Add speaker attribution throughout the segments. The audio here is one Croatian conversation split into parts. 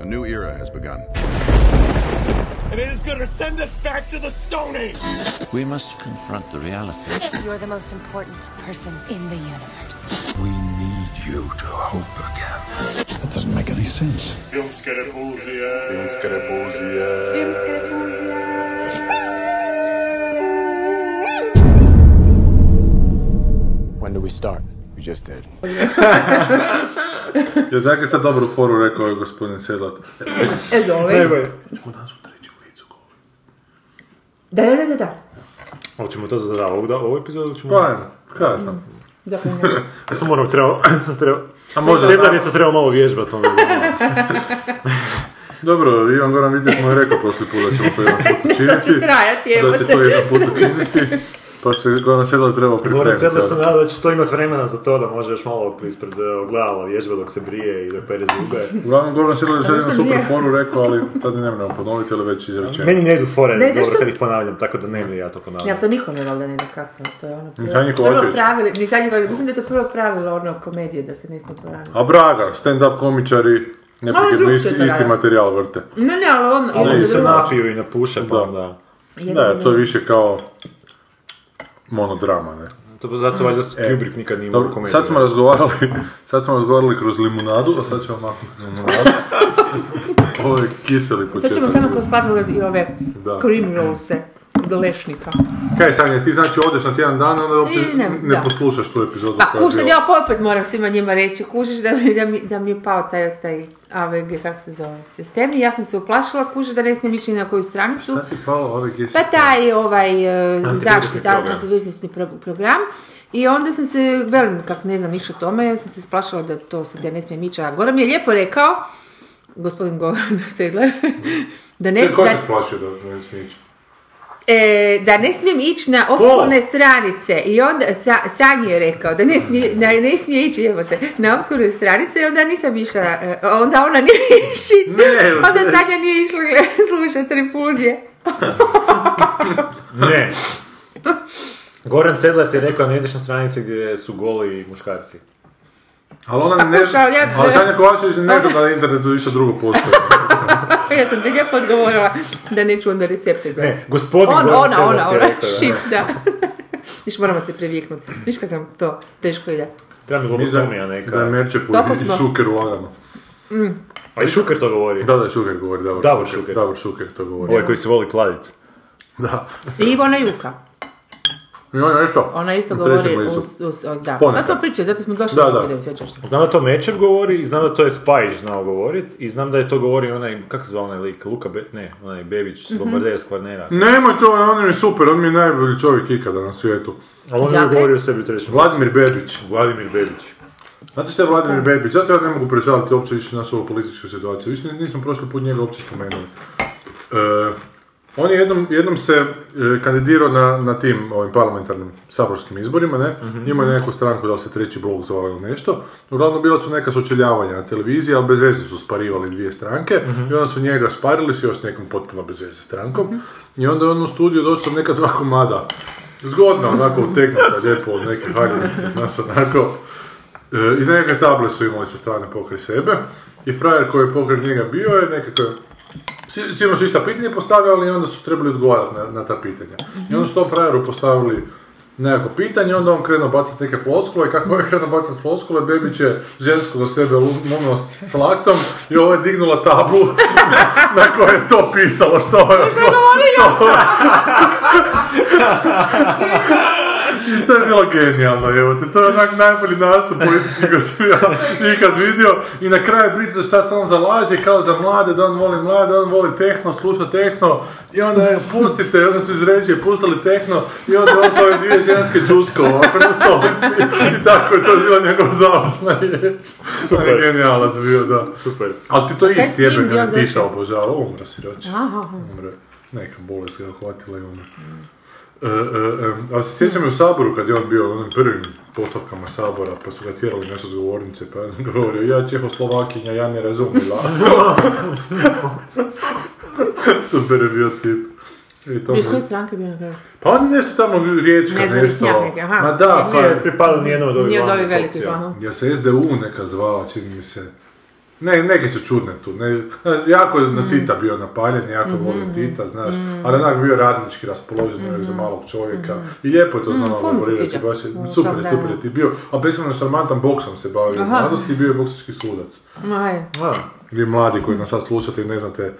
Speaker 1: A new era has begun.
Speaker 2: and it is going to send us back to the Stone Age.
Speaker 3: We must confront the reality.
Speaker 4: You're the most important person in the universe.
Speaker 5: We need you to hope again. That doesn't make any sense.
Speaker 6: Filmske repulzije. Filmske
Speaker 7: When do we start?
Speaker 1: We just did.
Speaker 8: Jer tako je sad dobru foru rekao je gospodin Sedlat.
Speaker 9: As always.
Speaker 8: Čemo danas u treću ulicu govoriti.
Speaker 9: Da, da, da, da, da.
Speaker 6: Hoćemo to za da, ovu, da, ovu epizodu ili ćemo...
Speaker 8: Pa ajmo, krasno.
Speaker 9: Zapravo.
Speaker 6: Ja sam morao, trebao, sam trebao...
Speaker 8: A možda...
Speaker 6: Sedlar je to trebao malo ono, vježbati onda.
Speaker 8: Dobro, Ivan Goran Vitjak mu je rekao poslije put da ćemo to jedan put učiniti.
Speaker 9: će trajati,
Speaker 8: Da će
Speaker 9: jebote.
Speaker 8: to jedan put učiniti. Pa se Goran Sedlat trebao
Speaker 6: Moram
Speaker 8: pripremiti.
Speaker 6: Sedlar se nadao da će to imat vremena za to, da može još malo ispred e, ogledala vježba dok se brije i dok pere zube.
Speaker 8: Uglavnom, Goran Sedlat je sad jednu
Speaker 9: sam
Speaker 8: super
Speaker 9: lijepa.
Speaker 8: foru rekao, ali tad je nemremo ponoviti, ali već izrečeno.
Speaker 6: Meni ne idu fore
Speaker 9: Ne,
Speaker 6: dobro
Speaker 9: zašto-
Speaker 6: kad ih ponavljam, tako da ne idu ja to
Speaker 9: Ja,
Speaker 6: ponavljam.
Speaker 9: to nikome valjda ne dokapno, to je ono prvo,
Speaker 8: Sanji
Speaker 9: prvo
Speaker 8: Kovačević.
Speaker 9: pravilo, ni Sanji Kovačević, mislim da je to prvo pravilo ono komedije, da se ne smije ponavljati.
Speaker 8: A Braga, stand-up komičari, neprekidno
Speaker 9: drugčije
Speaker 8: isti,
Speaker 9: to
Speaker 8: isti
Speaker 9: radi.
Speaker 8: materijal vrte.
Speaker 9: Ne, ne, ali ono,
Speaker 6: Ali
Speaker 9: jedno
Speaker 6: oni
Speaker 9: za
Speaker 6: se
Speaker 9: drugo.
Speaker 6: napiju i napuše, pa
Speaker 8: Da.
Speaker 6: onda...
Speaker 9: jedno za
Speaker 8: Da, to
Speaker 9: drugo.
Speaker 8: je više kao monodrama, ne.
Speaker 6: To bi zato valjda Kubrick nikad nije imao
Speaker 8: Dobro,
Speaker 6: komediju.
Speaker 8: sad smo razgovarali, sad smo razgovarali kroz limunadu, a sad ćemo maknuti limunadu. Ovo je kiseli početak.
Speaker 9: Sad ćemo samo kroz sladoled i ove
Speaker 8: Da.
Speaker 9: cream rollse do lešnika.
Speaker 8: Kaj Sanja, ti znači odeš na tjedan dana, onda uopće
Speaker 9: I
Speaker 8: ne,
Speaker 9: ne, da.
Speaker 8: poslušaš tu epizodu
Speaker 9: Pa kuš sad
Speaker 8: bila.
Speaker 9: ja opet moram svima njima reći, kužiš da, mi- da, mi, da mi je pao taj, taj AVG, kak se zove, sistem i ja sam se uplašila, kužiš da ne smijem ići ni na koju stranicu.
Speaker 8: Šta ti Znači, palo ove
Speaker 9: Pa
Speaker 8: gjesiste?
Speaker 9: taj ovaj e, zaštita,
Speaker 8: program.
Speaker 9: antivirusni pro- program. I onda sam se, velim, kak ne znam ništa o tome, ja sam se splašila da to se da ne smijem ići. A Goran mi je lijepo rekao, gospodin Goran Sedler, da ne,
Speaker 8: Ko
Speaker 9: da,
Speaker 8: se splašio da ne smije ići?
Speaker 9: e, da ne smijem ići na obskurne stranice. I onda sa, Sanji je rekao da ne smije, da ne smije ići evo te, na obskurne stranice i onda nisam išla, e, onda ona nije išla,
Speaker 8: Ne,
Speaker 9: onda
Speaker 8: ne.
Speaker 9: Sanja nije išla slušati repulzije.
Speaker 6: Ne. Goran Sedlar ti je rekao, ne ideš na stranice gdje su goli muškarci.
Speaker 8: Ali ona ne
Speaker 9: kušao, ja-
Speaker 8: ali Sanja Kovačević ne zna da na internetu više drugo postoji.
Speaker 9: Pa ja sam ti lijepo odgovorila da neću onda recepte gledati.
Speaker 6: Ne, gospodin
Speaker 9: Ona,
Speaker 6: Goran
Speaker 9: ona,
Speaker 6: Sedlar
Speaker 8: ono
Speaker 9: ona,
Speaker 6: ti je
Speaker 9: ona,
Speaker 6: rekao, da.
Speaker 9: šip, da. Viš, moramo se previknuti. Viš kak nam to teško ide.
Speaker 6: Treba mi
Speaker 8: Mi znam
Speaker 6: lobotomija neka.
Speaker 8: da je Merčepu
Speaker 9: Topo
Speaker 8: i
Speaker 9: smo.
Speaker 8: Šuker ulagano.
Speaker 6: Pa i Šuker to govori.
Speaker 8: Da, da, Šuker govori, Davor,
Speaker 6: Davor
Speaker 8: Šuker.
Speaker 6: Šuker.
Speaker 8: Davor Šuker to govori.
Speaker 6: Ovaj koji se voli kladiti.
Speaker 8: Da.
Speaker 9: I Ivona Juka.
Speaker 8: I ona je to.
Speaker 9: Ona isto
Speaker 8: u
Speaker 9: govori
Speaker 8: trećem licu.
Speaker 9: uz, uz, o, da.
Speaker 8: Ponekad.
Speaker 9: To smo pričali, zato smo došli
Speaker 8: Da,
Speaker 9: do
Speaker 8: da.
Speaker 9: ovog videa, sjećaš se.
Speaker 6: Znam da to Mečer govori i znam da to je Spajić znao govorit i znam da je to govorio onaj, kako se zvao onaj lik, Luka Be... ne, onaj Bebić,
Speaker 9: Mhm.
Speaker 6: mm bombarder s Kvarnera.
Speaker 8: Nemoj to, on mi je super, on mi je najbolji čovjek ikada na svijetu.
Speaker 6: Ali on je
Speaker 9: Dakle?
Speaker 6: govorio o sebi u trećem.
Speaker 8: Vladimir Bebić.
Speaker 6: Vladimir Bebić.
Speaker 8: Znate što je Vladimir Bebić? Zato ja ne mogu prežaliti uopće više našu ovu političku situaciju. Više nismo prošli put njega uopće spomenuli. E, on je jednom, jednom se e, kandidirao na, na tim ovim parlamentarnim saborskim izborima, ne? Imao je neku stranku, da li se treći blok zvao ili nešto. Uglavnom bila su neka sučeljavanja na televiziji, ali bez veze su sparivali dvije stranke. I onda su njega sparili s još nekom potpuno bez veze strankom. I onda je on u studiju došao neka dva komada. Zgodna, onako utegnuta, lijepo od neke haljenice, znaš, onako. E, I neke table su imali sa strane pokraj sebe. I frajer koji je pokraj njega bio je nekako... svi- Svima su ista pitanja postavljali i onda su trebali odgovarati na, na ta pitanja. I onda su tom frajeru postavili nekako pitanje, onda on krenuo bacati neke floskule i kako je krenuo bacati floskule, Bebić je žensko do sebe lumio s laktom i ovo je dignula tablu na kojoj je to pisalo što je... I to je bilo genijalno, evo te, to je onak najbolji nastup politički koji sam ja ikad vidio. I na kraju priča šta se on zalaže, kao za mlade, da on voli mlade, da on voli tehno, sluša tehno. I onda je, pustite, i onda su iz režije pustili tehno i onda je on s ove dvije ženske džuskova ovako na stolici. I tako je to bila njegova završna riječ. Super.
Speaker 6: Super.
Speaker 8: je genijalac bio, da.
Speaker 6: Super.
Speaker 8: Ali ti to
Speaker 9: Kaj
Speaker 8: isti
Speaker 9: s njim
Speaker 8: jebeni
Speaker 9: bio
Speaker 8: ne tiša
Speaker 9: zašto?
Speaker 8: obožava, umro si roči.
Speaker 9: Aha, aha.
Speaker 8: Umro. je. Neka bolest ga je uhvatila i umro. E, e, e, ali se sjećam i u Saboru kad je on bio u onim prvim postavkama Sabora, pa su ga tjerali nešto s govornice, pa je on govorio, ja Čehoslovakinja, ja ne razumila. Super je bio tip. I to
Speaker 9: Iz
Speaker 8: mu-
Speaker 9: koje stranke bio na kraju?
Speaker 8: Pa on je nešto tamo riječka, nešto.
Speaker 9: Nezavisnjak neki, aha.
Speaker 8: Ma da, pa je-
Speaker 6: Nije pripada nijedna od ovih
Speaker 9: Nije od ovih
Speaker 6: glavnih
Speaker 9: velikih,
Speaker 6: opcija.
Speaker 9: aha.
Speaker 8: ja se SDU neka zvala, čini mi se. Ne, neke su čudne tu. Ne, znaš, jako je
Speaker 9: Mm.
Speaker 8: na Tita bio napaljen, jako
Speaker 9: Mhm,
Speaker 8: mm Tita, znaš, ali onak bio radnički raspoložen uvijek za malog čovjeka. I lijepo je to znao
Speaker 9: Mhm. Mm, ful mi se
Speaker 8: elaborirati,
Speaker 9: sviđa.
Speaker 8: baš je,
Speaker 9: U
Speaker 8: super,
Speaker 9: tom,
Speaker 8: je,
Speaker 9: da,
Speaker 8: super
Speaker 9: da.
Speaker 8: je ti bio. A bespravno šarmantan boksom se bavio u
Speaker 9: Aha.
Speaker 8: mladosti i bio je boksački sudac.
Speaker 9: Aj.
Speaker 8: A, vi mladi koji nas sad slušate i ne znate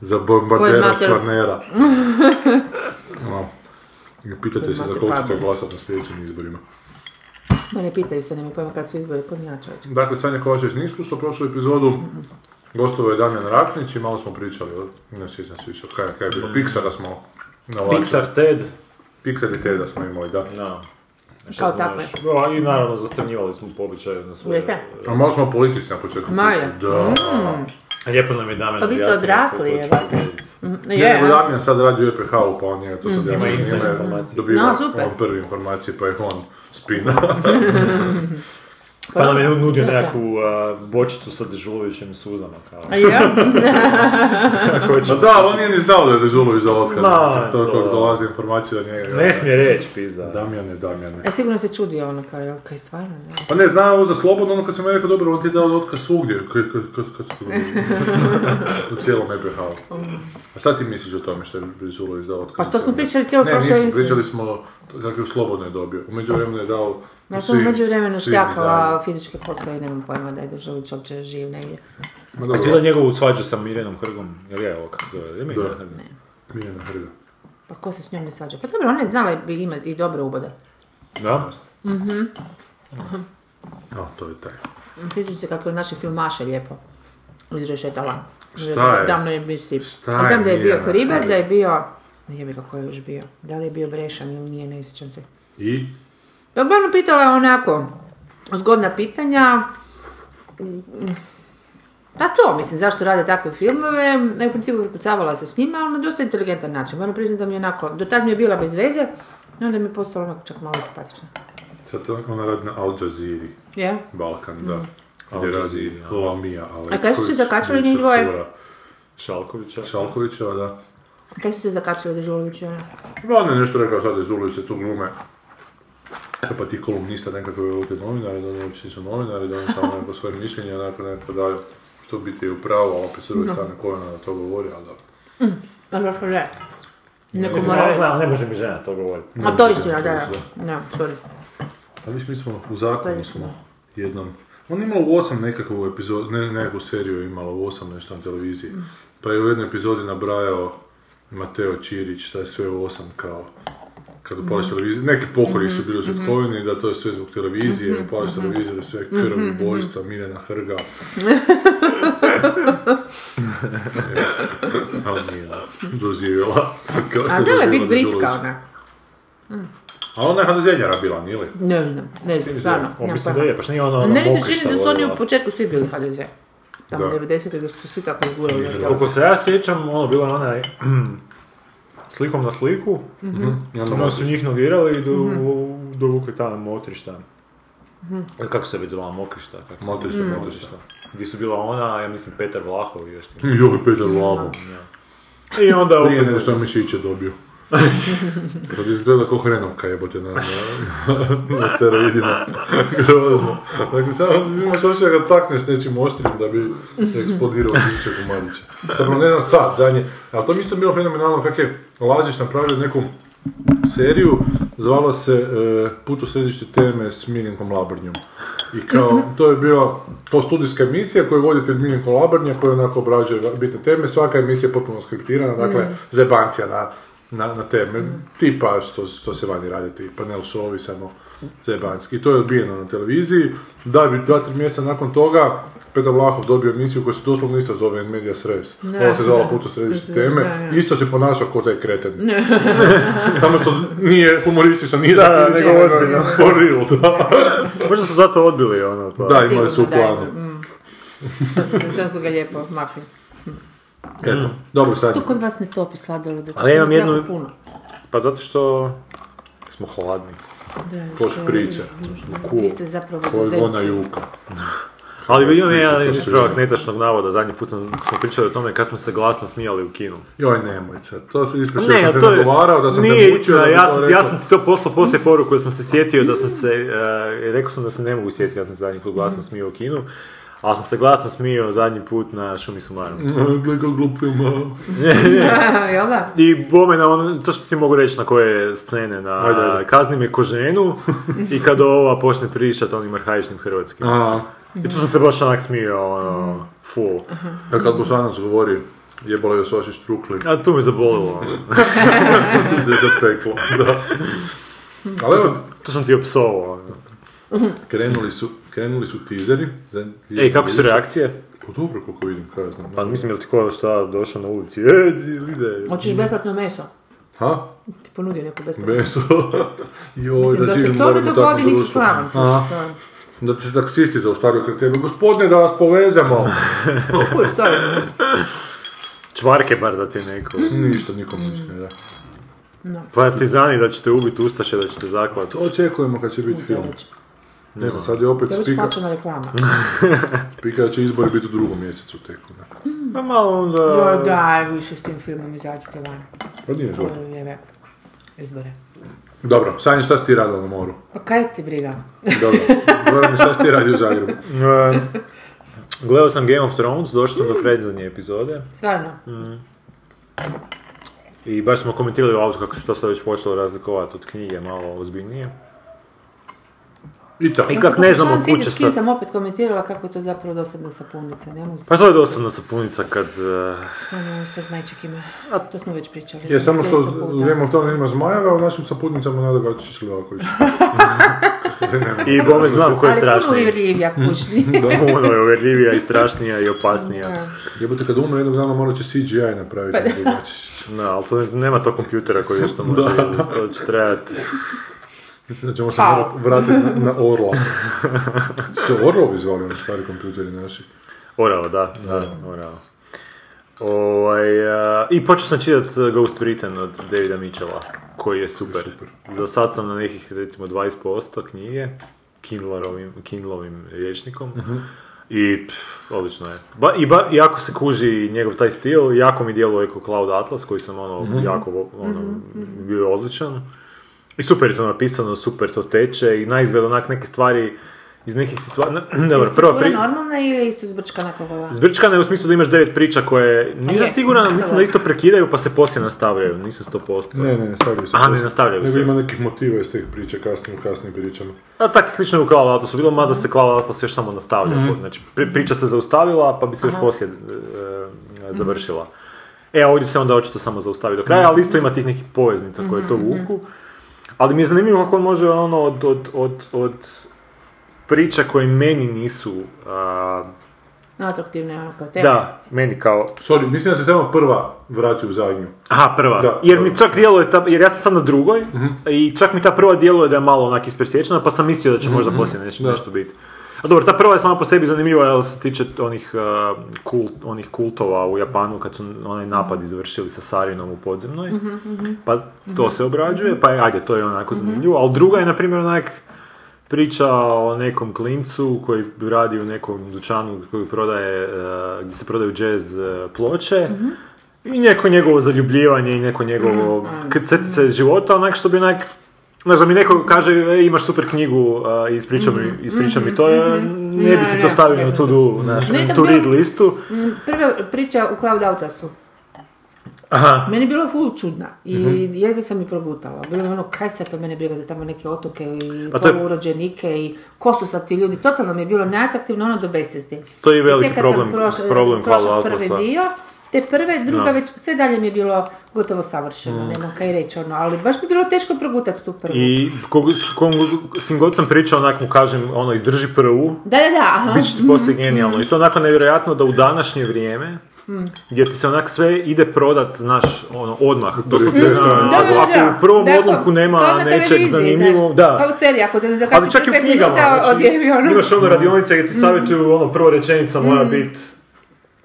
Speaker 8: za bombardera
Speaker 9: mater-
Speaker 8: stvarnera. No. I Pitate se za koliko ćete glasati na sljedećim izborima.
Speaker 9: Ma ne pitaju se, nema pojma kad su izbori, kod nja čovječe.
Speaker 8: Dakle, Sanja Kovačević nije iskušla prošlu epizodu. Gostovao je Damjan Raknić i malo smo pričali, o- ne sjećam se više, kaj, kaj je bilo, Pixara smo navlačili.
Speaker 6: Pixar Ted.
Speaker 8: Pixar i Teda smo imali, da.
Speaker 6: Da. Šta
Speaker 9: Kao
Speaker 6: smo
Speaker 9: tako je.
Speaker 6: još? No, I naravno, zastanjivali smo po običaju na svoje...
Speaker 9: Jeste?
Speaker 8: A malo smo o politici na početku
Speaker 9: Maja.
Speaker 8: pričali. Da.
Speaker 9: Mm-hmm.
Speaker 6: Lijepo nam je Damjan
Speaker 9: Pa vi ste
Speaker 6: objasnio
Speaker 9: odrasli, Mhm.
Speaker 6: kako
Speaker 9: je,
Speaker 6: će
Speaker 9: valjda.
Speaker 6: biti.
Speaker 8: Ne,
Speaker 9: Je, Mm-hmm.
Speaker 8: nego Damjan sad radi u EPH-u, pa on je to sad
Speaker 6: Ima
Speaker 8: ja
Speaker 6: inside
Speaker 8: njime
Speaker 6: informacije.
Speaker 8: dobio
Speaker 9: No, super.
Speaker 8: on prvi informacije, pa je on spina.
Speaker 6: Pa nam je nudio nekakvu a, bočicu sa dežulovićem i suzama, kao.
Speaker 9: a ja?
Speaker 6: Kako će...
Speaker 8: Ma da, ali on nije ni znao da je Dežulović za otkaz.
Speaker 6: Ma,
Speaker 8: mislim, to,
Speaker 6: to-
Speaker 8: to dolazi informacija do njega.
Speaker 6: Ne smije reći, pizda.
Speaker 8: Damjane, Damjane.
Speaker 9: E, sigurno se čudi ono, kao, jel, kaj stvarno, ne?
Speaker 8: Pa ne, zna ovo za slobodno, ono kad sam ja rekao, dobro, on ti je dao otkaz svugdje, kad, kad, kad, kad su to bili? u cijelom EPH-u. A šta ti misliš o tome što je Brizulović dao otkaz? E
Speaker 9: Pa to smo pričali cijelo
Speaker 8: Ne,
Speaker 9: prošlo
Speaker 8: nismo,
Speaker 9: emisiju.
Speaker 8: pričali smo, dakle, u slobodno je dobio. U međuvremenu je dao
Speaker 9: Ja sam
Speaker 8: svim-
Speaker 9: među vremenu
Speaker 8: svim izdanjima.
Speaker 9: šljakala fizičke poslove i nemam pojma da je Dežulić uopće živ negdje.
Speaker 8: Ma
Speaker 6: A si
Speaker 8: dobro,
Speaker 6: vidio njegovu svađu sa Mirjanom Hrgom? Jel je ovo kako se zove? Je Mirjana
Speaker 8: Da.
Speaker 6: Hrg?
Speaker 8: Mirjana Hrga.
Speaker 9: Pa ko se s njom ne svađa? Pa dobro, ona je znala i ima i dobre ubode.
Speaker 6: Da?
Speaker 8: A, to je taj.
Speaker 9: Sjećam se kako je naše filmaše lijepo izrešetala.
Speaker 8: Šta je?
Speaker 9: Davno je bio si.
Speaker 8: Šta
Speaker 9: A znam
Speaker 8: je
Speaker 9: da je bio
Speaker 8: Mirjana
Speaker 9: Hriber,
Speaker 8: Hrg?
Speaker 9: da je bio... Ne bi kako je još bio. Da li je bio Brešan ili nije, ne sjećam se.
Speaker 8: I?
Speaker 9: Ja uglavnom pitala je onako, zgodna pitanja. Da to, mislim, zašto rade takve filmove, Ja u principu prepucavala se s njima, ali na dosta inteligentan način. Moram priznati da mi je onako, do tad mi je bila bez veze, i onda mi je postala onako čak malo simpatična.
Speaker 8: Sad ona radi na Al Jazeera.
Speaker 9: Je?
Speaker 8: Balkan, da. Gdje
Speaker 6: Al
Speaker 8: radi
Speaker 6: Jazeera.
Speaker 8: Lamija Alekković.
Speaker 9: Mm. A kaj su se zakačili njih
Speaker 8: bivša
Speaker 9: dvoje?
Speaker 8: cura
Speaker 6: Šalkovića.
Speaker 8: Šalkovićeva, da.
Speaker 9: Kaj su se zakačili do Žulovića?
Speaker 8: No, on je nešto rekao sad iz ulice tu glume. Pa ti kolumnista nekakve velike novinare, da oni uopće nisu novinari, da oni samo neko svoje mišljenje, onako nekako daju što u biti je upravo, a opet s druge strane kojena da to govori, ali da.
Speaker 9: A zašto ne? Neko mora reći.
Speaker 6: Ne, ne može mi žena to govoriti.
Speaker 9: A to je istina, da, da. Da, sorry.
Speaker 8: Ali viš, mi smo u zakonu smo jednom. On je imao u osam nekakvu epizodu, ne, nekakvu seriju je imala u osam nešto na televiziji. Pa je u jednoj epizodi nabrajao Mateo Čirić, šta je sve u osam kao kad upališ televiziju, neki pokolji su bili
Speaker 9: Mhm,
Speaker 8: sutkovini, da to je sve zbog televizije, upališ televiziju, da je sve
Speaker 9: Mhm,
Speaker 8: krv, ubojstva, Mirjana Hrga. Ali nije nas doživjela. Kao što
Speaker 6: Pa
Speaker 9: A
Speaker 8: je
Speaker 9: zela je
Speaker 8: doživjela
Speaker 9: biti britka
Speaker 8: Dežulović.
Speaker 9: ona.
Speaker 8: A ona je HDZ-njara bila, nije li?
Speaker 9: Ne znam, ne znam, stvarno.
Speaker 6: O,
Speaker 9: nemam
Speaker 6: mislim da
Speaker 9: pojma.
Speaker 6: je, pa što nije ona ona
Speaker 9: Meni se
Speaker 6: mokrišta
Speaker 9: čini da su oni
Speaker 6: vodila?
Speaker 9: u početku svi bili HDZ. Tamo
Speaker 8: Da.
Speaker 9: 90. da su se svi tako izgurali.
Speaker 6: Koliko se ja sjećam, ono, bilo je onaj slikom na sliku,
Speaker 8: I onda
Speaker 6: ono su njih nogirali i do, dovukli tamo motrišta. Ili Kako se već zvala, mokrišta? Kako?
Speaker 8: Motrišta,
Speaker 6: Mhm.
Speaker 8: motrišta.
Speaker 6: Gdje su bila ona, ja mislim Petar Vlahov i još ti.
Speaker 8: Joj, Petar Vlaho.
Speaker 6: I onda
Speaker 8: Prije nego
Speaker 6: opet-
Speaker 8: što je mišiće dobio. Kad izgleda ko hrenovka jebote na, na, na steroidima. Grozno. Dakle, samo imaš oče da ga takneš nečim oštrim da bi eksplodirao mišiće komadiće. Zapravo ne znam sad, zadnje. Ali to mi isto bilo fenomenalno kak je Lazić napravio neku seriju, zvala se e, Put u središte teme s Miljenkom Labrnjom. I kao,
Speaker 9: Mhm.
Speaker 8: to je bila to studijska emisija koju je voditelj Miljenko Labrnja koji onako obrađuje bitne teme. Svaka emisija je potpuno skriptirana, dakle,
Speaker 9: Mhm.
Speaker 8: zebancija na, na, na teme. Tipa što, što se vani radi, ti panel showi samo zebanski. I to je odbijeno na televiziji. Da bi dva, tri mjeseca nakon toga Petar Vlahov dobio emisiju koja se doslovno isto zove Media Sres.
Speaker 9: Da,
Speaker 8: Ovo se zvala
Speaker 9: da.
Speaker 8: Put u središte
Speaker 9: Da, da,
Speaker 8: teme.
Speaker 9: da.
Speaker 8: Isto se ponašao ko taj kreten. Samo što nije humorističan, nije
Speaker 6: da,
Speaker 8: satiričan,
Speaker 6: nego
Speaker 8: je For real, da.
Speaker 6: Možda su zato odbili ono, pa...
Speaker 8: Da, imali su u
Speaker 9: Sigurno, da,
Speaker 8: planu.
Speaker 9: mm. Sad su ga lijepo makli.
Speaker 8: Eto, dobro sad.
Speaker 9: Tu kod vas ne topi sladoled, dok
Speaker 6: Ali ja imam
Speaker 9: imam
Speaker 6: jednu-
Speaker 9: puno.
Speaker 6: Pa zato što smo hladni.
Speaker 9: Da, vi
Speaker 8: Ko
Speaker 9: ste-
Speaker 8: šprice.
Speaker 9: Vi ste zapravo
Speaker 8: Ko je ona
Speaker 9: dozenci.
Speaker 8: juka.
Speaker 6: Ali imam jedan
Speaker 8: Priča, to su
Speaker 6: ispravak
Speaker 8: izjave.
Speaker 6: netačnog navoda, zadnji put sam, smo pričali o tome kad smo se glasno smijali u kinu.
Speaker 8: Joj, nemoj sad. To se ispričao,
Speaker 6: Ne,
Speaker 8: Pa sam
Speaker 6: ali
Speaker 8: te
Speaker 6: to je,
Speaker 8: nagovarao, da sam te
Speaker 6: nije
Speaker 8: mučio,
Speaker 6: istina,
Speaker 8: da bi
Speaker 6: ja,
Speaker 8: to
Speaker 6: sam,
Speaker 8: rekao.
Speaker 6: ja sam ti to poslao poslije eh,
Speaker 8: Mhm.
Speaker 6: poruku, jer sam se sjetio da sam se, e, rekao sam da se ne mogu sjetiti kad sam se zadnji put glasno smio u kinu, Ali sam se glasno smio zadnji put na Šumi Sumaru.
Speaker 8: Gle kako glup film, a.
Speaker 9: Jel da?
Speaker 6: I bome na on, to što ti mogu reći na koje scene, na
Speaker 8: Ajde, ajde.
Speaker 6: kazni me ko ženu i kad ova počne pričat onim arhaičnim hrvatskim.
Speaker 8: A,
Speaker 6: I tu sam se baš onak smio,
Speaker 8: Mhm.
Speaker 6: ono, full.
Speaker 8: a E, kad Bosanac govori, jebalo je s vaši štrukli,
Speaker 6: A tu me zabolilo. ono.
Speaker 8: gdje je zapeklo, da. Ali evo,
Speaker 6: Tu sam ti opsovao. ono.
Speaker 8: krenuli su, krenuli su tizeri. za-
Speaker 6: Ej, kako su reakcije?
Speaker 8: Pa dobro, koliko vidim, kaj ja znam.
Speaker 6: Pa mislim da ti ko šta došao na ulici. E, ide.
Speaker 9: Hoćeš besplatno meso?
Speaker 8: Ha?
Speaker 9: Ti ponudio neko besplatno.
Speaker 8: Beso. Joj,
Speaker 9: Mislim, da se
Speaker 8: živim
Speaker 9: to ne
Speaker 8: barem u
Speaker 9: dogodi,
Speaker 8: takvom
Speaker 9: nisi
Speaker 8: društvu.
Speaker 9: slavan.
Speaker 8: Aha. Da ti se taksisti zaustavljaju kraj tebe. Gospodine, da vas povezamo!
Speaker 9: Kuj, stoji.
Speaker 6: Čvarke bar da ti neko.
Speaker 8: Ništa, nikom ništa, ne da.
Speaker 6: Partizani da ćete ubiti Ustaše, da ćete zaklati.
Speaker 8: Očekujemo kad će biti film. Ne znam, sad je opet
Speaker 9: To je već
Speaker 8: pika,
Speaker 9: plaćena reklama.
Speaker 8: pika da će izbori biti u drugom mjesecu tek. ne.
Speaker 6: Pa malo onda...
Speaker 9: Jo, daj, više s tim filmom izađite van.
Speaker 8: Pa nije zgodno.
Speaker 9: Ovo je izbore.
Speaker 8: Dobro, Sanja, šta si ti radila na moru?
Speaker 9: Pa kaj ti briga?
Speaker 8: Dobro, Gorane, šta si ti radio u Zagrebu?
Speaker 6: E, Gledao sam Game of Thrones, došao sam do predzadnje epizode
Speaker 9: Stvarno.
Speaker 6: i baš smo komentirali u autu kako se to sad već počelo razlikovati od knjige malo ozbiljnije.
Speaker 8: I tako.
Speaker 6: I kak ne znamo
Speaker 9: Pokušavam
Speaker 6: kuće
Speaker 9: sjetiti s kim
Speaker 6: sad...
Speaker 9: sam opet komentirala kako je to zapravo dosadna sapunica. Ne mogu se
Speaker 6: Pa to je dosadna sapunica kad... e,
Speaker 9: samo sa zmajčekima. To smo već pričali.
Speaker 8: Je, samo što
Speaker 9: 200 puta.
Speaker 8: Game of Thrones ima zmajeva, a u našim saputnicama Nada Gačić i Livaković.
Speaker 6: I bome znam ko je
Speaker 9: Ali puno
Speaker 6: strašniji.
Speaker 9: uvjerljivija kućni.
Speaker 6: Puno je uvjerljivija i strašnija i opasnija.
Speaker 8: Jebote, kad umre jednog dana morat će CGI napraviti Nadu Gačić.
Speaker 6: Pa Da, ali to nema to kompjutera koji još to može izvesti, to će trebati.
Speaker 8: Mislim da ćemo
Speaker 9: Pa.
Speaker 8: se morat vratiti na, na Orla. Se Orlovi zvali oni stari kompjuteri naši.
Speaker 6: Orao, da, da, orao. Ovaj, a, I počeo sam čitati Ghost Britain od Davida Mitchella, koji je super. Za sad sam na nekih, recimo, 20% knjige, Kindlerovim, Kindlovim rječnikom. I pff, odlično je. Ba, i ba, jako se kuži njegov taj stil, jako mi djeluje kao Cloud Atlas, koji sam ono, jako vo- ono, bio odličan. I super je to napisano, super to teče i naizgled onak neke stvari iz nekih situacija... Dobro, prva pri...
Speaker 9: Struktura normalna ili je isto zbrčkana kolova?
Speaker 6: Zbrčkana je u smislu da imaš devet priča koje nisam
Speaker 9: Je.
Speaker 6: siguran, mislim da isto prekidaju pa se poslije nastavljaju, nisam sto posto.
Speaker 8: Ne, ne, ne stavljaju se.
Speaker 6: Aha, ne
Speaker 8: poslije.
Speaker 6: nastavljaju
Speaker 8: Nego
Speaker 6: se.
Speaker 8: ima nekih motiva iz tih priča kasnije, u kasnijim pričama.
Speaker 6: A tako je slično je u Cloud Atlasu bilo, mada se Cloud Atlas još samo nastavlja. Znači, pri- priča se zaustavila pa bi se još poslije e, završila. E, a ovdje se onda očito samo zaustavi do kraja, ali isto ima tih nekih poveznica koje to vuku. Ali mi je zanimljivo kako on može ono od, od, od, od priča koje meni nisu... a,
Speaker 9: Atraktivna je ono kao tema.
Speaker 6: da, meni kao
Speaker 8: Sorry, mislim da se samo prva vrati u zadnju.
Speaker 6: Aha, prva.
Speaker 8: Da,
Speaker 6: jer
Speaker 8: prva. Mhm.
Speaker 6: mi čak djeluje, ta, jer ja sam sad na drugoj i čak mi ta prva djeluje da je malo onak ispresječena, pa sam mislio da
Speaker 8: Mhm,
Speaker 6: će možda poslije nešto, nešto biti. A dobro, ta prva je sama po sebi zanimljiva jer se tiče onih, uh, kult, onih kultova u Japanu kad su onaj napad izvršili sa Sarinom u podzemnoj. Pa to se obrađuje, pa ajde, to je onako zanimljivo. Ali druga je, na primjer, onak priča o nekom klincu koji radi u nekom dućanu koji prodaje, e, gdje se prodaju jazz e, ploče.
Speaker 9: Mhm.
Speaker 6: I neko njegovo zaljubljivanje i neko njegovo
Speaker 9: Mhm,
Speaker 6: krcetice iz života, onak što bi onak... Znaš, da mi neko kaže, e, imaš super knjigu, a, ispriča mi,
Speaker 9: Mhm.
Speaker 6: ispriča mi to, e, ne bi si
Speaker 9: Ja,
Speaker 6: to
Speaker 9: ja,
Speaker 6: stavio na to-do, znaš,
Speaker 9: Ne, to
Speaker 6: to
Speaker 9: bilo-
Speaker 6: read listu.
Speaker 9: Mm, Prva priča u Cloud Outlasu.
Speaker 6: Aha. Mhm.
Speaker 9: Meni je bilo full čudna i jedva sam i progutala. Bilo je ono, kaj sad to mene briga za tamo neke otoke i
Speaker 6: Pa to je-
Speaker 9: poluurođenike i ko su sad ti ljudi. Totalno mi je bilo neatraktivno ono do besvijesti.
Speaker 6: To je i
Speaker 9: I
Speaker 6: veliki
Speaker 9: tek kad
Speaker 6: problem-
Speaker 9: sam prošla,
Speaker 6: problem
Speaker 9: prošla
Speaker 6: Cloud
Speaker 9: prvi
Speaker 6: Atlasa.
Speaker 9: dio, te prve, druga
Speaker 6: Da. Mm.
Speaker 9: već, sve dalje mi je bilo gotovo savršeno, nemam kaj reći ono, ali baš mi je bilo teško progutati tu prvu.
Speaker 6: I kog, s kom, s kim god sam pričao, onak mu kažem, ono, izdrži prvu,
Speaker 9: Da, da, da, aha.
Speaker 6: bit će ti poslije genijalno. I to onako nevjerojatno da u današnje vrijeme, gdje ti se onak sve ide prodat, znaš, ono, odmah. Doslovce,
Speaker 8: Mhm,
Speaker 6: na-
Speaker 9: Da, da,
Speaker 6: ako
Speaker 9: da.
Speaker 6: u prvom
Speaker 9: Dakle,
Speaker 6: odlomku
Speaker 9: to je
Speaker 6: nema
Speaker 9: na
Speaker 6: nečeg
Speaker 9: televiziji,
Speaker 6: zanimljivog,
Speaker 9: znaš.
Speaker 6: da.
Speaker 9: Pa u seriji, ako te ne
Speaker 6: Ali
Speaker 9: zakači
Speaker 6: čak i u
Speaker 9: 5
Speaker 6: knjigama,
Speaker 9: minuta,
Speaker 6: znači,
Speaker 9: odjevi ono.
Speaker 6: imaš ono radionice gdje ti savjetuju, ono, prva rečenica mora biti...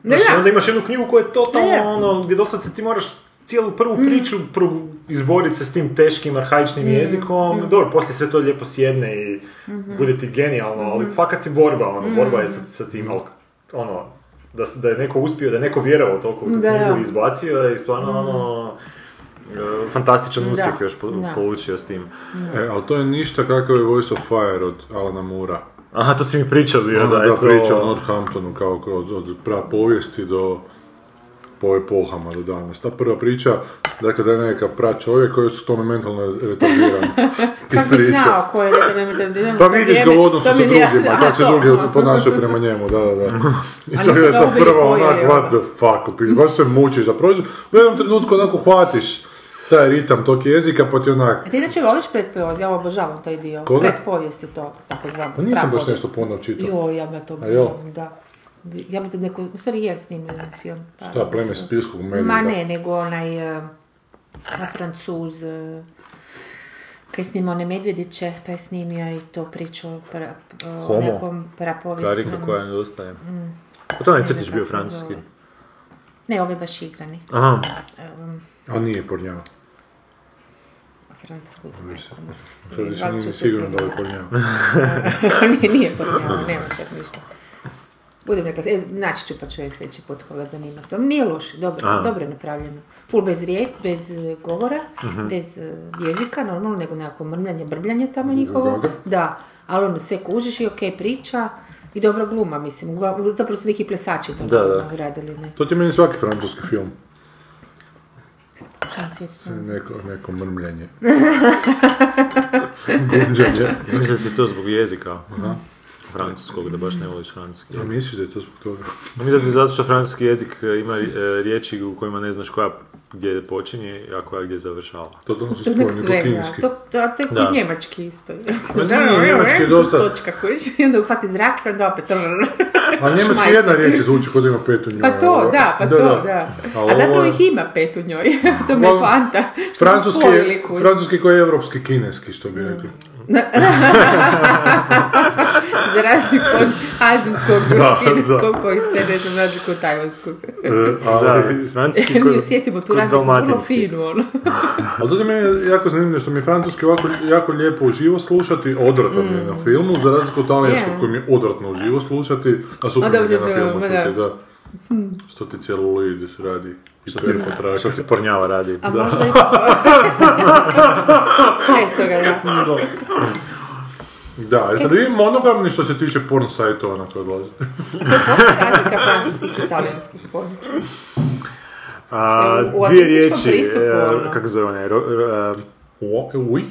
Speaker 9: Ne,
Speaker 6: Znači,
Speaker 9: da.
Speaker 6: onda imaš jednu knjigu koja je
Speaker 9: Ne.
Speaker 6: totalno, ono, gdje dosad se ti moraš cijelu prvu
Speaker 9: Mm.
Speaker 6: priču pro- izboriti se s tim teškim, arhaičnim jezikom.
Speaker 9: Mm.
Speaker 6: Dobro, poslije sve to lijepo sjedne i
Speaker 9: Mhm.
Speaker 6: bude ti genijalno, ali fakat je borba, ono, borba
Speaker 9: Mm.
Speaker 6: je sa, sa tim, ali, ono, da, s- da je neko uspio, da je neko vjerovao toliko u tu
Speaker 9: Da, da.
Speaker 6: knjigu i izbacio, je stvarno, ono, e, fantastičan uspjeh još po-
Speaker 9: da.
Speaker 6: polučio s tim.
Speaker 8: E, ali to je ništa kakav je Voice of Fire od Alana Moora.
Speaker 6: Aha, to si mi pričao bio,
Speaker 8: Ona
Speaker 6: da,
Speaker 8: Ono da,
Speaker 6: je to...
Speaker 8: priča o Northamptonu kao kao od, od prapovijesti do po epohama do danas. Ta prva priča, dakle da je neka pra čovjek koji su to mentalno retardirani. I
Speaker 9: Kako bi znao ko je rekao
Speaker 8: Pa vidiš ga u odnosu sa drugima, kako se drugi ponašaju prema njemu, da, da, da. I
Speaker 9: Ali
Speaker 8: to
Speaker 9: su
Speaker 8: je
Speaker 9: ga
Speaker 8: to
Speaker 9: ubili
Speaker 8: prvo
Speaker 9: koji je,
Speaker 8: onak,
Speaker 9: jel?
Speaker 8: what the fuck, ti baš se mučiš da prođeš, u jednom trenutku onako hvatiš taj ritam tog jezika, pa ti onak,
Speaker 9: A ti inače voliš predpovijest, ja obožavam taj dio.
Speaker 8: Koga?
Speaker 9: Predpovijest je to, tako znam.
Speaker 8: pa nisam baš nešto puno čitao.
Speaker 9: Jo, ja me to
Speaker 8: A jel?
Speaker 9: bojim, da. Ja bi to neko, u stvari je snimljen film. pa-
Speaker 8: Da, pleme spilskog medija.
Speaker 9: Ma ne, nego onaj, eh, na francuz, eh, kaj je snimao one Medvjediće, pa je snimio i to priču o pra- o
Speaker 6: Homo.
Speaker 9: nekom prapovijesnom.
Speaker 6: Karika koja nedostaje. ono. Pa to je onaj
Speaker 9: Ne znam
Speaker 6: crtić
Speaker 9: kako
Speaker 6: bio
Speaker 9: se
Speaker 6: francuski.
Speaker 9: zove. Ne, ove baš igrani.
Speaker 6: Aha,
Speaker 8: A nije pornjava.
Speaker 9: Francuz. Ono,
Speaker 8: Sad više nije sigurno da je pornjava.
Speaker 9: nije, nije podnjava, nema čak ništa. Budem rekla, e, naći ću pa ću joj sljedeći put koga zanima. Sam nije loš, dobro, dobro je napravljeno. Ful bez rijek, bez e, govora,
Speaker 8: Mhm.
Speaker 9: bez e, jezika, normalno, nego nekako mrmljanje, brbljanje tamo njihovo.
Speaker 8: Gaga.
Speaker 9: Da, ali ono sve kužiš i okej priča i dobra gluma, mislim. Uglavnom, Zapravo su neki plesači to
Speaker 6: Da, da.
Speaker 9: nagradili, ne.
Speaker 8: To ti je meni svaki francuski film.
Speaker 9: Šta se sjećam?
Speaker 8: Neko, neko mrmljenje. Gunđanje.
Speaker 6: ja mislim da ti je to zbog jezika. Francuskog, da baš ne voliš francuski
Speaker 8: A
Speaker 6: jezik.
Speaker 8: misliš da je to zbog toga?
Speaker 6: Ja Mislim da ti je zato što francuski jezik e, ima e, riječi u kojima ne znaš koja gdje počinje, a koja gdje završava.
Speaker 8: Totalno su
Speaker 9: To je nek
Speaker 8: spojeni do
Speaker 9: svega.
Speaker 8: kinijski.
Speaker 9: To, to, a to je
Speaker 6: Da.
Speaker 9: kod njemački isto.
Speaker 8: Ma nije, njemački je
Speaker 9: tu
Speaker 8: dosta-
Speaker 9: Točka kojiš, i onda uhvati zrak i onda opet...
Speaker 8: Ali njemački
Speaker 9: Šmajser.
Speaker 8: jedna riječ zvuči kod ima pet u njoj.
Speaker 9: Pa to, da, pa to, da.
Speaker 8: Ali
Speaker 9: A zapravo
Speaker 8: ovo je-
Speaker 9: ih ima pet u njoj, to mi je
Speaker 8: Uglavnom,
Speaker 9: poanta. Što su
Speaker 8: Francuski,
Speaker 9: spojili
Speaker 8: je,
Speaker 9: kuć.
Speaker 8: francuski koji je evropski kineski, što bi rekli.
Speaker 9: Za razliku od azijskog,
Speaker 8: Da,
Speaker 9: kineskog, koji se ne znam razliku od tajvanskog.
Speaker 8: E,
Speaker 6: Da,
Speaker 8: ali,
Speaker 6: francuski
Speaker 9: Mi osjetimo tu
Speaker 6: kod
Speaker 9: razliku, vrlo
Speaker 6: dalmatinski.
Speaker 9: finu, ono.
Speaker 8: ali zato mi je jako zanimljivo što mi je francuski ovako jako lijepo uživo slušati, odvratno mi je na filmu, za razliku od talijanskog
Speaker 9: Mm. Je.
Speaker 8: koji mi je odvratno uživo slušati, a super
Speaker 9: A
Speaker 8: mi je
Speaker 9: dobro,
Speaker 8: na filmu
Speaker 9: da.
Speaker 8: čuti, da. Što ti celuloid radi i perfotraka.
Speaker 6: Što ti pornjava radi.
Speaker 9: A možda i... E, toga, da.
Speaker 8: Da, jeste li vi monogamni što se tiče porno sajtova na koje odlazite?
Speaker 9: Razlika francuskih i talijanskih područja.
Speaker 6: A,
Speaker 9: u- u
Speaker 6: dvije
Speaker 9: artističkom
Speaker 6: riječi,
Speaker 9: pristupu,
Speaker 6: e,
Speaker 9: ono.
Speaker 6: kako se zove onaj, ro- ro- e,
Speaker 8: O, uj?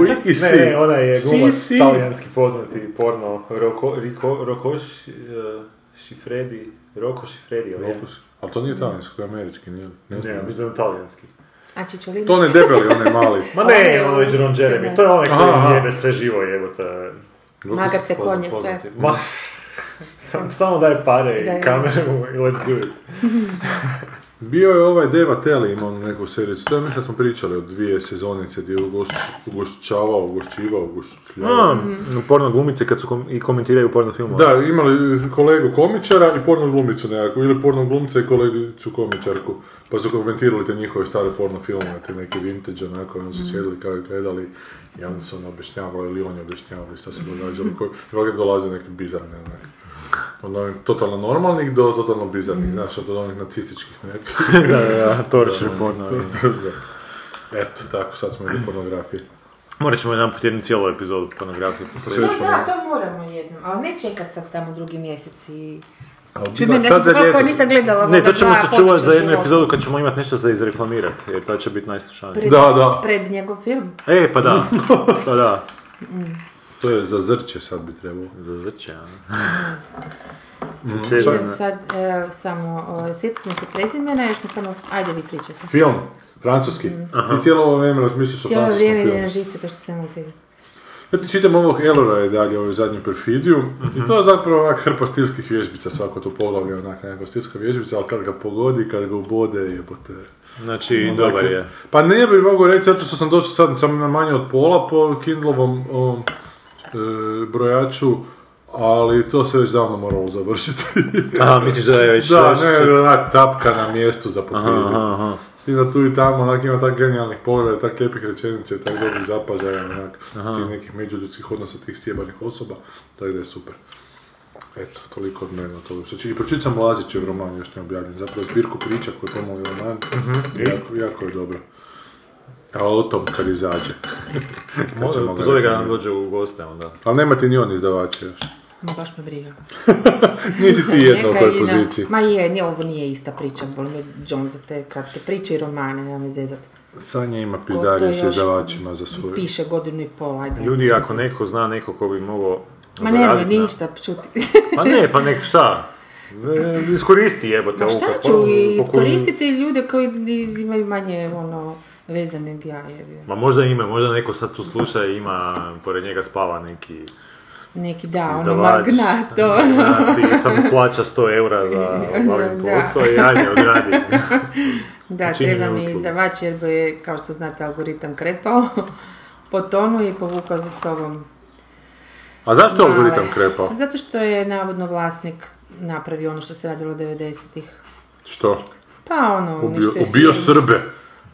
Speaker 8: uj i si.
Speaker 6: Ne, ona je glumac
Speaker 8: Si, si.
Speaker 6: talijanski poznati porno Roko, Riko, Rokoš, e, Šifredi, Roko Šifredi, ali je?
Speaker 8: Opus. Ali to nije talijansko, to je američki, nije? Ne
Speaker 6: Ne,
Speaker 8: znam.
Speaker 6: mislim da je on talijanski.
Speaker 9: A Čičolina?
Speaker 8: To ne debeli, onaj mali.
Speaker 6: Ma
Speaker 9: Ovo je
Speaker 6: ne, ono je
Speaker 9: on,
Speaker 6: Jerome
Speaker 9: Simo.
Speaker 6: Jeremy, to je onaj
Speaker 8: Aha, aha.
Speaker 6: koji jebe sve živo, evo te.
Speaker 9: Magar se konje sve.
Speaker 6: poznati. Ma, sam- samo daje pare
Speaker 9: Da,
Speaker 6: i
Speaker 9: ja.
Speaker 6: kameru i let's do it.
Speaker 8: Bio je ovaj Deva Telly imao neku sericu, to ja mislim da smo pričali od dvije sezonice gdje je ugoš- ugošćavao, ugošćivao, ugošćljavao.
Speaker 9: Mm.
Speaker 6: porno glumice kad su i komentiraju porno filmove.
Speaker 8: Da, imali kolegu komičara i porno glumicu nekakvu, ili porno glumca i kolegicu komičarku. Pa su komentirali te njihove stare porno filmove, te neke vintage, onako, i
Speaker 6: Mm.
Speaker 8: onda su sjedili kao i gledali i onda su ono objašnjavali ili oni objašnjavali šta se događalo. Koji, I ovdje dolaze neki bizarni, onak. Od onih totalno normalnih do totalno bizarnih, znaš, od onih nacističkih nekih.
Speaker 6: Mm. da, da, torture porno.
Speaker 8: Eto, tako, sad smo i do pornografije.
Speaker 6: Morat ćemo jedan put jednu cijelu epizodu pornografije
Speaker 9: To
Speaker 6: posvetiti.
Speaker 9: je
Speaker 8: ono.
Speaker 9: da, to moramo jednom, ali ne čekat sad tamo drugi mjesec i...
Speaker 8: da,
Speaker 9: Čujem da
Speaker 8: sad
Speaker 9: sam
Speaker 8: za
Speaker 9: svakako
Speaker 8: ljeto.
Speaker 9: nisam gledala.
Speaker 6: Ne,
Speaker 9: ovoga
Speaker 6: to ćemo
Speaker 9: dva
Speaker 6: sačuvati za
Speaker 9: područja
Speaker 6: jednu
Speaker 9: života.
Speaker 6: epizodu kad ćemo imati nešto za izreklamirati, jer ta će biti najslušanija.
Speaker 9: Pred-
Speaker 8: Da, da.
Speaker 9: Pred njegov film.
Speaker 6: E, pa da, pa da.
Speaker 9: Mm.
Speaker 8: To je za zrče sad bi trebalo.
Speaker 6: Za zrče, a? Mhm.
Speaker 9: Idem sad e, samo, e, sjetimo se prezimena, još mi samo, ajde vi pričajte.
Speaker 8: Film, francuski. Ti cijelo ovo vrijeme razmišljaš o
Speaker 9: Cijelo
Speaker 8: francuskom
Speaker 9: vrijeme
Speaker 8: filmu.
Speaker 9: ide na žice to što sam uzeli.
Speaker 8: Ja Pa ti čitam ovog Elora je dalje, ovu zadnju perfidiju, i
Speaker 6: Mhm.
Speaker 8: to je zapravo onak hrpa stilskih vježbica, svako to poglavlje je onak nekako stilska vježbica, ali kad ga pogodi, kad ga ubode, jebote.
Speaker 6: Znači,
Speaker 8: Onak
Speaker 6: dobar je.
Speaker 8: Pa ne bi mogao reći, zato što sam došao sad sam na manje od pola po Kindlovom ovom, e, brojaču, ali to se već davno moralo završiti.
Speaker 6: A, misliš da je već...
Speaker 8: da,
Speaker 6: već-
Speaker 8: ne, onak tapka na mjestu za
Speaker 6: Aha,
Speaker 8: popizditi.
Speaker 6: aha.
Speaker 8: S tim da tu i tamo onak ima tak genijalnih pogleda, tak lijepih rečenica i tak dobrih zapažaja, onak tih nekih međuljudskih odnosa tih stjebanih osoba, tako da je super. Eto, toliko od mene o toga što će. I pročitao sam Lazićev roman, Mhm. još ne objavljen, zapravo zbirku priča koju je pomali roman, jako, jako je dobro. Kao o tom kad izađe. Kad ćemo
Speaker 6: Može,
Speaker 8: ga
Speaker 6: pozove ga da
Speaker 8: reklamirati.
Speaker 6: nam dođe u goste onda.
Speaker 8: Ali nema ti ni on izdavača još.
Speaker 9: Ma baš me briga.
Speaker 8: Nisi ti jedna u
Speaker 9: Neka
Speaker 8: toj
Speaker 9: ina-
Speaker 8: poziciji.
Speaker 9: Ma je, nije, ovo nije ista priča, boli me John za te kratke priče i romane, nema me zezat.
Speaker 8: Sanja ima
Speaker 9: Ko to
Speaker 8: pizdarije
Speaker 9: još
Speaker 8: sa izdavačima za svoju.
Speaker 9: Piše godinu i pol, ajde.
Speaker 6: Ljudi, ako neko zna neko ko bi mogao
Speaker 9: Ma nemoj
Speaker 6: zaradit na-
Speaker 9: ništa, čuti.
Speaker 6: Pa ne, pa nek šta? E, Iskoristi jebote
Speaker 9: Ma
Speaker 6: ovu
Speaker 9: Pa šta
Speaker 6: platformu,
Speaker 8: ono,
Speaker 9: ću
Speaker 6: koliko-
Speaker 9: iskoristiti ljude koji i- imaju manje, ono, veze nego ja, jer je.
Speaker 6: Ma možda ima, možda neko sad tu sluša i ima, pored njega spava neki
Speaker 9: neki da, ono,
Speaker 6: izdavač.
Speaker 9: magnat, ono.
Speaker 6: Ti samo plaća 100 eura za obavljen
Speaker 9: Da.
Speaker 6: posao i ajde, odradi.
Speaker 9: Da,
Speaker 6: Čini mi
Speaker 9: treba mi
Speaker 6: uslugu.
Speaker 9: izdavač jer bi, kao što znate, algoritam krepao po tonu i povukao za sobom
Speaker 8: A zašto
Speaker 9: Ovaj,
Speaker 8: je algoritam
Speaker 9: male.
Speaker 8: krepao?
Speaker 9: Zato što je navodno vlasnik napravio ono što se radilo 90-ih.
Speaker 8: Što?
Speaker 9: Pa ono,
Speaker 8: Ubio,
Speaker 9: uništio je
Speaker 8: ubio
Speaker 9: firmu.
Speaker 8: Srbe.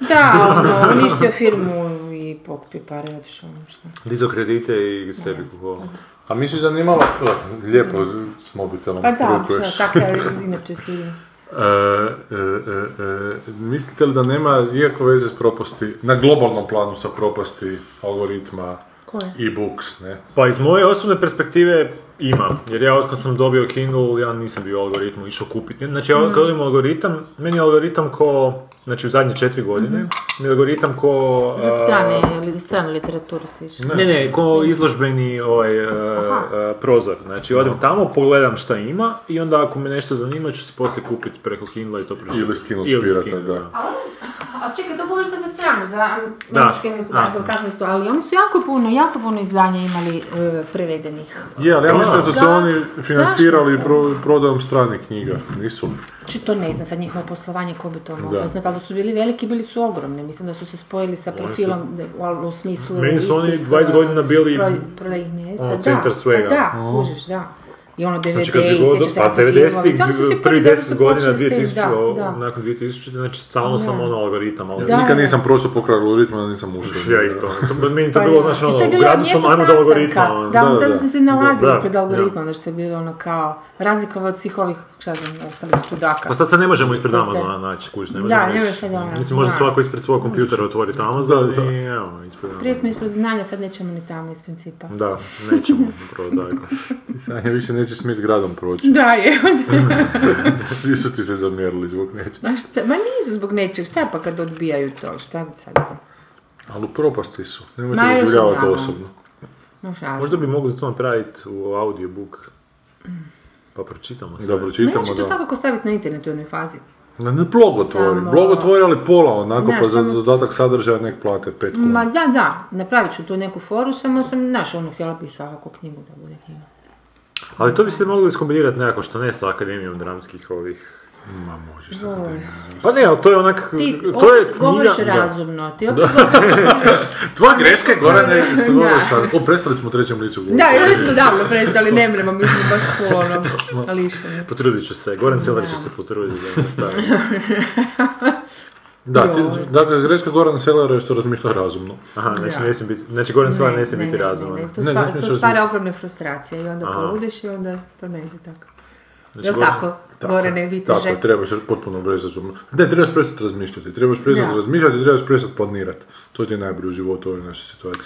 Speaker 9: Da, ono, uništio firmu i pokupio pare i otišao. ono što.
Speaker 6: Dizo kredite i sebi kupovao.
Speaker 8: A misliš da nije malo... O, Lijepo s- s mobitelom
Speaker 9: Pa da,
Speaker 8: rukuješ.
Speaker 9: šta, tako je inače s ljudima.
Speaker 8: E, e, e, e, mislite li da nema iako veze s propasti, na globalnom planu sa propasti algoritma
Speaker 9: Koje?
Speaker 8: e-books, ne?
Speaker 6: Pa iz moje osobne perspektive ima, jer ja otkad sam dobio Kindle, ja nisam bio u algoritmu išao kupiti. Znači, ja
Speaker 9: Mhm.
Speaker 6: kad imam algoritam, meni je algoritam ko, znači u zadnje četiri godine, mi je algoritam ko...
Speaker 9: Mhm. Za
Speaker 6: a,
Speaker 9: strane, li- stranu literaturu si išao.
Speaker 6: Ne, ne, ko izložbeni ovaj, e, e, prozor. Znači, odem tamo, pogledam šta ima i onda ako me nešto zanima ću si poslije kupiti preko Kindla i to prečitati.
Speaker 8: Ili skinut s
Speaker 6: Ili
Speaker 8: pirata,
Speaker 6: skinut,
Speaker 8: da.
Speaker 9: A čekaj, to govoriš sad za stranu, za
Speaker 6: Da.
Speaker 9: američke ne-
Speaker 6: A.
Speaker 9: nego sastavnicu, ali oni su jako puno, jako puno izdanja imali e, prevedenih.
Speaker 8: Je, ali ja
Speaker 6: Da.
Speaker 8: mislim da su se
Speaker 9: Da.
Speaker 8: oni financirali pro, prodajom stranih knjiga, nisu li?
Speaker 9: Či Znači, to ne znam, sad njihovo poslovanje, ko bi to
Speaker 8: Da.
Speaker 9: mogao znati, ali da su bili veliki, bili su ogromni. Mislim da su se spojili sa profilom, da- ali u smislu
Speaker 6: Meni su oni
Speaker 9: istih, e,
Speaker 6: 20 godina bili,
Speaker 9: pro- prodajnih mjesta.
Speaker 6: ono,
Speaker 9: da,
Speaker 6: centar
Speaker 9: pa
Speaker 6: svega.
Speaker 9: Da, kužiš, da. I ono DVD,
Speaker 6: Znači kad bi god,
Speaker 9: sjećaš se
Speaker 6: pa
Speaker 9: kako su filmovi, samo su se
Speaker 6: 90-ih, prvi
Speaker 9: zato su
Speaker 6: 10 godina,
Speaker 9: počeli s tim,
Speaker 6: 2000, o-
Speaker 9: da, da.
Speaker 6: nakon 2000, znači stalno sam ono algoritam, ali
Speaker 9: Da,
Speaker 8: Nikad
Speaker 9: da.
Speaker 8: nisam prošao pokraj algoritma, da nisam ušao.
Speaker 6: ja isto, to, meni to
Speaker 9: Pa
Speaker 6: bilo,
Speaker 9: je.
Speaker 6: znači
Speaker 9: I
Speaker 6: ono,
Speaker 9: to je
Speaker 6: u
Speaker 9: bilo
Speaker 6: gradu sam,
Speaker 9: mjesto
Speaker 6: ajmo do
Speaker 9: sastanka.
Speaker 6: algoritma, ono,
Speaker 9: Da,
Speaker 6: da,
Speaker 9: da,
Speaker 6: da.
Speaker 9: su se nalazili
Speaker 6: Da,
Speaker 9: pred
Speaker 6: da.
Speaker 9: algoritmom, da što je bilo ono kao razlikova od svih ovih, šta znam, ostalih čudaka.
Speaker 6: Pa sad se ne možemo ispred
Speaker 9: To se-
Speaker 6: Amazona naći, kuć, ne
Speaker 9: Da,
Speaker 6: možemo
Speaker 9: ne
Speaker 6: ići.
Speaker 9: možeš sad ono,
Speaker 6: Mislim, može
Speaker 9: da.
Speaker 6: svako ispred svog kompjutera otvoriti Amazon i evo, ispred
Speaker 9: Prije
Speaker 6: Amazona.
Speaker 9: smo ispred znanja, sad nećemo ni tamo iz principa.
Speaker 6: Da, nećemo, upravo tako.
Speaker 8: Sanja više neće smjeti gradom proći.
Speaker 9: Da, je.
Speaker 8: Svi su ti se zamjerili zbog neće.
Speaker 9: Ma, šta, ma nisu zbog nečeg, šta pa kad odbijaju to, šta bi sad za...
Speaker 8: Ali u propasti su, nemojte
Speaker 9: Ma, ja sam
Speaker 8: doživljavati
Speaker 9: rano.
Speaker 8: osobno.
Speaker 9: No šta,
Speaker 6: Možda bi mogli to napraviti u audiobook. Pa pročitamo se.
Speaker 8: Da
Speaker 9: ja
Speaker 8: pročitamo,
Speaker 9: ću to
Speaker 8: da.
Speaker 9: svakako staviti na internet u jednoj fazi.
Speaker 8: Na ne blog otvori,
Speaker 9: Samo-
Speaker 8: blog otvori ali pola onako,
Speaker 9: Znaš,
Speaker 8: pa za
Speaker 9: samo-
Speaker 8: dodatak sadržaja nek plate pet kuna.
Speaker 9: Ma da, da, napravit ću tu neku foru, samo sam, znaš, ono, htjela bi svakako knjigu da bude knjiga.
Speaker 6: Ali to bi se moglo iskombinirati nekako što ne sa akademijom dramskih ovih.
Speaker 8: Ma možeš sad da ima.
Speaker 6: Pa ne, ali to je onak,
Speaker 9: Ti
Speaker 6: to je
Speaker 9: opet govoriš
Speaker 6: knjiga... da.
Speaker 9: razumno, ti opet govoriš...
Speaker 8: Tvoja greška je Gorane,
Speaker 9: Da.
Speaker 8: govorio sam. O, prestali smo u trećem licu govoriti.
Speaker 9: Da, jer mi smo davno prestali, ne mremo, mi smo baš full, ono, lišeni.
Speaker 6: Potrudit ću se, Goran Celer će se potruditi da nastavi.
Speaker 8: Da, ti, dakle, greška Gorana Selera je što razmišlja razumno.
Speaker 6: Aha, znači
Speaker 9: Da.
Speaker 6: ne smije biti, znači Goran Celer ne smije biti
Speaker 9: ne,
Speaker 6: razuman.
Speaker 9: to,
Speaker 8: Ne, ne
Speaker 9: stva-
Speaker 8: smiješ
Speaker 9: to
Speaker 8: razmišljati.
Speaker 9: stvara ogromne frustracije i onda poludeš i onda to ne ide tako.
Speaker 6: Znači,
Speaker 9: Jel
Speaker 6: Goran-
Speaker 9: tako? Gore ne biti
Speaker 8: Tako, je, trebaš potpuno bezrazumno. Ne, trebaš prestati razmišljati, trebaš prestati
Speaker 9: Da.
Speaker 8: razmišljati, trebaš prestati planirati. To ti je najbolje u životu u ovoj našoj situaciji.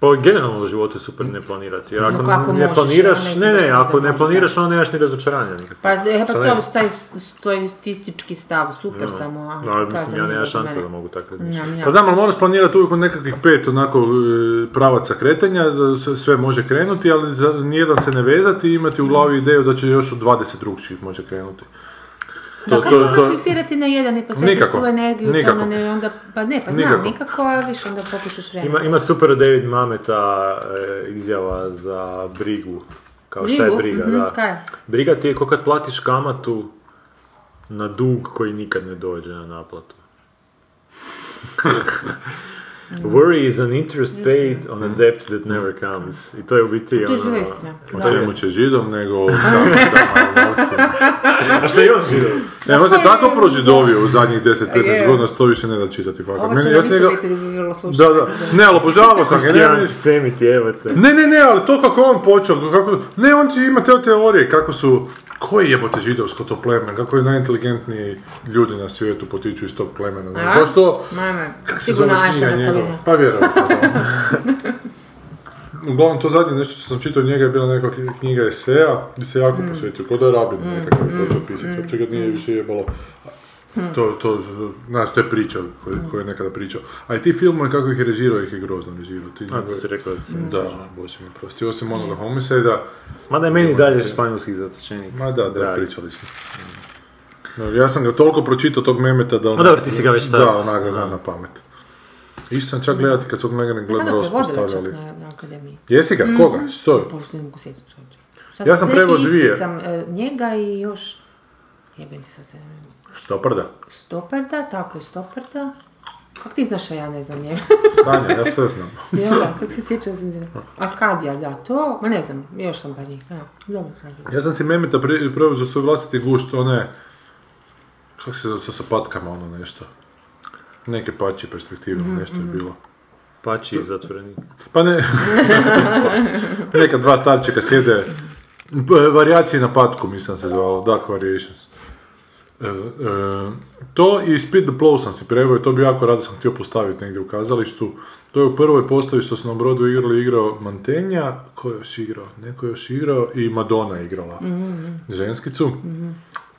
Speaker 6: Pa generalno u životu je super ne planirati. Jer ako,
Speaker 9: Ako- ako
Speaker 6: ne
Speaker 9: možeš, ja
Speaker 6: planiraš,
Speaker 9: ne
Speaker 6: ne,
Speaker 9: znam
Speaker 6: ne,
Speaker 9: da sam
Speaker 6: ako ne
Speaker 9: organizator.
Speaker 6: planiraš, onda nemaš ni razočaranja nikakvog.
Speaker 9: Pa, e, pa
Speaker 6: Šta
Speaker 9: to
Speaker 6: ne?
Speaker 9: je taj stoicistički stav, super samo. a,
Speaker 6: No, ali mislim,
Speaker 9: kazan
Speaker 6: ja
Speaker 9: je
Speaker 6: nema
Speaker 9: Bože
Speaker 6: šanse
Speaker 9: mene.
Speaker 6: da mogu tako razmišljati.
Speaker 9: Nam ja.
Speaker 8: Pa znam, ali moraš planirati uvijek u nekakvih pet onako e, pravaca kretanja, da se sve može krenuti, ali za nijedan se ne vezati i imati u glavi ideju da će još u 20 drugčih može krenuti.
Speaker 9: Da,
Speaker 8: to-
Speaker 9: kako
Speaker 8: to-
Speaker 9: se
Speaker 8: to-
Speaker 9: onda fiksirati na jedan i posvetiti
Speaker 8: Nikako.
Speaker 9: svu energiju, to
Speaker 8: Nikako.
Speaker 9: ono ne, onda, pa ne, pa znam,
Speaker 8: Nikako.
Speaker 9: nikako, a više onda pokušaš vremena.
Speaker 6: Ima, ima super David Mameta e, izjava za brigu. Kao šta
Speaker 9: Brigu?
Speaker 6: je briga,
Speaker 9: Mhm,
Speaker 6: da.
Speaker 9: kaj je?
Speaker 6: Briga ti je ko kad platiš kamatu na dug koji nikad ne dođe na naplatu. Worry is an interest paid on a debt that never comes. I to je u biti
Speaker 9: To je
Speaker 6: ono...
Speaker 9: živa istina.
Speaker 8: O
Speaker 9: Da.
Speaker 8: čemu će židom, nego o kamatama, novcima.
Speaker 6: A što je on židov?
Speaker 8: Ne, on se tako prožidovio u zadnjih 10-15
Speaker 9: pa Je.
Speaker 8: godina, sto više ne da čitati fakat.
Speaker 9: Ovo će
Speaker 8: ja
Speaker 9: nam isto
Speaker 8: njega-
Speaker 9: biti vrlo slušati.
Speaker 8: Da, da. Ne, ali obožavao Pa sam ga. Ne,
Speaker 6: Kristijan
Speaker 8: ne,
Speaker 6: Semit, evo te.
Speaker 8: ne, ne, ne, ali to kako je on počeo, kako... Ne, on ti ima te teorije kako su Koji jebote židovsko to pleme? Kako je najinteligentniji ljudi na svijetu potiču iz tog plemena?
Speaker 9: A?
Speaker 8: Znači, baš to...
Speaker 9: Mame,
Speaker 8: Kak se zove
Speaker 9: sigurno Aša
Speaker 8: knjiga
Speaker 9: nas
Speaker 8: njegova?
Speaker 9: pobjeda.
Speaker 8: Pa vjerojatno. da. Uglavnom, to zadnje nešto što sam čitao od njega je bila neka knji- knjiga eseja, gdje se
Speaker 9: Mm.
Speaker 8: jako posvetio, kod da je rabin nekakav je počeo pisati, uopće ga nije više jebalo.
Speaker 9: Mm.
Speaker 8: To, to, znaš, to je priča koju, koju je nekada pričao. A i ti filmove kako ih je režirao, ih je grozno režirao. Ti
Speaker 6: A, to si rekao da si-
Speaker 8: Da, ono, bože mi prosti. Osim onoga homicida,
Speaker 6: Mada je meni dalje španjolski zatočenik.
Speaker 8: ma da, da,
Speaker 6: Dragi.
Speaker 8: pričali smo. No, Ja sam ga toliko pročitao tog memeta da... ono-
Speaker 6: dobro, ti si ga već tad-
Speaker 8: Da, onak ga znam na pamet. Išao sam čak gledati kad su Megane
Speaker 9: Sada
Speaker 8: Glenn Ross
Speaker 9: prevodila čak
Speaker 8: postavljali.
Speaker 9: na, na akademiji.
Speaker 8: Jesi ga? Koga? Što je?
Speaker 9: Pa se ne mogu sjetiti čovječe. Sad
Speaker 8: Ja sam
Speaker 9: neki
Speaker 8: preveo
Speaker 9: ispit
Speaker 8: dvije.
Speaker 9: Sam, e, njega i još... Jebem ti sad se... ne znam.
Speaker 8: Što prda?
Speaker 9: Stoparda, tako je Stoparda. Kako ti znaš, a ja ne znam njega?
Speaker 8: Tanja, ja što znam.
Speaker 9: Jel da, kako se sjeća sam se- Arkadija, da, to, ma ne znam, još sam par njih, evo, dobro sam.
Speaker 8: Ja sam si memeta pre- preveo za svoj vlastiti gušt, one... Kako se zove, sa patkama ono nešto. Neke pači perspektive, ono nešto je bilo.
Speaker 6: Pači i zatvorenik.
Speaker 8: Pa ne... Neka dva starčeka sjede... B- Variacije na patku, mislim se zvalo. Dark Variations. E, e, to i Speed the Plow sam si preveo i to bi jako rado sam htio postaviti negdje u kazalištu. To je u prvoj postavi što su na Brodu igrali igrao Mantenja, ko je još igrao? Neko je još igrao i Madonna je igrala ženskicu.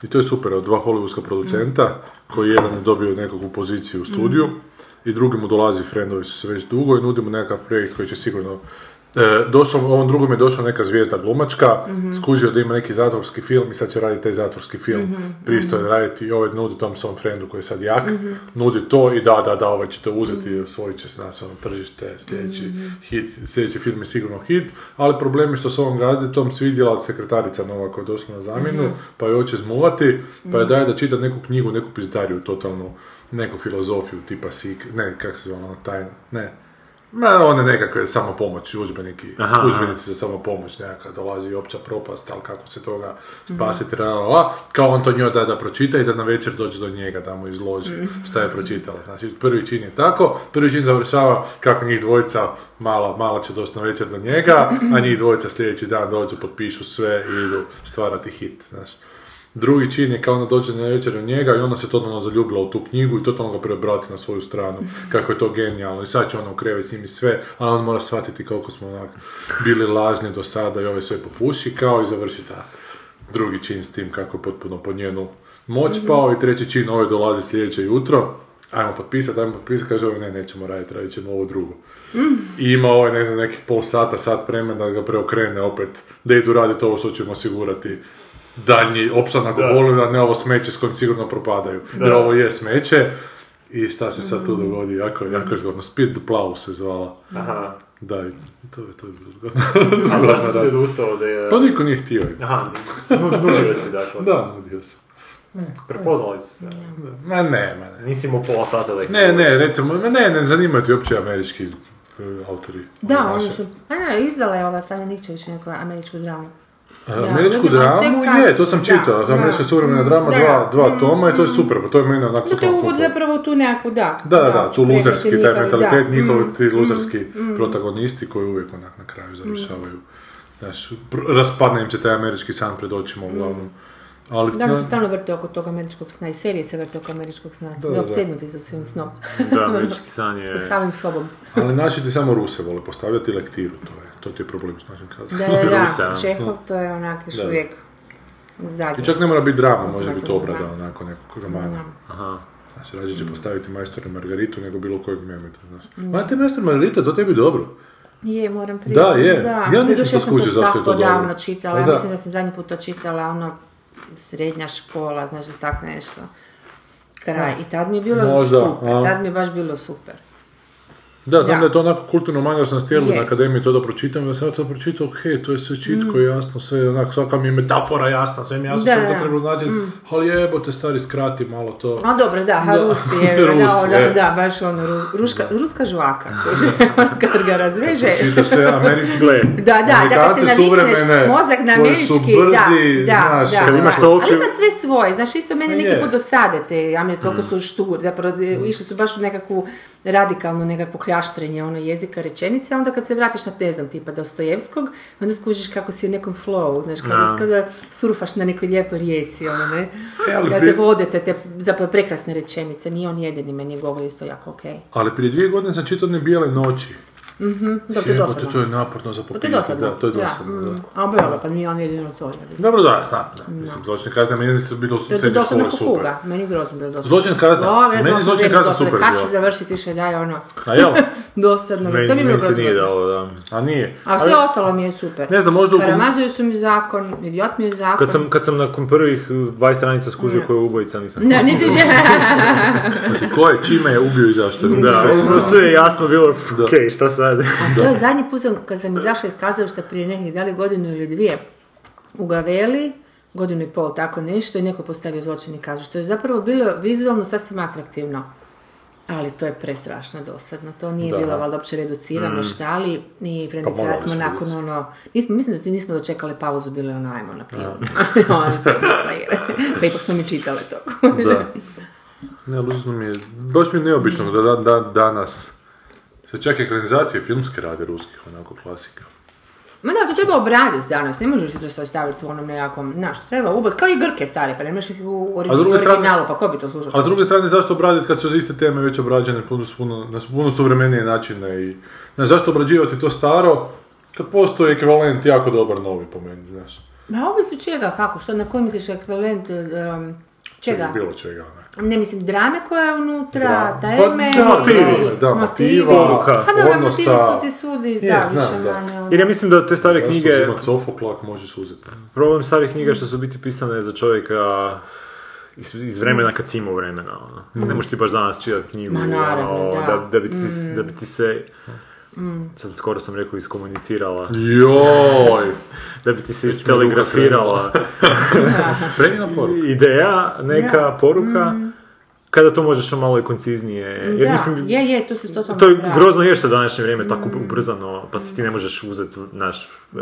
Speaker 8: I to je super, od dva hollywoodska producenta, koji jedan je dobio nekakvu poziciju u studiju i drugi mu dolazi, friendovi su se već dugo i nudi mu nekakav projekt koji će sigurno E, došao, ovom drugom je došla neka zvijezda glumačka, skužio da ima neki zatvorski film i sad će raditi taj zatvorski film. Pristo je raditi i ovaj nudi tom svom friendu koji je sad jak, nudi to i da, da, da, ovaj će to uzeti i osvojit će se na svoje tržište, sljedeći hit, sljedeći film je sigurno hit, ali problem je što s ovom gazdi tom svidjela sekretarica nova koja je došla na zamjenu, pa je hoće zmuvati, pa je daje da čita neku knjigu, neku pizdariju totalnu, neku filozofiju tipa Sik, ne, kak se zvala ona tajna, ne, Ma, one nekakve samopomoći, udžbeniki, udžbenici za samopomoć, nekakva dolazi opća propast, ali kako se toga spasiti, la, la, la. kao on to njoj da, da pročita i da na večer dođe do njega, da mu izloži šta je pročitala. Znači, prvi čin je tako, prvi čin završava kako njih dvojica, mala, mala će doći na večer do njega, a njih dvojica sljedeći dan dođu, potpišu sve i idu stvarati hit, znaš. Drugi čin je kao ona dođe na večer do njega i ona se totalno zaljubila u tu knjigu i totalno ga preobrati na svoju stranu. Kako je to genijalno. I sad će ona u krevet s njim i sve, ali on mora shvatiti koliko smo onak bili lažni do sada i ove sve popuši kao i završi ta drugi čin s tim kako je potpuno pod njenu moć pao i treći čin ovaj dolazi sljedeće jutro. Ajmo potpisati, ajmo potpisati, kaže ovaj ne, nećemo raditi, radit ćemo ovo drugo. I ima ovaj, ne znam, nekih pol sata, sat vremena da ga preokrene opet, da idu raditi ovo što ćemo osigurati daljnji opstanak u bolu, da ne ovo smeće s kojim sigurno propadaju. Jer ovo je smeće i šta se sad tu dogodi, jako, jako je zgodno. Speed the plow se zvala.
Speaker 6: Aha.
Speaker 8: Da, i to je, to je bilo zgodno.
Speaker 6: A
Speaker 8: Zgodno,
Speaker 6: Pa zašto
Speaker 8: da.
Speaker 6: si odustao da je...
Speaker 8: Pa niko nije htio.
Speaker 6: Aha, nudio si dakle.
Speaker 8: Da, nudio sam.
Speaker 6: Prepoznali su se.
Speaker 8: Ma ne, ma ne.
Speaker 6: Nisi imao pola sata da ih
Speaker 8: Ne, ne, recimo, ma ne, ne zanimaju ti uopće američki e, autori. Ono
Speaker 9: Da,
Speaker 8: naše.
Speaker 9: oni su, a ne, izdala je ova Sanja Nikčević neku američku dramu.
Speaker 8: E,
Speaker 9: Da,
Speaker 8: Američku
Speaker 9: međutim, ali
Speaker 8: dramu,
Speaker 9: tek kasnije,
Speaker 8: je, to sam
Speaker 9: da,
Speaker 8: čitao,
Speaker 9: da.
Speaker 8: američka suvremena drama,
Speaker 9: Da.
Speaker 8: dva, dva toma i to je super, pa to je meni onako...
Speaker 9: Zato je
Speaker 8: kao
Speaker 9: uvod
Speaker 8: poput-
Speaker 9: zapravo tu nekakvu, da.
Speaker 8: Da, da, da, tu
Speaker 9: prekršaj
Speaker 8: luzerski taj
Speaker 9: njihovi,
Speaker 8: mentalitet,
Speaker 9: da. Mm,
Speaker 8: njihovi ti luzerski protagonisti koji uvijek onak na kraju završavaju. Znaš, pr- raspadne im se taj američki san pred očima uglavnom. Ali,
Speaker 9: Mm. Da, mi se
Speaker 8: na-
Speaker 9: stalno vrte oko tog američkog sna i serije se vrte oko američkog sna.
Speaker 8: da, da. E.
Speaker 9: Da, obsednuti su svim snom.
Speaker 6: Da, američki san je...
Speaker 9: Pod samim sobom.
Speaker 8: ali naši ti samo Ruse vole postavljati lektiru, to je, to ti je problem s našim
Speaker 9: Da,
Speaker 8: kazalištem.
Speaker 9: E, da,
Speaker 6: Rusa.
Speaker 9: da. Čehov to je onak još
Speaker 8: Da.
Speaker 9: uvijek zadnji.
Speaker 8: I čak ne mora biti drama, može
Speaker 9: Dakle,
Speaker 8: biti obrada
Speaker 9: da.
Speaker 8: onako nekog romana. Znači, rađe će postaviti majstora Margaritu nego bilo kojeg memeta, znaš.
Speaker 9: Mm.
Speaker 8: Ma te majstor Margarita, to tebi dobro.
Speaker 9: Je, moram priznati.
Speaker 8: je. Ja nisam
Speaker 9: Doduše,
Speaker 8: to skužio zašto je to
Speaker 9: tako
Speaker 8: dobro.
Speaker 9: davno čitala,
Speaker 8: Pa
Speaker 9: ja
Speaker 8: da.
Speaker 9: mislim da sam zadnji put to čitala, ono, srednja škola, znaš da tako nešto. Kraj. I tad mi je bilo
Speaker 8: Ja. Možda,
Speaker 9: super,
Speaker 8: a.
Speaker 9: tad mi je baš bilo super.
Speaker 8: Da, znam
Speaker 9: Da.
Speaker 8: da je to onako kulturno manje, da sam stjerali
Speaker 9: Je.
Speaker 8: na akademiji to da pročitam, da sam ja to pročitao, okej, to je sve čitko, jasno, sve, onak, svaka mi je metafora jasna, sve mi je jasno,
Speaker 9: Mm. Da,
Speaker 8: da,
Speaker 9: da,
Speaker 8: da
Speaker 9: da. Mm.
Speaker 8: treba značiti, ali jebote, stari, skrati malo to.
Speaker 9: A dobro, da, ha,
Speaker 8: Da.
Speaker 9: Rusi, je, da,
Speaker 8: Rus,
Speaker 9: ono,
Speaker 8: je.
Speaker 9: da, baš ono, ru- ruška, ruska žvaka, kaže, kad ga razveže.
Speaker 8: Čitaš te Amerike, gle,
Speaker 9: Da, da, da, kad se
Speaker 8: Amerikance
Speaker 9: navikneš
Speaker 8: suvremene,
Speaker 9: mozak na
Speaker 8: koji su
Speaker 9: američki,
Speaker 8: brzi,
Speaker 9: da, da,
Speaker 8: znaš,
Speaker 9: da,
Speaker 8: kad
Speaker 9: da.
Speaker 8: imaš
Speaker 6: toliko-
Speaker 9: ali ima sve svoje, znaš, isto meni
Speaker 8: Ma
Speaker 9: neki
Speaker 8: je. Mm.
Speaker 9: put dosade te, ja mi je toliko su štur, zapravo, išli su e, baš u nekakvu radikalno nekakvo kljaštrenje ono jezika rečenice, a onda kad se vratiš na, ne znam, tipa Dostojevskog, onda skužiš kako si u nekom flow, znaš, kada, kada surfaš na nekoj lijepoj rijeci, ono, ne?
Speaker 8: E, ali
Speaker 9: Da te
Speaker 8: prije-
Speaker 9: vodete, te zapravo prekrasne rečenice, nije on jedini, meni je govor isto jako okej.
Speaker 8: Ali prije dvije godine sam čitao ne bijele noći.
Speaker 9: Dobro,
Speaker 8: Jebote,
Speaker 9: dosadno.
Speaker 8: to je naporno za
Speaker 9: Pa to je
Speaker 8: popisati.
Speaker 9: dosadno.
Speaker 8: Da, to je
Speaker 9: Da,
Speaker 8: dosadno, da.
Speaker 9: mm. A bojala, pa nije on jedino to. je li?
Speaker 8: Dobro, da, znam, da. Mislim, zločne kazne, meni je bilo
Speaker 9: To
Speaker 8: u
Speaker 9: je
Speaker 8: srednjoj školi
Speaker 9: dosadno ko
Speaker 8: super.
Speaker 9: kuga. Meni je grozno bilo dosadno.
Speaker 8: Zločin kazna.
Speaker 9: O, ja sam
Speaker 8: Meni
Speaker 9: osobno
Speaker 8: zločin
Speaker 9: bila
Speaker 8: kazna
Speaker 9: dosadna.
Speaker 8: super
Speaker 9: Kad
Speaker 8: bio.
Speaker 9: će završiti više dalje, ono,
Speaker 8: A jel?
Speaker 9: dosadno. mi je. to mi
Speaker 8: Meni,
Speaker 9: je bilo
Speaker 8: meni se
Speaker 9: grozno.
Speaker 8: nije dalo, da. A nije.
Speaker 9: A
Speaker 8: Ali-
Speaker 9: sve ostalo mi je super.
Speaker 6: Ne znam, možda u-
Speaker 9: Karamazuju su mi zakon, idiot mi je zakon.
Speaker 6: Kad sam, kad sam nakon prvih 20 stranica skužio koji je ubojica, nisam...
Speaker 9: Ne, nisi že...
Speaker 8: Znači, ko je, čime je ubio i zašto je ubio.
Speaker 6: Da,
Speaker 8: Sve sam
Speaker 6: ovo
Speaker 8: znao.
Speaker 6: sve je jasno bilo, okej, šta sad?
Speaker 9: To je zadnji put sam- kad sam izašla iz kazališta prije nekih, da li godinu ili dvije, u Gaveli, godinu i pol, tako nešto, i neko postavio zločini kazalište. To je zapravo bilo vizualno sasvim atraktivno. Ali to je prestrašno dosadno, to nije bilo valjda uopće reducirano šta, ali i
Speaker 8: Mm. Pa
Speaker 9: Frendica
Speaker 8: morali
Speaker 9: ja smo
Speaker 8: su
Speaker 9: nakon ono, nismo, mislim da ti nismo dočekali pauzu, bilo je ono ajmo na pivu. ono se smisla pa ipak smo mi čitali to.
Speaker 8: Da. Ne, lucidno mi je, baš mi je neobično da, da, da danas
Speaker 9: Mm.
Speaker 8: se čak ekranizacije filmske rade ruskih, onako klasika.
Speaker 9: Ma da, to treba obraditi danas, ne možeš ti to sad staviti u onom nekakvom, znaš, treba uboz, kao i Grke stare, pa nemaš ih u ori-
Speaker 8: A s druge strane-
Speaker 9: originalu, pa ko bi to slušao?
Speaker 8: A s druge strane, zašto obraditi kad su iste teme već obrađene puno, s puno, na s- puno suvremenije načine i... Znaš, zašto obrađivati to staro, kad postoji ekvivalent jako dobar novi po meni, znaš.
Speaker 9: Ma ovisno čega, kako, što, na koji misliš ekvivalent, um, čega?
Speaker 8: Bilo čega, ne.
Speaker 9: Ne mislim, drame koja je unutra,
Speaker 8: Da.
Speaker 9: tajme,
Speaker 8: Pa da, motivi, da,
Speaker 9: motivi.
Speaker 8: motiva,
Speaker 9: Pa dobro, motivi
Speaker 8: odnosa.
Speaker 9: su ti sudi,
Speaker 8: Je,
Speaker 9: da,
Speaker 8: znam,
Speaker 9: više
Speaker 8: da.
Speaker 9: manje, ono.
Speaker 6: Jer ja mislim da te stare
Speaker 8: Zašto
Speaker 6: knjige,
Speaker 8: uzimat sofoklak možeš uzeti?
Speaker 6: problem starih knjiga je što su biti pisane za čovjeka iz, iz vremena kad si imao vremena. Ono. Ne možeš ti baš danas čitati knjigu,
Speaker 9: Ma naravno,
Speaker 6: ono,
Speaker 9: Mm. da. Mm.
Speaker 6: da, da, bi ti, se- da bi ti se, sad skoro sam rekao, iskomunicirala,
Speaker 9: Mm.
Speaker 8: Joj!
Speaker 6: da bi ti se
Speaker 8: Već mi je ruka
Speaker 6: telegrafirala
Speaker 8: Predivna poruka.
Speaker 6: ideja, neka poruka, kada to možeš malo i konciznije. Jer
Speaker 9: Mm. Da,
Speaker 6: mislim,
Speaker 9: je, je, to se totalno
Speaker 6: To je
Speaker 9: pravi.
Speaker 6: grozno je što je današnje vrijeme tako ubrzano, pa si ti ne možeš uzeti naš e,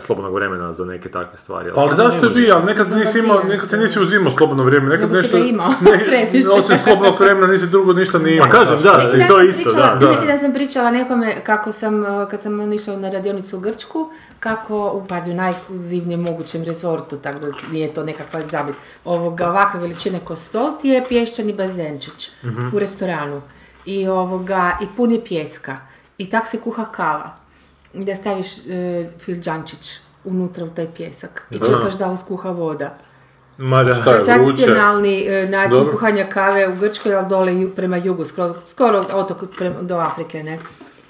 Speaker 6: slobodnog vremena za neke takve stvari.
Speaker 8: Pa ali zašto je
Speaker 6: ne možeš.
Speaker 8: bio? Nekad, nisi imao,
Speaker 9: Slobodan
Speaker 8: nekad se
Speaker 9: bio.
Speaker 8: nisi uzimao slobodno vrijeme. Nekad
Speaker 9: Nego si
Speaker 8: nešto,
Speaker 9: ga imao,
Speaker 8: ne-
Speaker 9: previše.
Speaker 8: osim slobodnog vremena nisi drugo ništa ni imao.
Speaker 6: Pa kažem, da,
Speaker 9: Neki dan
Speaker 6: i to
Speaker 9: sam
Speaker 6: isto,
Speaker 9: pričala-
Speaker 6: da. da.
Speaker 9: Neki dan sam pričala nekome kako sam, eh, kad sam ono išla na radionicu u Grčku, kako upazi u najekskluzivnijem mogućem rezortu, tako da nije to nekakva zabit. Ovoga, ovakve veličine ko stol ti je pješčani bazenčić
Speaker 6: Mhm.
Speaker 9: u restoranu. I, ovoga, I pun je pjeska. I tak se kuha kava. I Da staviš e, filđančić unutra u taj pjesak. I čekaš da uskuha voda.
Speaker 6: Ma da.
Speaker 8: Šta Ono je vruće?
Speaker 9: Tradicionalni e, način
Speaker 8: Dobro.
Speaker 9: kuhanja kave u Grčkoj, ali dole ju- prema jugu, skoro, skoro otok prema- do Afrike, ne?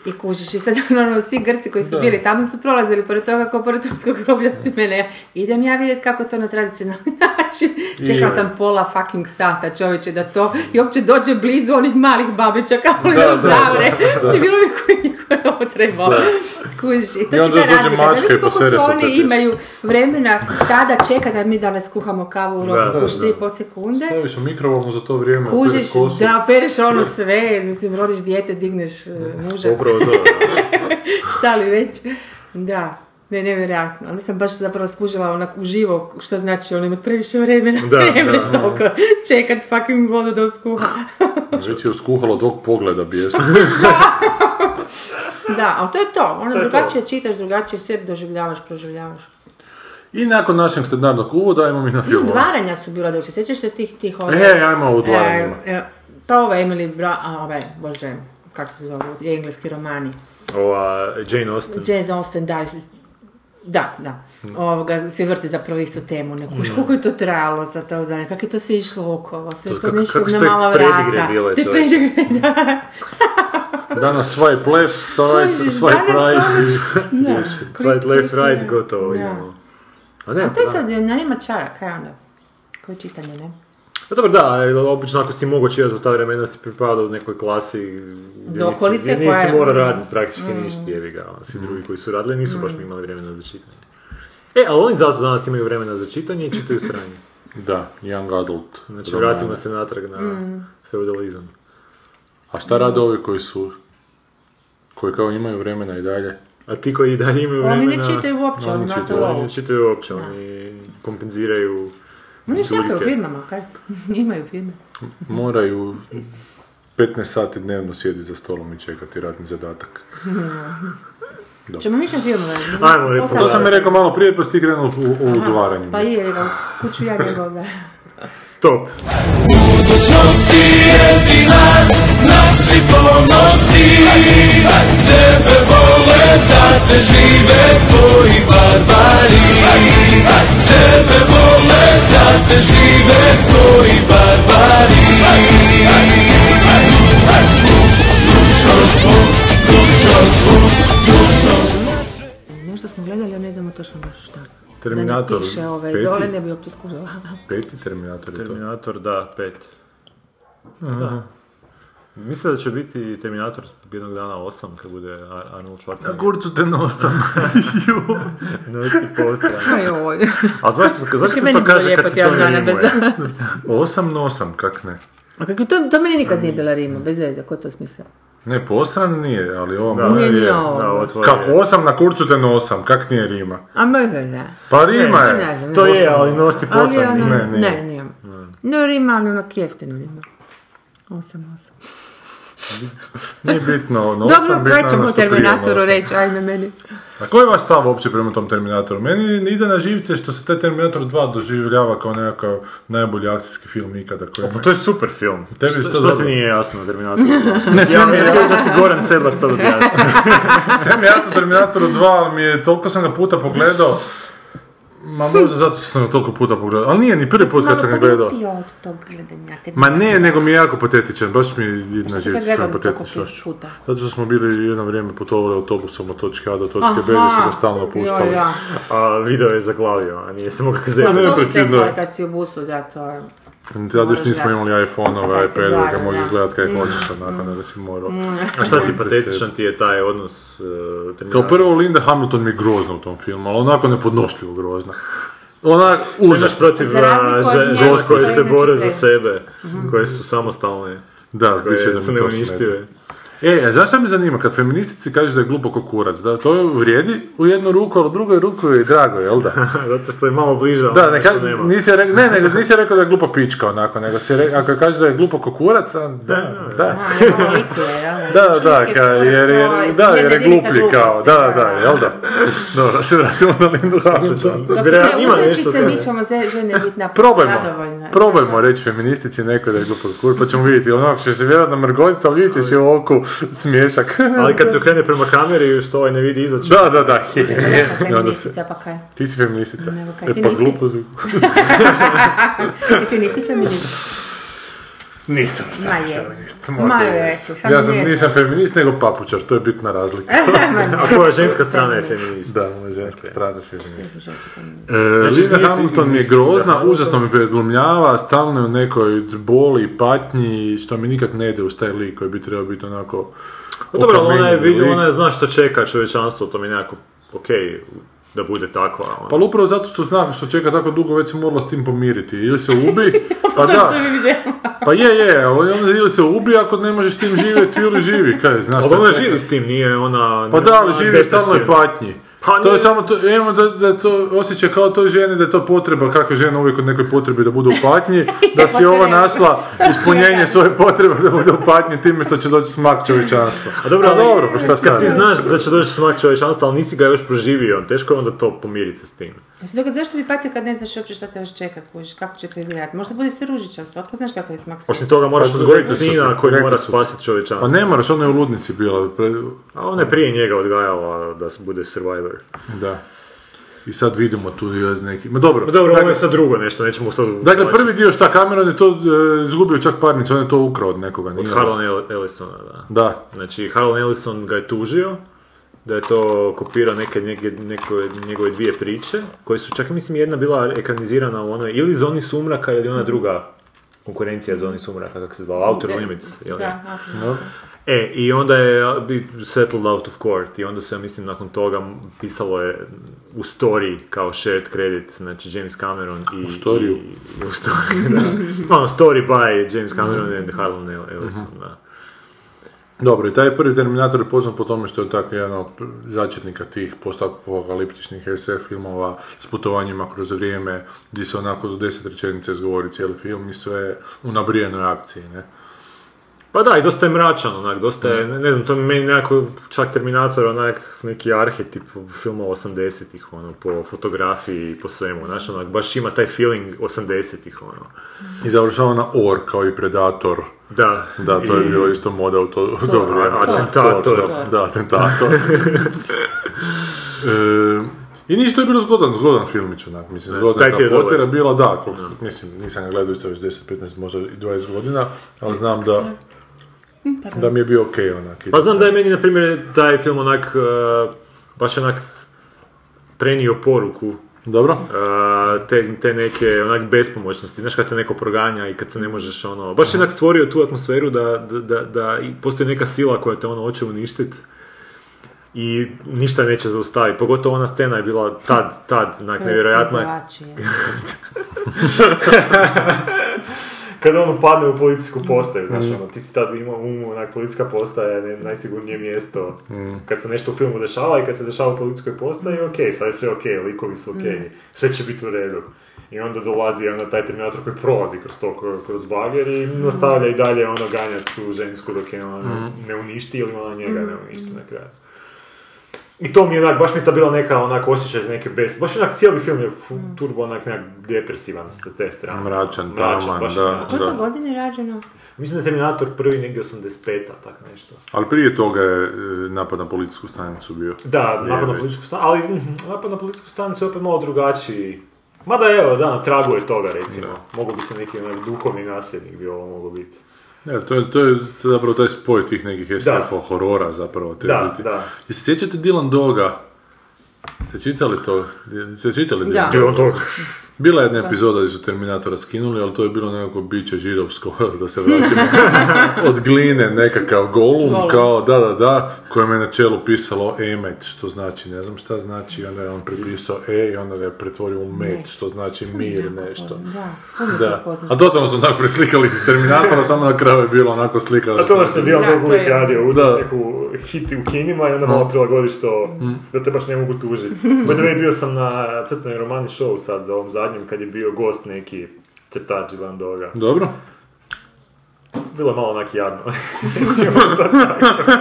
Speaker 9: I kužiš, i sad ono, svi Grci koji su bili tamo su prolazili pored toga kao pored turskog groblja s time, ne, idem ja vidjeti kako je to na tradicionalni način. Čekala sam pola fucking sata čovječe da to i uopće dođe blizu onih malih babića kao li
Speaker 8: Da, da,
Speaker 9: da, zavre. I bilo bi koji niko ne potrebao. Kužiš, i to
Speaker 8: I
Speaker 9: ti
Speaker 8: onda
Speaker 9: ta
Speaker 8: dođe
Speaker 9: razlika. Znaš
Speaker 8: mačka i
Speaker 9: koliko
Speaker 8: posere
Speaker 9: su
Speaker 8: se
Speaker 9: oni
Speaker 8: pred-
Speaker 9: imaju vremena tada čekati da mi danas kuhamo kavu u
Speaker 6: Da, da,
Speaker 9: roku kuš
Speaker 8: da.
Speaker 9: 3,5 sekunde.
Speaker 8: Staviš u mikrovalnu za to vrijeme. opere
Speaker 9: Kužiš,
Speaker 8: kosu.
Speaker 9: da, pereš ono sve, mislim, rodiš dijete, digneš e, muža,
Speaker 6: Upravo to. da.
Speaker 9: šta li već. Da, ne, nevjerojatno. Onda sam baš zapravo skužila onak uživo šta znači ono imat previše vremena,
Speaker 6: Da,
Speaker 9: ne
Speaker 6: da,
Speaker 9: možeš
Speaker 6: da.
Speaker 9: toliko čekat fucking vodu da uskuha.
Speaker 8: Već je uskuhalo tog pogleda bijesno.
Speaker 9: Da, ali to je to. Ono drugačije čitaš, drugačije sve doživljavaš, proživljavaš.
Speaker 8: I nakon našeg standardnog uvoda ajmo mi na
Speaker 9: I
Speaker 8: film.
Speaker 9: odvaranja su bila došli, sjećaš se tih, tih ono...
Speaker 8: E, ajmo o odvaranjima.
Speaker 9: E, e, pa ova Emily Bra... A, ove, bože, kako se zove, engleski romani.
Speaker 6: Ova, Jane Austen.
Speaker 9: Jane Austen, da, s- da, da. Ovoga, se vrti zapravo istu temu, ne kuš, koliko je to trajalo za to odvajanje, kako je to se išlo okolo, sve
Speaker 6: To
Speaker 9: to,
Speaker 6: kako-
Speaker 9: nešto
Speaker 6: kako su
Speaker 9: na
Speaker 6: te
Speaker 9: mala
Speaker 6: predigre
Speaker 9: vrata.
Speaker 6: bile,
Speaker 9: Te
Speaker 6: čovječe.
Speaker 9: predigre, da.
Speaker 8: Danas svaj plef, svaj,
Speaker 9: Kužiš,
Speaker 8: svaj
Speaker 9: danas
Speaker 8: pride.
Speaker 9: ono- Da,
Speaker 6: Right, left,
Speaker 9: klik,
Speaker 6: right,
Speaker 9: da.
Speaker 6: gotovo.
Speaker 9: Da.
Speaker 6: idemo. A ne,
Speaker 9: A to je
Speaker 6: da.
Speaker 9: sad, na nema čara, kaj onda? Koje čitanje, ne?
Speaker 6: Pa dobro, da, ali obično ako si mogao čitati u ta vremena si pripadao nekoj klasi gdje
Speaker 9: Do
Speaker 6: nisi,
Speaker 9: okolice
Speaker 6: gdje
Speaker 9: koja
Speaker 6: nisi
Speaker 9: je- Mm.
Speaker 6: morao raditi praktički ništa, jevi ga, ono, svi drugi koji su radili nisu baš imali vremena za čitanje. E, ali oni zato danas imaju vremena za čitanje i čitaju sranje.
Speaker 8: Da, young adult.
Speaker 6: Znači,
Speaker 8: roman.
Speaker 6: vratimo se natrag na
Speaker 9: Mm.
Speaker 6: feudalizam.
Speaker 8: A šta rade ovi koji su, koji kao imaju vremena i dalje?
Speaker 6: A ti koji i dalje imaju
Speaker 9: Oni
Speaker 6: vremena...
Speaker 9: ne čitaju uopće, oni
Speaker 8: Oni
Speaker 9: mate
Speaker 8: čitaju,
Speaker 6: Oni
Speaker 9: lovu.
Speaker 6: ne čitaju uopće, oni kompenziraju
Speaker 9: Oni
Speaker 6: žurke.
Speaker 9: šljapaju u firmama, kaj? Imaju firme.
Speaker 8: Moraju
Speaker 6: 15 sati dnevno sjediti za stolom i čekati ratni zadatak.
Speaker 9: Ćemo mi što filmove?
Speaker 2: Ajmo, lijepo.
Speaker 9: Posao.
Speaker 6: To sam mi rekao malo prije, pa si ti krenuo u, u udovaranju.
Speaker 9: Pa je, ga, kuću ja njegove.
Speaker 2: Stop.
Speaker 9: Nešto smo gledali, a ne znamo točno baš šta. Da
Speaker 6: Terminator
Speaker 9: ne piše ove
Speaker 6: peti.
Speaker 9: dole, ne bi uopće skužila.
Speaker 6: Peti Terminator je to.
Speaker 2: Terminator, da, pet. Da. Mislim da će biti Terminator jednog dana osam, kad bude Ar- Arnold Schwarzenegger.
Speaker 6: Kurcu te nosam.
Speaker 2: No, ti posran.
Speaker 9: Aj, ovo.
Speaker 2: A zašto, zašto
Speaker 9: Kaj
Speaker 2: se
Speaker 9: meni
Speaker 2: to
Speaker 9: bilo
Speaker 2: kaže
Speaker 9: lijepo
Speaker 2: kad se
Speaker 9: tjedan
Speaker 2: to
Speaker 9: dana
Speaker 2: ne rimuje?
Speaker 9: bez-
Speaker 6: Osam nosam, kak ne.
Speaker 9: A kako to, to meni nikad nije bila rima, bez veze, ko je to smislio?
Speaker 6: Ne, posran nije, ali ovo
Speaker 2: Da,
Speaker 6: moje
Speaker 9: Nije ni
Speaker 6: je.
Speaker 9: ovo.
Speaker 2: Da, ovo tvoje
Speaker 6: Kako
Speaker 2: je.
Speaker 6: osam na kurcu te nosam, kak nije rima?
Speaker 9: A mrve, da.
Speaker 6: Pa rima
Speaker 9: to ne
Speaker 6: je.
Speaker 9: znam.
Speaker 2: To je, ali nosti
Speaker 9: Ali
Speaker 2: posran.
Speaker 9: ono,
Speaker 6: Ne,
Speaker 9: ne,
Speaker 6: nije.
Speaker 9: ne, nije. No, rima, ali onak jeftino rima. Osam, osam.
Speaker 6: Nije bitno, nosam,
Speaker 9: Dobro,
Speaker 6: bitno
Speaker 9: kaj
Speaker 6: je ono
Speaker 9: ćemo
Speaker 6: što prije
Speaker 9: Terminatoru
Speaker 6: nosam.
Speaker 9: reći, ajme meni.
Speaker 6: A koji je vaš stav uopće prema tom Terminatoru? Meni ne ide na živce što se taj Terminator 2 doživljava kao nekakav najbolji akcijski film ikada koji
Speaker 2: Pa to je super film.
Speaker 6: Tebi
Speaker 2: što,
Speaker 6: je to
Speaker 2: što ti
Speaker 6: dobro.
Speaker 2: nije jasno Terminator? ne, ja mi je da ti Goran Sedlar sad objasni.
Speaker 6: Sve mi je jasno Terminatoru 2, ali mi je, toliko sam ga puta pogledao, ma možda zato što sam ga toliko puta pogledao, ali nije ni prvi put kad sam ga gledao.
Speaker 9: Malo od tog gledanja. kad-
Speaker 6: Ma ne, nego mi je jako patetičan, baš mi je
Speaker 9: Što
Speaker 6: na
Speaker 9: ste
Speaker 6: živci
Speaker 9: ga
Speaker 6: s tom
Speaker 9: gledali toliko
Speaker 6: patetičnošću.
Speaker 9: puta?
Speaker 6: Zato što smo bili jedno vrijeme putovali autobusom od točke A do točke B, gdje su
Speaker 9: Aha,
Speaker 6: ga stalno puštali.
Speaker 9: joj, da.
Speaker 2: A video je zaglavio, a nije se mogao
Speaker 9: Pa
Speaker 2: kazati.
Speaker 9: to su
Speaker 6: prekidao.
Speaker 9: tekove kad si u busu, zato...
Speaker 6: Tad još
Speaker 9: Možda.
Speaker 6: nismo imali iPhone-ove,
Speaker 9: ja. Kaj ti ja. Mm.
Speaker 6: iPad-ove, ga
Speaker 9: dalje,
Speaker 6: možeš
Speaker 9: da.
Speaker 6: gledat kaj hoćeš, onako, nego si morao.
Speaker 9: Mm.
Speaker 2: A šta ti
Speaker 6: Molim
Speaker 2: patetičan
Speaker 6: se.
Speaker 2: ti je taj odnos uh,
Speaker 6: Kao
Speaker 2: Terminatora?
Speaker 6: prvo, Linda Hamilton mi je grozna u tom filmu, ali onako nepodnošljivo grozna. Ona,
Speaker 2: Šta imaš
Speaker 6: užasno.
Speaker 2: protiv
Speaker 9: Za razliku
Speaker 2: a,
Speaker 9: od
Speaker 2: žen-
Speaker 9: nje, znači,
Speaker 2: žena koje
Speaker 9: koja
Speaker 2: se
Speaker 9: inače
Speaker 2: bore za
Speaker 9: pre-
Speaker 2: sebe,
Speaker 9: Mhm.
Speaker 2: koje su samostalne,
Speaker 6: Da, bit će
Speaker 2: koje
Speaker 6: da
Speaker 2: su
Speaker 6: mi to smeta.
Speaker 2: neuništive.
Speaker 6: E, a znaš šta me zanima, kad feministici kažu da je glupo ko kurac, da to vrijedi u jednu ruku, ali u drugoj ruku je i drago, jel da?
Speaker 2: Zato što je malo bliža
Speaker 6: Da,
Speaker 2: ono
Speaker 6: ne,
Speaker 2: što
Speaker 6: ka-
Speaker 2: nema.
Speaker 6: nisi rekao, ne, nego nisi rekao da je glupa pička onako, nego si rekao, ako kažeš da je glupo ko kurac, a, da, da.
Speaker 9: Liku je, jel?
Speaker 6: Da, da,
Speaker 9: Čovjek je
Speaker 6: ka,
Speaker 9: kurac,
Speaker 6: jer
Speaker 9: to
Speaker 6: je,
Speaker 9: je
Speaker 6: da, jer je
Speaker 9: jedna jedinica
Speaker 6: gluplji kao,
Speaker 9: gluposti,
Speaker 6: da,
Speaker 9: da.
Speaker 6: da, jel da? Dobro, se vratimo na Lindu Hamilton.
Speaker 9: Dok
Speaker 2: Vjerojatno
Speaker 9: te
Speaker 2: ima nešto
Speaker 9: uzrečice,
Speaker 2: toga.
Speaker 9: mi ćemo ze- žene biti na
Speaker 6: Probajmo,
Speaker 9: zadovoljne.
Speaker 6: probajmo reći feministici neko da je glupo kur, pa ćemo vidjeti, onako će se vjerojatno mrgoljiti, ali vidjet ćeš i u oku smiješak.
Speaker 2: Ali kad se okrene prema kameri, što ovaj ne vidi izaći,
Speaker 6: Da, da, da, he, he, he.
Speaker 9: Ja sam
Speaker 6: I onda se-
Speaker 9: feministica, pa kaj?
Speaker 6: Ti si feministica.
Speaker 9: Nego kaj,
Speaker 6: E,
Speaker 9: ti
Speaker 6: pa
Speaker 9: nisi?
Speaker 6: glupo si.
Speaker 9: I ti nisi feminist.
Speaker 6: Nisam sam
Speaker 9: Ma je.
Speaker 6: feminist.
Speaker 9: Ma je,
Speaker 6: jesam. Ja sam,
Speaker 9: feminist.
Speaker 6: nisam feminist, nego papučar, to je bitna razlika.
Speaker 2: a koja ženska strana je feminist.
Speaker 6: Da, moja ženska strana feminist. E,
Speaker 2: Znači,
Speaker 6: Linda
Speaker 2: niti-
Speaker 6: Hamilton mi je grozna, užasno mi predglumljava, stalno je u nekoj boli, patnji, što mi nikad ne ide uz taj lik koji bi trebao biti onako...
Speaker 2: Pa dobro, ali ona je,
Speaker 6: okamenjeni
Speaker 2: vidi,
Speaker 6: lik.
Speaker 2: ona je zna što čeka čovječanstvo, to mi je nekako okej da bude tako. a
Speaker 6: Pa
Speaker 2: Ono.
Speaker 6: ali upravo zato što znam što čeka tako dugo, već se morala s tim pomiriti. Ili se ubi, pa da, pa je, je, ali onda ili se ubi ako ne možeš s tim živjeti, ili živi, kaj, znaš
Speaker 2: Ali
Speaker 6: šta
Speaker 2: ona
Speaker 6: čeka.
Speaker 2: živi s tim, nije ona...
Speaker 6: Pa da, ali
Speaker 2: ona
Speaker 6: živi u stalnoj
Speaker 2: depresivna.
Speaker 6: patnji.
Speaker 2: Pa
Speaker 6: to je
Speaker 2: nije-
Speaker 6: samo to, imamo da, da je to osjećaj kao toj ženi da je to potreba, kako je žena uvijek od nekoj potrebi da bude u patnji, da si ova našla ispunjenje svoje potrebe da bude u patnji time što će doći smak čovječanstva. A
Speaker 2: dobro, ali-
Speaker 6: dobro, pa šta sad?
Speaker 2: Ti znaš da će doći smak čovječanstva, ali nisi ga još proživio, teško je onda to pomiriti se s tim.
Speaker 9: Mislim, dok- zašto bi patio kad ne znaš uopće šta te još čeka, kužiš, kako će to izgledati? Možda bude se ružičasto, otko znaš kakav je smak sve?
Speaker 2: Osim toga moraš
Speaker 6: Pa,
Speaker 2: odgojiti
Speaker 6: rekli su
Speaker 2: sina
Speaker 6: ti,
Speaker 2: koji
Speaker 6: rekli
Speaker 2: mora
Speaker 6: su ti.
Speaker 2: spasiti
Speaker 6: Pa
Speaker 2: čovječanstvo.
Speaker 6: ne moraš, ona je u ludnici bila. pre-
Speaker 2: A ona je prije njega odgajala da se bude survivor.
Speaker 6: Da. I sad vidimo tu i neki... Ma dobro.
Speaker 2: Pa dobro, ovo
Speaker 6: dakle,
Speaker 2: je sad drugo nešto, nećemo sad...
Speaker 6: dakle, prvi dio šta Cameron je to e, izgubio čak parnicu, on je to ukrao od nekoga.
Speaker 2: Od
Speaker 6: nije-
Speaker 2: Harlan El- Ellisona, da.
Speaker 6: Da.
Speaker 2: Znači, Harlan Ellison ga je tužio da je to kopirao neke, neke, neko- njegove dvije priče, koje su čak, mislim, jedna bila ekranizirana u onoj ili Zoni sumraka ili ona druga konkurencija Zoni sumraka, kako se zvala, Outer Limits, jel ne?
Speaker 9: Da, ako-
Speaker 2: E, i onda je uh, bi- settled out of court i onda su, ja mislim, nakon toga m- pisalo je u story kao shared credit, znači James Cameron i... U
Speaker 6: storyu.
Speaker 2: I, i u story, da. Ono, story by James Cameron and Harlan El- Ellison, da.
Speaker 6: Dobro, i taj prvi Terminator je poznat po tome što je tako jedan od začetnika tih postapokaliptičnih SF filmova s putovanjima kroz vrijeme, gdje se onako do deset rečenice izgovori cijeli film i sve u nabrijenoj akciji, ne? Pa da, i dosta je mračan, onak, dosta je, ne, ne znam, to mi je meni nekako, čak Terminator, onak, neki arhetip filma 80-ih, ono, po fotografiji i po svemu, znaš, onak, baš ima taj feeling 80-ih, ono.
Speaker 8: I završava na Or, kao i Predator.
Speaker 6: Da,
Speaker 8: Da, to je bilo isto moda u to, u to vrijeme.
Speaker 6: A- atentator.
Speaker 8: Tor, Da, da, atentator. e, I ništa je bilo zgodan, zgodan filmić, onak, mislim,
Speaker 6: taj
Speaker 8: zgodan
Speaker 6: ti je
Speaker 8: ta
Speaker 6: dobar.
Speaker 8: potjera bila, da, koliko, mislim, nisam ga gledao isto već 10, 15, možda i 20 godina, ali znam da, da mi je bio okej, onak. i
Speaker 6: Pa znam da je meni, na primjer, taj film onak, eh, baš onak, prenio poruku
Speaker 8: Dobro?
Speaker 6: eh, te, te neke onak bespomoćnosti, znaš kad te neko proganja i kad se ne možeš ono, baš je onak stvorio tu atmosferu da, da, da, da i postoji neka sila koja te ono hoće uništiti i ništa neće zaustaviti, pogotovo ona scena je bila tad, tad, onak nevjerojatna.
Speaker 9: Izdavači, je.
Speaker 6: Kad on padne u policijsku postaju, znaš,
Speaker 8: Mm.
Speaker 6: ono, ti si tad imao u umu, onak, policijska postaja je ne- najsigurnije mjesto.
Speaker 8: Mm.
Speaker 6: Kad se nešto u filmu dešava i kad se dešava u policijskoj postaji, ok, sad je sve ok, likovi su ok,
Speaker 8: Mm.
Speaker 6: sve će biti u redu. I onda dolazi onda taj terminator koji prolazi kroz to, kro- kroz bager i
Speaker 8: Mm.
Speaker 6: nastavlja i dalje ono ganjati tu žensku dok je ona ne uništi ili ona njega ne uništi na kraju. I to mi je onak, baš mi je ta bila neka onak osjećaj neke bez... Baš onak cijeli film je fu- turbo onak nekak depresivan sa te strane.
Speaker 8: Mračan, taman,
Speaker 6: baš
Speaker 8: da,
Speaker 6: mračan.
Speaker 9: Koliko
Speaker 8: da.
Speaker 9: godine je rađeno?
Speaker 6: Mislim da je Terminator prvi negdje 85-a, tak nešto.
Speaker 8: Ali prije toga je e, napad na policijsku stanicu bio.
Speaker 6: Da, napad na
Speaker 8: već.
Speaker 6: policijsku stanicu, ali mm, napad na policijsku stanicu je opet malo drugačiji. Mada evo, da, na tragu je toga recimo. Mogu bi se neki onak duhovni nasljednik bi ovo mogo biti.
Speaker 8: Ne, to je, to je zapravo taj spoj tih nekih
Speaker 6: Da.
Speaker 8: SF-a, horora zapravo. Te
Speaker 6: Da, da.
Speaker 8: I se sjećate Dylan Doga? Ste čitali to? Ste čitali Dylan
Speaker 9: Da.
Speaker 8: Doga? Bila je jedna epizoda gdje su Terminatora skinuli, ali to je bilo nekako biće židovsko, da se vratimo. Od gline nekakav golum, kao da, da, da, kojem je na čelu pisalo emet, što znači, ne znam šta znači, onda je on prepisao e i onda ga je pretvorio u met, što znači mir, nešto.
Speaker 9: Da, on je
Speaker 8: Da,
Speaker 9: to poznat.
Speaker 8: a totalno su onako preslikali Terminatora, samo na kraju je bilo onako slika.
Speaker 6: A to je ono što je Dylan
Speaker 9: Da,
Speaker 6: Dog
Speaker 9: to
Speaker 6: uvijek
Speaker 9: je-
Speaker 6: radio, uzmeš
Speaker 8: Da.
Speaker 6: neku hit u kinima i onda malo prilagodiš to, da te baš ne mogu tužiti. By the way, bio sam na crtnoj romani show sad, za ovom zadnjem, kad je bio gost neki crtač Dylan Doga.
Speaker 8: Dobro.
Speaker 6: Bilo je malo onak jadno. Recimo to tako.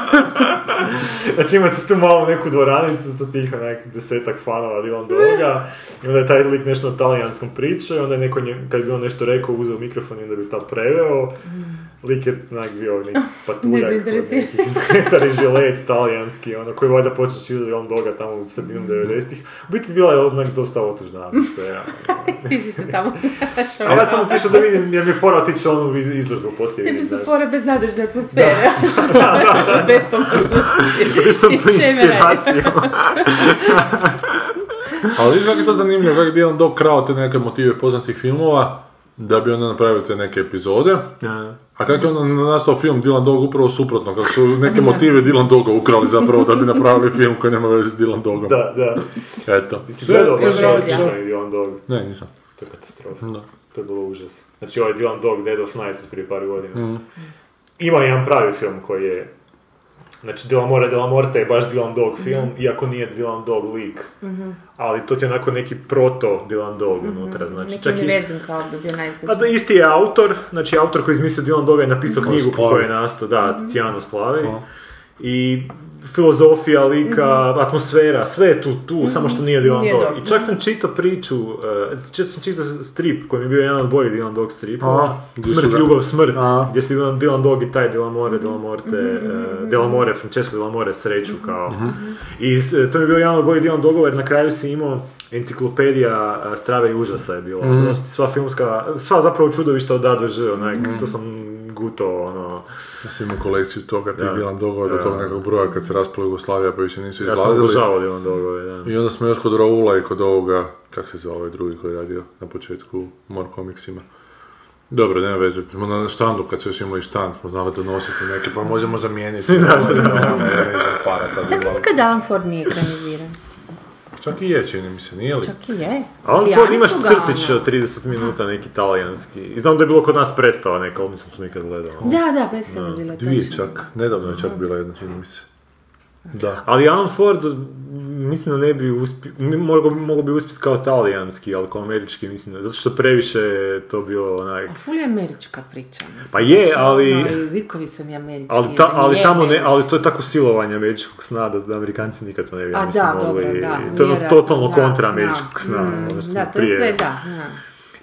Speaker 6: znači ima se tu malo neku dvoranicu sa tih onak desetak fanova Dylan Doga i onda je taj lik nešto na talijanskom pričao i onda je neko nje, kad bi on nešto rekao uzeo mikrofon i onda bi to preveo. Lik je onak bio neki patuljak, od
Speaker 9: Nezainteresiran.
Speaker 6: nekih metar i žilec talijanski, ono, koji je valjda počeo širiti on doga tamo u sredinom 90-ih. U biti bila je onak dosta otužna atmosfera.
Speaker 9: Ti si se tamo našao.
Speaker 6: A ja sam otišao da vidim, jer mi je fora otići onu izložbu poslije.
Speaker 9: Tebi
Speaker 6: vidjeti,
Speaker 9: su
Speaker 6: znaš.
Speaker 9: fore bez nadežne atmosfere. bez pomoćnosti.
Speaker 6: Bio sam
Speaker 9: I
Speaker 6: pod
Speaker 9: čeme
Speaker 6: inspiracijom.
Speaker 8: Ali vidiš kako je to zanimljivo, kako je Dylan Dog krao te neke motive poznatih filmova, da bi onda napravio te neke epizode. A kako je onda nastao film Dylan Dog upravo suprotno, kako su neke motive Dylan Doga ukrali zapravo da bi napravili film koji nema veze s Dylan Dogom.
Speaker 6: Da, da.
Speaker 8: Eto.
Speaker 6: Jesi gledao
Speaker 9: Sve
Speaker 6: baš
Speaker 9: je
Speaker 6: ovaj
Speaker 9: grozno.
Speaker 6: Dylan i Dylan Dog?
Speaker 8: Ne, nisam.
Speaker 6: To je katastrofa. To je bilo užas. Znači ovaj Dylan Dog, Dead of Night od prije par godina.
Speaker 9: Mhm.
Speaker 6: Ima jedan pravi film koji je... Znači Dylan Mora Dylan Morte je baš Dylan Dog
Speaker 9: Mhm.
Speaker 6: film, iako nije Dylan Dog lik. Ali to ti je onako neki proto Dylan Dog unutra. Znači,
Speaker 9: Mhm. Neki
Speaker 6: čak i-
Speaker 9: univerzum kao bi bio
Speaker 6: Pa da,
Speaker 9: najsličniji.
Speaker 6: isti je autor, znači autor koji je izmislio Dylan Doga je napisao
Speaker 8: Kao
Speaker 6: knjigu po
Speaker 8: Splavi.
Speaker 6: kojoj je nastao, da,
Speaker 9: Mhm.
Speaker 6: Tiziano Splavi. I filozofija lika, atmosfera, sve je tu, tu, samo što nije Dylan
Speaker 9: Mhm. Nije
Speaker 6: Dog.
Speaker 9: dobro.
Speaker 6: I čak sam čitao priču, eh, čak sam čitao strip koji mi je bio jedan od boljih Dylan Dog stripova.
Speaker 8: A, gdje su
Speaker 6: Smrt,
Speaker 8: ga-
Speaker 6: ljubav, smrt,
Speaker 8: A.
Speaker 6: gdje su Dylan, Dylan Dog i taj Delamore, Delamorte,
Speaker 9: Mhm,
Speaker 6: eh, Delamore, Francesco Delamore sreću kao.
Speaker 8: mhm.
Speaker 6: I eh, to mi je bio jedan od boljih Dylan Dogova jer na kraju si imao enciklopedija eh, strave i užasa je bila.
Speaker 8: Mhm.
Speaker 6: Ono, Sva filmska, sva zapravo čudovišta od A do Ž, onaj,
Speaker 8: Mhm.
Speaker 6: to sam guto, ono,
Speaker 8: Ja sam imao kolekciju toga, tih Dylan Dogova, do tog nekog broja kad se raspala Jugoslavija pa više nisu
Speaker 6: ja sam
Speaker 8: izlazili.
Speaker 6: obožavao Dylan Dogove, da.
Speaker 8: I onda smo još kod Raula i kod ovoga, kak se zvao ovaj drugi koji je radio na početku u More Comicsima. Dobro, nema veze, smo na štandu kad su još imali štand, smo znali donositi neke, pa možemo zamijeniti. da, da, para tad
Speaker 9: Sad
Speaker 8: bila.
Speaker 9: kako kad Alan Ford nije ekraniziran?
Speaker 8: Čak i je, čini mi se, nije li?
Speaker 9: Čak i je.
Speaker 6: A on
Speaker 9: I
Speaker 6: Ford
Speaker 9: oni
Speaker 6: imaš
Speaker 9: su ga,
Speaker 6: crtić
Speaker 9: ono-
Speaker 6: od 30 minuta, neki talijanski. I znam da je bilo kod nas predstava neka, ali nisam to nikad gledao.
Speaker 9: Da, da, predstava je bila
Speaker 8: Dvije
Speaker 9: točno.
Speaker 8: čak, nedavno je čak bila jedna, čini mi se. Da.
Speaker 6: Ali Alan Ford, mislim da ne bi uspio, mogu, mogu bi uspjeti kao talijanski, ali kao američki mislim, da- zato što previše je to bilo onak...
Speaker 9: A Ful je američka priča. mislim.
Speaker 6: Pa je,
Speaker 9: Znaš,
Speaker 6: ali-
Speaker 9: ono, i likovi su mi američki.
Speaker 6: Ali, ta-
Speaker 9: ono,
Speaker 6: ali
Speaker 9: je
Speaker 6: tamo ne, ali
Speaker 9: američki.
Speaker 6: to je tako silovanje američkog sna da, da amerikanci nikad to ne bi ja
Speaker 9: A
Speaker 6: mislim,
Speaker 9: da, dobro,
Speaker 6: mogli.
Speaker 9: da.
Speaker 6: to je ono
Speaker 9: vjerojatno,
Speaker 6: totalno
Speaker 9: da,
Speaker 6: kontra
Speaker 9: da.
Speaker 6: američkog sna.
Speaker 9: Mm,
Speaker 6: ono što
Speaker 9: Da,
Speaker 6: smo
Speaker 9: to je
Speaker 6: prije-
Speaker 9: sve, da. da.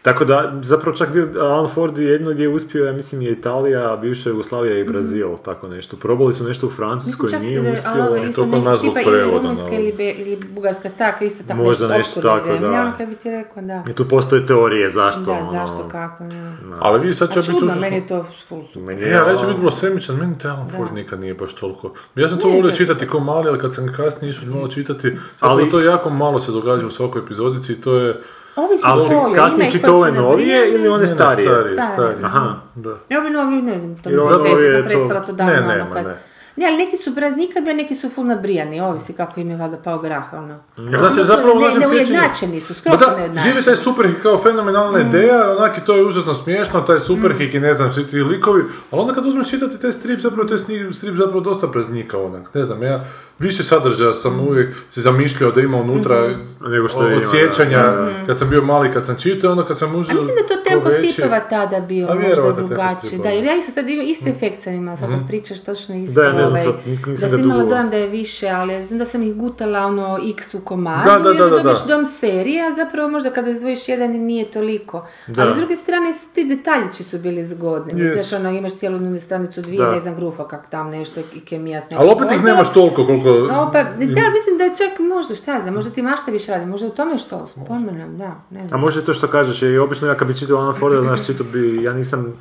Speaker 6: Tako da, zapravo čak bio Alan Ford je jedno gdje je uspio, ja mislim je Italija, a bivša Jugoslavija i Brazil, tako nešto. Probali su nešto u Francuskoj,
Speaker 9: Mhm. Mislim čak
Speaker 6: nije
Speaker 9: da je
Speaker 6: uspjelo.
Speaker 9: ovo
Speaker 8: i
Speaker 9: isto
Speaker 8: to kod
Speaker 9: neki
Speaker 8: nas zbog
Speaker 9: tipa ili
Speaker 8: prevoda,
Speaker 9: Rumunjska
Speaker 8: naravno.
Speaker 9: ili, Be- ili Bugarska, tako isto tako
Speaker 6: Možda nešto
Speaker 9: opskurna
Speaker 6: tako,
Speaker 9: zemlja,
Speaker 6: da.
Speaker 9: ono kaj bi ti rekao, da.
Speaker 6: I tu postoje teorije zašto.
Speaker 9: Da,
Speaker 6: ono,
Speaker 9: zašto, kako, ne.
Speaker 8: Ali vidi, sad će
Speaker 9: Pa
Speaker 8: biti
Speaker 9: čudno,
Speaker 8: užasno.
Speaker 9: meni je to ful super.
Speaker 6: meni je- ono-
Speaker 8: Ja, reći biti blasfemičan, meni taj Alan Ford nikad nije baš toliko. Ja sam to
Speaker 9: Nije
Speaker 8: volio
Speaker 9: baš
Speaker 8: čitati ko mali, ali kad sam kasnije išao malo čitati,
Speaker 6: Ali-
Speaker 8: ali to jako malo se događa u svakoj epizodici i to je...
Speaker 9: Ovi su
Speaker 6: Ali si
Speaker 9: svoji, ima
Speaker 6: kasnije
Speaker 9: ih koji
Speaker 6: čitao
Speaker 9: su
Speaker 6: ove novije
Speaker 9: nabrijani.
Speaker 6: ili one
Speaker 8: Ne, ne,
Speaker 6: starije?
Speaker 8: Starije, starije.
Speaker 6: Aha.
Speaker 8: Da.
Speaker 9: Ja ovi novi, ne znam, to
Speaker 6: Jer
Speaker 9: mi
Speaker 6: ovo
Speaker 9: sve
Speaker 6: je
Speaker 9: sam
Speaker 6: to-
Speaker 9: prestala to
Speaker 6: ne,
Speaker 9: davno,
Speaker 6: nema,
Speaker 9: ono kad...
Speaker 6: ne.
Speaker 9: Ne, ali neki su prazniki, bili, neki su ful nabrijani, ovisi kako im je valjda pao graha, ono.
Speaker 8: Znači,
Speaker 9: Ono su
Speaker 8: zapravo u
Speaker 9: ne-
Speaker 8: našem sjećanju-
Speaker 9: neujednačeni su,
Speaker 8: Ma
Speaker 9: skroz su
Speaker 8: da,
Speaker 9: neujednačeni.
Speaker 8: živi taj superhik kao fenomenalna
Speaker 9: Mm.
Speaker 8: ideja, onak i to je užasno smiješno, taj superhik i ne znam, svi ti likovi, ali onda kad uzmeš čitati taj strip, zapravo taj sni- strip zapravo dosta praznika onak, ne znam, ja više sadržaja sam
Speaker 9: Mm.
Speaker 8: uvijek si zamišljao da ima unutra
Speaker 9: Mhm.
Speaker 6: Nego što
Speaker 8: o-
Speaker 6: ima,
Speaker 8: od sjećanja, kad sam bio mali, kad sam čitao, onda kad sam uzeo...
Speaker 9: A mislim da je to tempo
Speaker 8: ko veći-
Speaker 9: stipova tada bio
Speaker 8: A
Speaker 9: možda
Speaker 8: vjerovatno tempo
Speaker 9: drugačiji.
Speaker 8: stipova.
Speaker 9: Da, jer ja isto sad imam isti efekt sam imala, sad kad pričaš točno isto.
Speaker 6: Mhm. Da, ja ne
Speaker 9: ovaj,
Speaker 6: znam sad, nisam
Speaker 9: da
Speaker 6: ga
Speaker 9: sam imala
Speaker 6: dugo-
Speaker 9: dojam da je više, ali znam da sam ih gutala ono x u komadu
Speaker 6: Da, da,
Speaker 9: i onda
Speaker 6: da, da,
Speaker 9: dobiš
Speaker 6: da.
Speaker 9: dom serije, a zapravo možda kada izdvojiš jedan i nije toliko. Ali s druge strane su ti detaljići su bili zgodni. Yes. Znaš, ono, imaš cijelu jednu stranicu dvije,
Speaker 6: Da.
Speaker 9: ne znam, grufa kak tam nešto i kemija s nekim
Speaker 8: Ali opet ih
Speaker 9: vozilom.
Speaker 8: nemaš toliko koliko...
Speaker 9: O, pa, da,
Speaker 6: Mhm.
Speaker 9: mislim da je čak možda, šta znam, možda ti mašta više radi, možda je u tome što spomenem, da, ne
Speaker 6: A
Speaker 9: znam.
Speaker 6: može to što kažeš, jer obično ja kad bi čitao Alan Forda, znaš, čitao bi, ja nisam,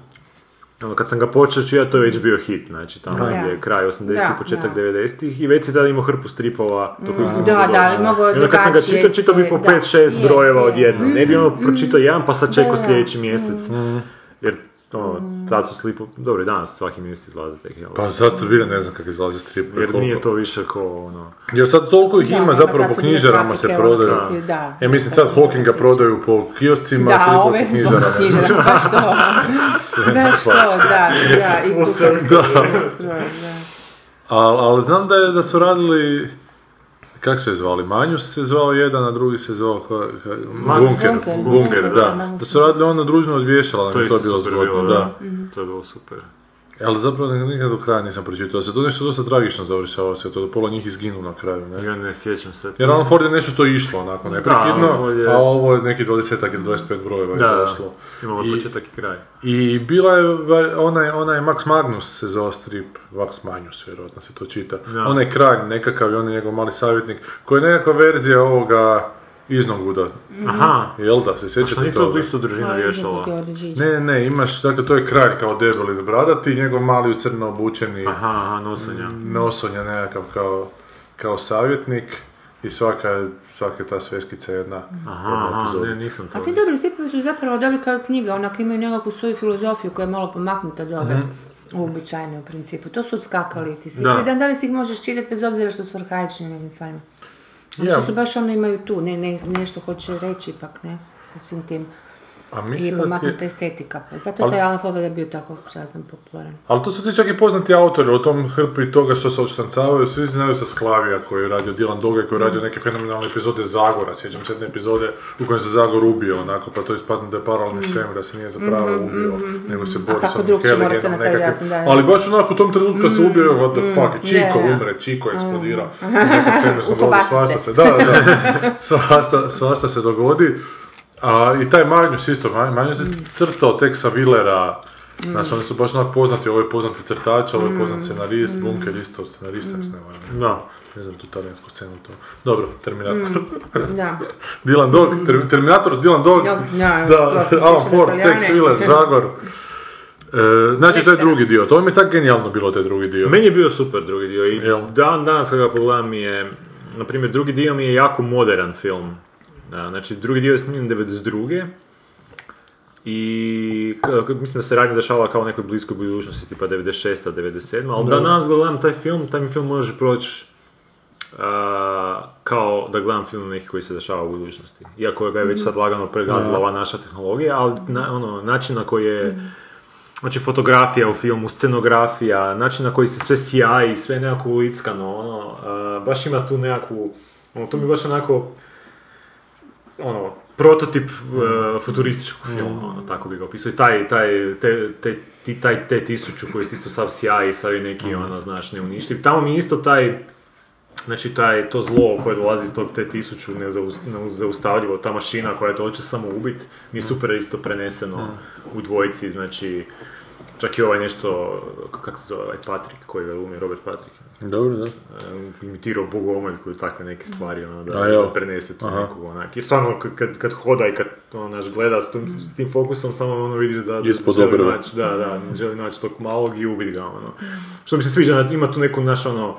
Speaker 6: ono, kad sam ga počeo čitati, to je već bio hit, znači tamo
Speaker 9: Da.
Speaker 6: je kraj 80-ih,
Speaker 9: Da,
Speaker 6: početak
Speaker 9: da.
Speaker 6: 90-ih i već si tada imao hrpu stripova do kojih si
Speaker 9: Da,
Speaker 6: mogao
Speaker 9: da,
Speaker 6: doći.
Speaker 9: ali mogao
Speaker 6: I onda kad sam ga
Speaker 9: drugačije
Speaker 6: čitao, čitao bi
Speaker 9: se-
Speaker 6: po
Speaker 9: da.
Speaker 6: 5-6
Speaker 9: Je,
Speaker 6: brojeva
Speaker 9: je. Mm-hmm.
Speaker 6: odjednom, ne bi ono pročitao jedan pa sad čekao
Speaker 9: da. Mm.
Speaker 6: sljedeći mjesec, jer ono, tad su slipo, dobro i danas svaki mjesec izlaze tek, jel?
Speaker 8: Pa sad se bile ne znam kako izlazi strip.
Speaker 6: jer nije to više ko ono...
Speaker 8: Jer sad toliko ih
Speaker 9: Da,
Speaker 8: ima
Speaker 9: da,
Speaker 8: zapravo
Speaker 9: kad
Speaker 8: po
Speaker 9: su bile
Speaker 8: knjižarama
Speaker 9: grafike,
Speaker 8: se
Speaker 9: ono,
Speaker 8: prodaju.
Speaker 9: kad si- da.
Speaker 8: Ja mislim sad Hawkinga prodaju po kioscima, a
Speaker 9: Da,
Speaker 8: Filipa
Speaker 9: ove
Speaker 8: po knjižarama.
Speaker 9: knjižara, baš to. Baš to, da, da. I kukavice, skroz, da.
Speaker 8: Ali znam da, je, da su radili... Kako se zvali? Manjus se zvao jedan, a drugi se zvao... ko- ko- Bunker.
Speaker 9: Bunker,
Speaker 8: Bunker,
Speaker 9: Bunker, da,
Speaker 8: da.
Speaker 9: Manjus.
Speaker 8: Da su radili ono družno odvješala, to je to
Speaker 6: isto
Speaker 8: bilo
Speaker 6: super
Speaker 8: zgodno,
Speaker 6: bilo,
Speaker 8: da.
Speaker 9: Mhm.
Speaker 6: To je bilo super.
Speaker 8: Ali zapravo nikad do kraja nisam pročitao. Se to nešto dosta tragično završava se, to da pola njih izginu na kraju, ne?
Speaker 6: Ja ne sjećam se.
Speaker 8: Jer ono Alan Ford je nešto što je išlo onako neprekidno,
Speaker 6: Alan Ford je-
Speaker 8: a ovo je neki 20-ak ili 25 brojeva je
Speaker 6: da,
Speaker 8: izašlo.
Speaker 6: imalo
Speaker 8: I-
Speaker 6: početak i kraj.
Speaker 8: I bila je va- onaj, onaj Max Magnus se zove strip, Max Magnus vjerojatno se to čita.
Speaker 6: Da.
Speaker 8: Onaj kralj nekakav i on je njegov mali savjetnik, koji je nekakva verzija ovoga iznoguda.
Speaker 9: Mhm.
Speaker 6: Aha,
Speaker 8: Jel da, se
Speaker 6: Što
Speaker 8: sjećate
Speaker 6: nije to
Speaker 8: toga?
Speaker 6: isto družina
Speaker 9: Ali izgleda
Speaker 6: vješala?
Speaker 9: ti ovdje Điđi.
Speaker 8: Ne, ne, imaš, dakle to je kralj kao debeli bradati, njegov mali u crno obučeni
Speaker 6: Aha, aha, nosanja.
Speaker 8: Mm, nosonja nekakav kao, kao savjetnik i svaka, svaka je ta sveskica jedna, jedna
Speaker 6: Aha, ne,
Speaker 8: epizodica.
Speaker 6: nisam to.
Speaker 9: A ti dobri stipovi su zapravo dobri kao knjiga, onako imaju nekakvu svoju filozofiju koja je malo pomaknuta od ove
Speaker 8: Mhm.
Speaker 9: uobičajene u principu. To su odskakali ti si.
Speaker 6: Da.
Speaker 9: Da. Dan danas ih možeš čitati bez obzira što su arhaični u nekim stvarima. Ali
Speaker 8: Ja.
Speaker 9: što su baš ono imaju tu, ne, ne, nešto hoće reći ipak, ne, sa svim tim.
Speaker 8: A
Speaker 9: I
Speaker 8: mislim da ti-
Speaker 9: pomaknuta estetika. pa Zato je taj Alan Ford valjda bio tako, šta znam, popularan.
Speaker 8: Ali to su ti čak i poznati autori, o tom hrpi toga što se odštancavaju, svi znaju sa Sklavija koji je radio Dylan Doga i koji
Speaker 9: Mm.
Speaker 8: je radio neke fenomenalne epizode Zagora, sjećam se jedne epizode u kojem se Zagor ubio onako, pa to ispadne da je
Speaker 9: Mm.
Speaker 8: paralelni svemir, da se nije zapravo
Speaker 9: Mm-hmm,
Speaker 8: ubio, nego se bori
Speaker 9: kako
Speaker 8: sa onim
Speaker 9: drukčije mora se
Speaker 8: Kelligenom
Speaker 9: nastaviti,
Speaker 8: nekakvim-
Speaker 9: jasno, da, da. Mm,
Speaker 8: Ali baš onako u tom trenutku kad se ubio, what the fuck, i Čiko
Speaker 9: da, da.
Speaker 8: umre, Čiko
Speaker 9: Mm.
Speaker 8: eksplodira, u nekom svemirskom
Speaker 9: U
Speaker 8: brodu,
Speaker 9: kobasice.
Speaker 8: svašta se, da, da, svašta, svašta se dogodi. A, I taj Magnus isto, Ma- Magnus
Speaker 9: Mm.
Speaker 8: je crtao tek sa Willera, znači oni su baš onak poznati, ovo je poznati crtač, ovo
Speaker 9: Mm.
Speaker 8: je poznat scenarist, Bunker isto scenarista, mm. ne varam.
Speaker 6: Da.
Speaker 8: Ne znam tu talijansku scenu to. Dobro, Terminator.
Speaker 9: Mm. Da.
Speaker 8: Dylan Dog, ter- Terminator, Dylan Dog,
Speaker 9: Da, da,
Speaker 8: da,
Speaker 9: skroz mi
Speaker 8: Alan
Speaker 9: piše
Speaker 8: Ford,
Speaker 9: na Talijane.
Speaker 8: Tex Willer, Zagor. E, znači, to je drugi dio. To mi je tako genijalno bilo, taj drugi dio.
Speaker 6: Meni je bio super drugi dio i
Speaker 8: Jel?
Speaker 6: dan danas kada ga pogledam mi je, na primjer, drugi dio mi je jako moderan film. Da, Znači, drugi dio je snimljen 92. I k- k- mislim da se radnje dešava kao u nekoj bliskoj budućnosti, tipa 96. 97. Ali danas gledam taj film, taj mi film može proći a, kao da gledam film neki koji se dešava u budućnosti. Iako ga je
Speaker 8: Mhm.
Speaker 6: već sad lagano pregazila ova naša tehnologija, ali na, ono, način na koji
Speaker 8: Mhm.
Speaker 6: je Znači fotografija u filmu, scenografija, način na koji se sve sjaji, sve je nekako ulickano, ono, a, baš ima tu nekakvu
Speaker 2: Ono, to mi je baš onako, ono, prototip e, futurističkog filma, ono, tako bi ga opisao. I taj, taj, te, te, ti, taj T-1000 koji se isto sav sjaj, sav je neki, ono, znaš, neuništiv. Tamo mi je isto taj, znači taj, to zlo koje dolazi iz tog T-1000 nezaus- nezaustavljivo, ta mašina koja to hoće samo ubit, mi je super isto preneseno u dvojici, znači, čak i ovaj nešto, k- kako se zove, ovaj Patrick koji glumi, Robert Patrick
Speaker 6: Dobro, da.
Speaker 2: e, imitirao bogomoljku i takve neke stvari, ono, da,
Speaker 6: A, jel?
Speaker 2: da prenese tu
Speaker 6: Aha.
Speaker 2: neku, onak. Jer stvarno, k- kad, kad hoda i kad ono, naš, gleda s, tim- s tim fokusom, samo ono vidiš da, da
Speaker 6: Ispod
Speaker 2: želi
Speaker 6: obrve.
Speaker 2: naći, da, da, želi naći tog malog i ubiti ga, ono. Što mi se sviđa, ima tu neku, naš, ono,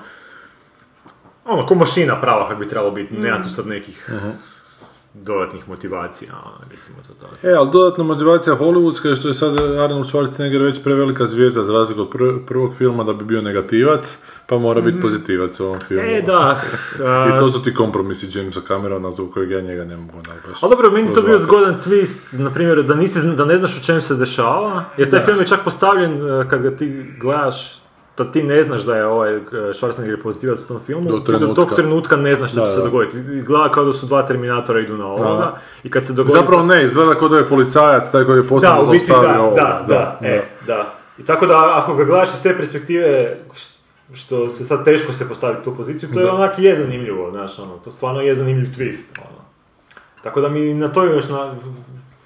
Speaker 2: ono, ko mašina prava, kako bi trebalo biti, nema tu sad nekih dodatnih motivacija, ono, recimo to tako.
Speaker 6: E, ali dodatna motivacija Hollywoodska je što je sad Arnold Schwarzenegger već prevelika zvijezda za razliku od pr- prvog filma da bi bio negativac, pa mora biti pozitivac u ovom filmu.
Speaker 2: E, da,
Speaker 6: I to su ti kompromisi Jamesa Camerona zbog kojeg ja njega ne mogu onako baš
Speaker 2: Ali Pa dobro, meni je to bio
Speaker 6: prozvati.
Speaker 2: zgodan twist, na primjer, da, nisi, zna- da ne znaš o čem se dešava, jer taj film je čak postavljen e, kad ga ti gledaš, da ti ne znaš da je ovaj e, Schwarzenegger pozitivac u tom filmu,
Speaker 6: Do
Speaker 2: ti do tog
Speaker 6: trenutka.
Speaker 2: trenutka ne znaš što
Speaker 6: Da,
Speaker 2: će se
Speaker 6: da.
Speaker 2: dogoditi. Izgleda kao da su dva Terminatora idu na ovoga
Speaker 6: Da.
Speaker 2: i kad se dogodi...
Speaker 6: Zapravo ne, izgleda kao da je policajac taj koji je
Speaker 2: Da,
Speaker 6: posljedno
Speaker 2: u biti da,
Speaker 6: zaustavio ovo.
Speaker 2: da, da, e, da. I tako da ako ga gledaš iz te perspektive, š- što se sad teško se postavi u tu poziciju, to je onak je zanimljivo, znaš, ono, to stvarno je zanimljiv twist, ono. Tako da mi na toj još na,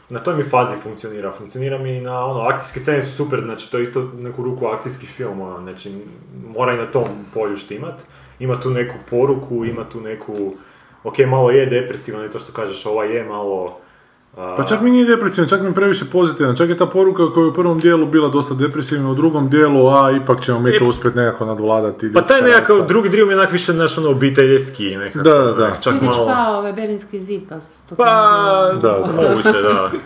Speaker 2: na toj mi fazi funkcionira, funkcionira mi i na ono, akcijske scene su super, znači to je isto neku ruku akcijski film, ono, znači mora i na tom polju štimat, ima tu neku poruku, ima tu neku, ok, malo je depresivno, i to što kažeš, ova je malo, a,
Speaker 6: Pa čak mi nije depresivno, čak mi je previše pozitivno. Čak je ta poruka koja je u prvom dijelu bila dosta depresivna, u drugom dijelu, a ipak ćemo mi to uspjeti nekako nadvladati.
Speaker 2: E- Pa taj
Speaker 6: ljudska
Speaker 2: nekakav
Speaker 6: rasa.
Speaker 2: drugi dio mi je onak više naš ono obiteljski nekako.
Speaker 6: Da, da, da.
Speaker 2: Čak
Speaker 9: Tu je već
Speaker 2: malo...
Speaker 9: pao ovaj Berlinski zid, pa su to
Speaker 2: Pa,
Speaker 9: tamo
Speaker 6: Da, da.
Speaker 2: moguće, da.
Speaker 9: bili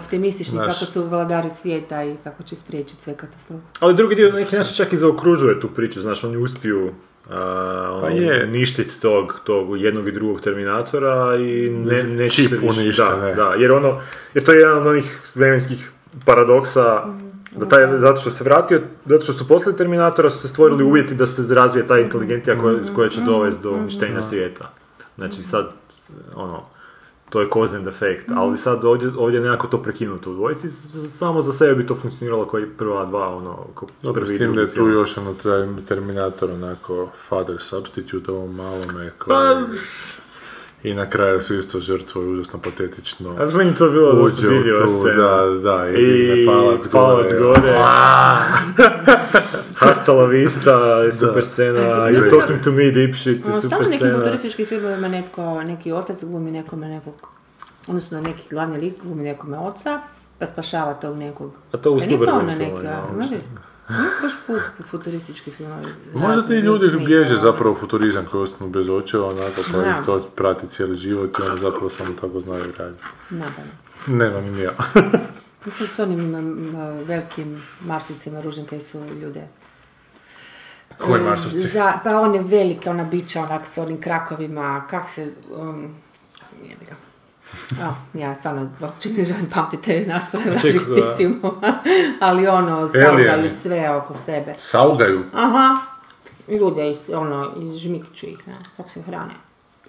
Speaker 9: optimistični
Speaker 6: Znaš.
Speaker 9: kako su vladari svijeta i kako će spriječiti sve katastrofe.
Speaker 2: Ali drugi dio na neki način čak i zaokružuje tu priču, znaš, oni uspiju a, ono,
Speaker 6: Pa je.
Speaker 2: ništit tog, tog jednog i drugog Terminatora i ne, neće
Speaker 6: Čip e.
Speaker 2: se više-
Speaker 6: unište,
Speaker 2: da,
Speaker 6: ne.
Speaker 2: da, jer ono, jer to je jedan od onih vremenskih paradoksa da taj, zato što se vratio, zato što su poslije Terminatora su se stvorili uvjeti da se razvije ta inteligentija koja, koja će dovesti do uništenja svijeta. Znači sad, ono, to je cause and effect,
Speaker 9: Mhm.
Speaker 2: ali sad ovdje, ovdje je nekako to prekinuto u dvojici, s- s- samo za sebe bi to funkcioniralo koji prva dva, ono, ko
Speaker 6: Dobro,
Speaker 2: prvi
Speaker 6: s
Speaker 2: i
Speaker 6: tim da
Speaker 2: drugi
Speaker 6: je tu
Speaker 2: film.
Speaker 6: još ono tra- Terminator onako father substitute ovom malome koji...
Speaker 2: Pa-
Speaker 6: I na kraju su isto žrtvoje, užasno patetično.
Speaker 2: A meni to bilo dosta
Speaker 6: Uđe u
Speaker 2: vidljiva
Speaker 6: tu,
Speaker 2: scena.
Speaker 6: da, da, i,
Speaker 2: I
Speaker 6: digne palac gore.
Speaker 2: gore. Hasta la vista, je super scena. You're talking to me, deep shit, je
Speaker 9: Znači, Ono,
Speaker 2: super
Speaker 9: stalno u
Speaker 2: scena.
Speaker 9: nekim futurističkim filmovima netko, ovaj, neki otac glumi nekome nekog, odnosno neki glavni lik glumi nekome oca, pa spašava tog nekog.
Speaker 2: A to u
Speaker 9: Pa nije to
Speaker 2: Spielbergovim
Speaker 9: ono neki,
Speaker 2: filmovima,
Speaker 9: a,
Speaker 2: možda.
Speaker 9: može? Nisu baš fu- futuristički filmovi.
Speaker 6: Možda ti
Speaker 9: razni, Will
Speaker 6: ljudi
Speaker 9: Smith,
Speaker 6: bježe
Speaker 9: ono.
Speaker 6: zapravo u futurizam koji ostanu bez očeva, onako koji
Speaker 9: Da.
Speaker 6: ih to prati cijeli život i oni zapravo samo tako znaju raditi.
Speaker 9: Nadam.
Speaker 6: Nemam ni ja.
Speaker 9: Mislim s onim m, m, velikim marsicima, ružim koji su ljude
Speaker 6: Koji marsovci?
Speaker 9: Za, pa one velike, ona bića onak s onim krakovima, kak se... Um, jebi ga. A, ja stvarno uopće ne želim pamtiti te naslove vražih
Speaker 2: čekaj,
Speaker 9: tih
Speaker 2: a-
Speaker 9: filmova, ali ono,
Speaker 6: Alieni.
Speaker 9: savljaju sve oko sebe.
Speaker 6: Saugaju,
Speaker 9: Aha, ljude iz, ono, izžmikću ih, ne, kako se hrane.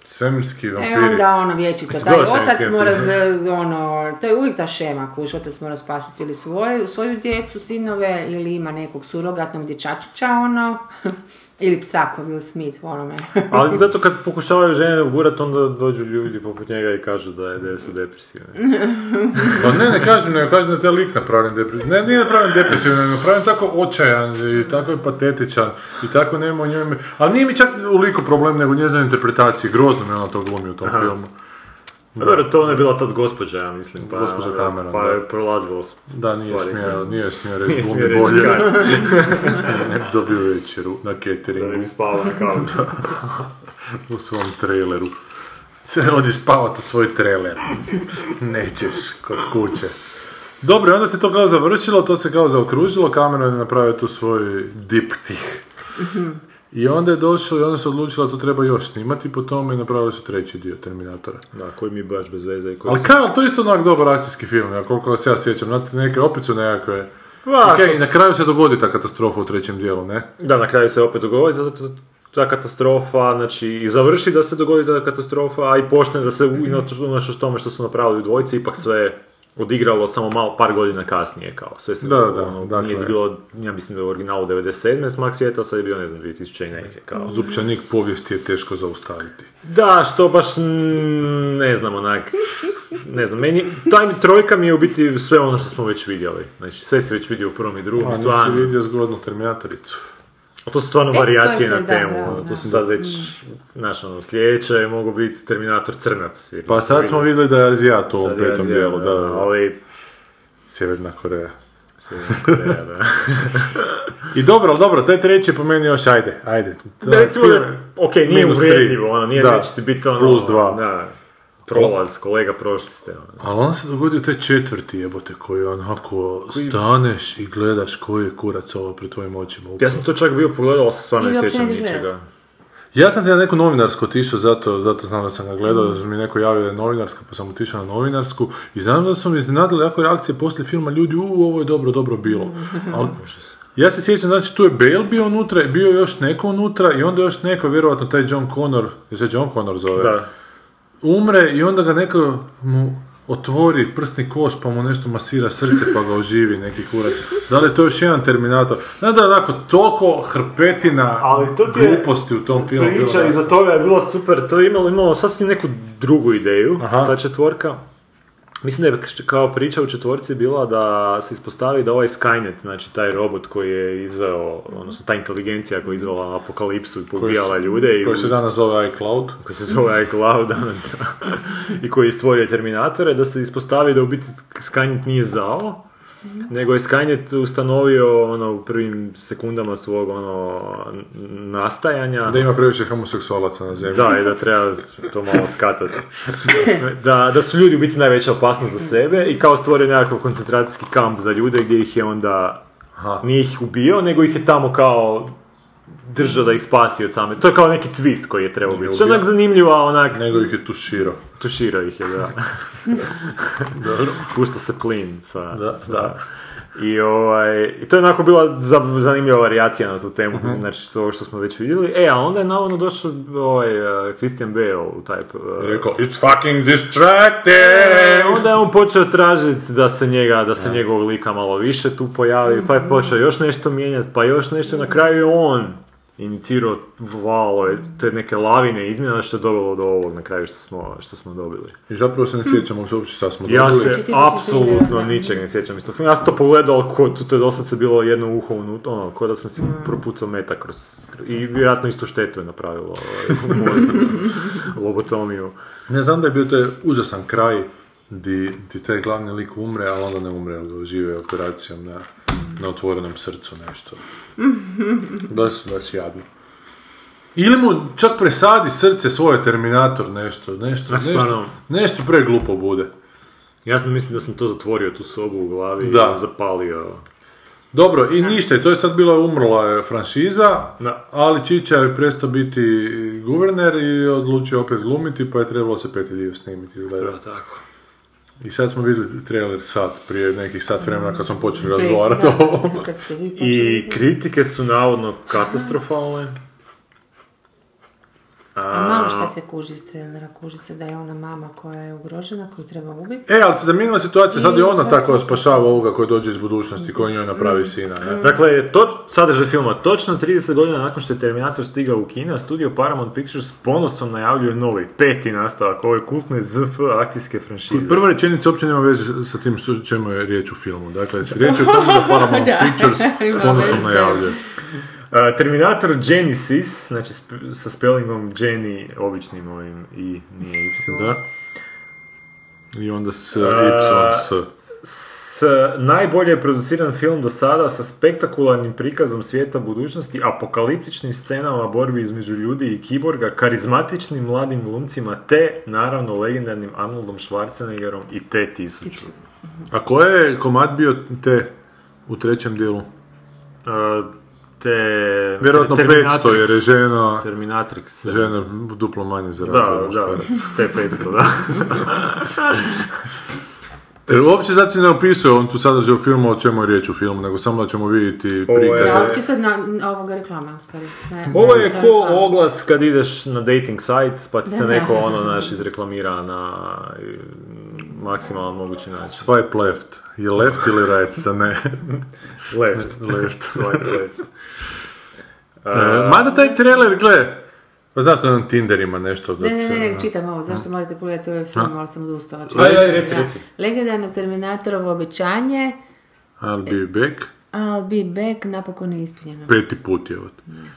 Speaker 6: svemirski
Speaker 9: E
Speaker 6: vampiri.
Speaker 9: onda ono vječito,
Speaker 6: Mislim,
Speaker 9: taj
Speaker 6: gledao sam
Speaker 9: otac
Speaker 6: Escape.
Speaker 9: mora, e, ono, to je uvijek ta šema, kuš, otac mora spasiti ili svoje, svoju djecu, sinove, ili ima nekog surogatnog dječačića, ono, ili psa ko Will Smith, ono me.
Speaker 2: Ali zato kad pokušavaju žene ugurat, onda dođu ljudi poput njega i kažu da, je, da su
Speaker 9: Mhm.
Speaker 2: depresivni.
Speaker 6: Pa ne, ne kažem, ne kažem da je taj lik napravljen depresivno. Ne, nije napravljen depresivno, nego napravljen tako očajan i tako je patetičan i tako nema u njemu... Ali nije mi čak u liku problem, nego u njezinoj interpretaciji. Grozno mi ona to glumi u tom filmu.
Speaker 2: Da. Pa Dobro, to ona je bila tad gospođa, ja mislim. Pa,
Speaker 6: Gospođa
Speaker 2: da,
Speaker 6: Cameron,
Speaker 2: Pa
Speaker 6: da.
Speaker 2: je prolazilo s-
Speaker 6: Da, nije
Speaker 2: stvari.
Speaker 6: smio, nije smio reći
Speaker 2: Nije smio
Speaker 6: glumi
Speaker 2: E, reći
Speaker 6: bolje.
Speaker 2: kad,
Speaker 6: Dobio večeru na
Speaker 2: da ne bi
Speaker 6: cateringu
Speaker 2: spala na kauču.
Speaker 6: u svom traileru. Se odi spavat u svoj trailer. Nećeš, kod kuće. Dobro, i onda se to kao završilo, to se kao zaokružilo, Cameron je napravio tu svoj diptih. I onda je došlo i onda se odlučila da to treba još snimati, po tome i napravili su treći dio Terminatora.
Speaker 2: Da, koji mi je baš bez veze i koji
Speaker 6: Ali kao, to je isto onak dobar akcijski film, ja, koliko se ja sjećam, znate, neke, opet su nekakve...
Speaker 2: Pa,
Speaker 6: Ok, i na kraju se dogodi ta katastrofa u trećem dijelu, ne?
Speaker 2: Da, na kraju se opet dogovori, zato to ta katastrofa, znači i završi da se dogodi ta katastrofa, a i počne da se unatoč tome što su napravili u dvojci, ipak sve odigralo samo malo par godina kasnije kao. Sve se
Speaker 6: Da, da,
Speaker 2: ono,
Speaker 6: dakle.
Speaker 2: nije bilo, ja mislim da je u originalu 97. smak svijeta, a sad je bio ne znam 2000 i neke kao.
Speaker 6: Zupčanik povijesti je teško zaustaviti.
Speaker 2: Da, što baš mm, ne znam onak. Ne znam, meni, taj trojka mi je u biti sve ono što smo već vidjeli. Znači, sve se već vidio u prvom i drugom,
Speaker 6: A Pa, nisi
Speaker 2: Pa, stvarno.
Speaker 6: vidio zgodnu Terminatoricu.
Speaker 2: A to su stvarno
Speaker 9: E, to
Speaker 2: varijacije
Speaker 9: se,
Speaker 2: na
Speaker 9: da,
Speaker 2: temu.
Speaker 9: da,
Speaker 2: ono, to
Speaker 9: da.
Speaker 2: su sad već, znaš, ono, sljedeće je mogu biti Terminator crnac. jer
Speaker 6: Pa sad smo vidjeli da je Azijat u ovom
Speaker 2: Sad je
Speaker 6: petom
Speaker 2: Azija,
Speaker 6: dijelu, da, da, da.
Speaker 2: Ali,
Speaker 6: Sjeverna Koreja.
Speaker 2: Sjeverna Koreja, da.
Speaker 6: I dobro, ali dobro, taj treći je po meni još, ajde, ajde. Znači,
Speaker 2: Da, recimo da, ok, nije
Speaker 6: Minus tri.
Speaker 2: uvredljivo, ono, nije
Speaker 6: Da.
Speaker 2: da će ti biti ono...
Speaker 6: Plus dva.
Speaker 2: Da, prolaz, kolega, prošli ste, ono.
Speaker 6: Ali on se dogodio taj četvrti jebote koji onako staneš i gledaš koji je kurac ovo pred tvojim očima.
Speaker 2: Ja sam to čak bio pogledao, ali se stvarno ne
Speaker 9: Ili uopće
Speaker 2: sjećam
Speaker 9: ne ideš gledat.
Speaker 2: ničega.
Speaker 6: Ja sam ti na neku novinarsku otišao, zato, zato znam da sam ga gledao, da mi je neko javio da je novinarska, pa sam otišao na novinarsku i znam da su mi iznenadile jako reakcije poslije filma, ljudi, u, ovo je dobro, dobro bilo. Ali, ja se sjećam, znači tu je Bale bio unutra, i bio je još neko unutra i onda još neko, vjerojatno taj John Connor, jer se John Connor zove,
Speaker 2: Da.
Speaker 6: umre i onda ga neko mu otvori prsni koš pa mu nešto masira srce pa ga oživi neki kurac. Da li je to još jedan Terminator? Znam da je onako toliko hrpetina
Speaker 2: Ali to ti je
Speaker 6: gluposti u tom filmu. bilo,
Speaker 2: Priča
Speaker 6: da.
Speaker 2: iza toga je bila super, to je imalo, imalo sasvim neku drugu ideju,
Speaker 6: Aha.
Speaker 2: ta četvorka. Mislim da je kao priča u četvorci bila da se ispostavi da ovaj Skynet, znači taj robot koji je izveo, odnosno ta inteligencija koja je izvela apokalipsu i pobijala ljude. i
Speaker 6: koji se
Speaker 2: uz-
Speaker 6: danas zove iCloud.
Speaker 2: koji se zove iCloud danas da. i koji je stvorio Terminatore, da se ispostavi da u biti Skynet nije zao, nego je Skynet ustanovio ono, u prvim sekundama svog ono, n- nastajanja
Speaker 6: Da ima previše homoseksualaca na zemlji.
Speaker 2: da, i da treba to malo skatati. Da, da su ljudi u biti najveća opasnost za sebe i kao stvorio nekakav koncentracijski kamp za ljude gdje ih je onda, nije ih ubio, nego ih je tamo kao držao da ih spasi od same. To je kao neki twist koji je trebao biti. Što je
Speaker 6: ubio.
Speaker 2: onak zanimljiva, onak,
Speaker 6: Nego ih je tuširao.
Speaker 2: tuširao ih je, da. Puštao se plin sa...
Speaker 6: Da,
Speaker 2: sa-
Speaker 6: da.
Speaker 2: I, ovaj, I to je onako bila za- zanimljiva varijacija na tu temu, znači to što smo već vidjeli. E, a onda je navodno došao ovaj, eh, Christian Bale u taj... eh,
Speaker 6: Rekao, it's fucking distracting!
Speaker 2: E, onda je on počeo tražiti da se njega, da se njegovog lika malo više tu pojavi, pa je počeo još nešto mijenjati, pa još nešto, na kraju je on inicirao valo je te neke lavine izmjena što je dovelo do ovog na kraju što smo, što smo dobili.
Speaker 6: I zapravo se ne sjećamo uopće šta smo
Speaker 2: Ja
Speaker 6: dobili.
Speaker 2: se
Speaker 9: Čitati
Speaker 2: apsolutno
Speaker 9: se, da.
Speaker 2: ničeg ne sjećam iz tog filma. Ja sam to pogledao, ali ko, to, to je doslovce bilo jedno uho unutra, ono, ko da sam si propucao meta kroz... I vjerojatno istu štetu je napravilo ovaj, u mozgu, lobotomiju.
Speaker 6: Ne znam da je bio taj užasan kraj di, di taj glavni lik umre, ali onda ne umre, ali ga žive operacijom na, na otvorenom srcu nešto. Baš, baš jadno. Ili mu čak presadi srce svoje Terminator nešto, nešto,
Speaker 2: A
Speaker 6: nešto,
Speaker 2: stvarno.
Speaker 6: nešto preglupo bude.
Speaker 2: Ja sam mislim da sam to zatvorio tu sobu u glavi
Speaker 6: Da.
Speaker 2: i zapalio.
Speaker 6: Dobro, i ništa, i to je sad bila umrla je franšiza,
Speaker 2: Da.
Speaker 6: ali Čiča je prestao biti guverner i je odlučio opet glumiti, pa je trebalo se peti dio snimiti, izgleda.
Speaker 2: tako.
Speaker 6: I sad smo vidjeli trailer sad, prije nekih sat vremena kad smo počeli razgovarati o ovom.
Speaker 9: Kad ste vi počeli.
Speaker 2: I kritike su navodno katastrofalne.
Speaker 9: A malo šta se kuži iz trailera, kuži se da je ona mama koja je ugrožena, koju treba ubiti.
Speaker 6: E, ali se zamijenila situacija, sad je
Speaker 9: I
Speaker 6: ona
Speaker 9: sad
Speaker 6: ta koja
Speaker 9: će-
Speaker 6: spašava ovoga koji dođe iz budućnosti, koji njoj napravi sina. ne?
Speaker 2: Dakle, to, sadržaj filma točno 30 godina nakon što je Terminator stigao u kina, studio Paramount Pictures s ponosom najavljuje novi, peti nastavak ove kultne ZF akcijske franšize.
Speaker 6: Prva rečenica uopće nema veze sa tim što, čemu je riječ u filmu. Dakle, riječ je o tome da Paramount
Speaker 9: Da.
Speaker 6: Pictures s
Speaker 9: Ima
Speaker 6: ponosom
Speaker 9: veze.
Speaker 6: najavljuje.
Speaker 2: A, Terminator Genesis, znači sp- sa spellingom Jenny, običnim ovim i nije Y.
Speaker 6: Da. I onda s Ipson
Speaker 2: E,
Speaker 6: s...
Speaker 2: S najbolje produciran film do sada sa spektakularnim prikazom svijeta budućnosti, apokaliptičnim scenama borbi između ljudi i kiborga, karizmatičnim mladim glumcima te, naravno, legendarnim Arnoldom Schwarzeneggerom i T-1000.
Speaker 6: A koji je komad bio te u trećem dijelu?
Speaker 2: E, te...
Speaker 6: Vjerojatno
Speaker 2: Terminatrix.
Speaker 6: 500 jer je žena,
Speaker 2: Terminatrix.
Speaker 6: žena
Speaker 2: Znači, ono
Speaker 6: duplo manje zarađuje.
Speaker 2: Da, da, T500, da.
Speaker 6: E, uopće sad se ne opisuje on tu sadržaj u filmu o čemu je riječ u filmu, nego samo da ćemo vidjeti
Speaker 2: Ovo je-
Speaker 6: prikaze.
Speaker 9: Da, čisto na, na ovoga reklama, u stvari. Ne,
Speaker 2: Ovo
Speaker 9: ne,
Speaker 2: je
Speaker 9: reklama.
Speaker 2: ko oglas kad ideš na dating site, pa ti se
Speaker 9: Da.
Speaker 2: neko ono, znaš, izreklamira na e, maksimalan mogući način.
Speaker 6: Swipe left. Je left ili right, za ne.
Speaker 2: Left, left, swipe left.
Speaker 6: E, mada taj trailer, gle, pa znaš da na Tinder ima nešto. Da
Speaker 9: Ne, ne,
Speaker 6: se-
Speaker 9: ne, čitam ovo, zašto morate pogledati ovaj film, ali sam odustala.
Speaker 2: Aj, aj, E, reci,
Speaker 9: Da.
Speaker 2: reci.
Speaker 9: Legendarno Terminatorovo obećanje,
Speaker 6: I'll be back.
Speaker 9: I'll be back, napokon je ispunjeno.
Speaker 6: Peti put je ovo.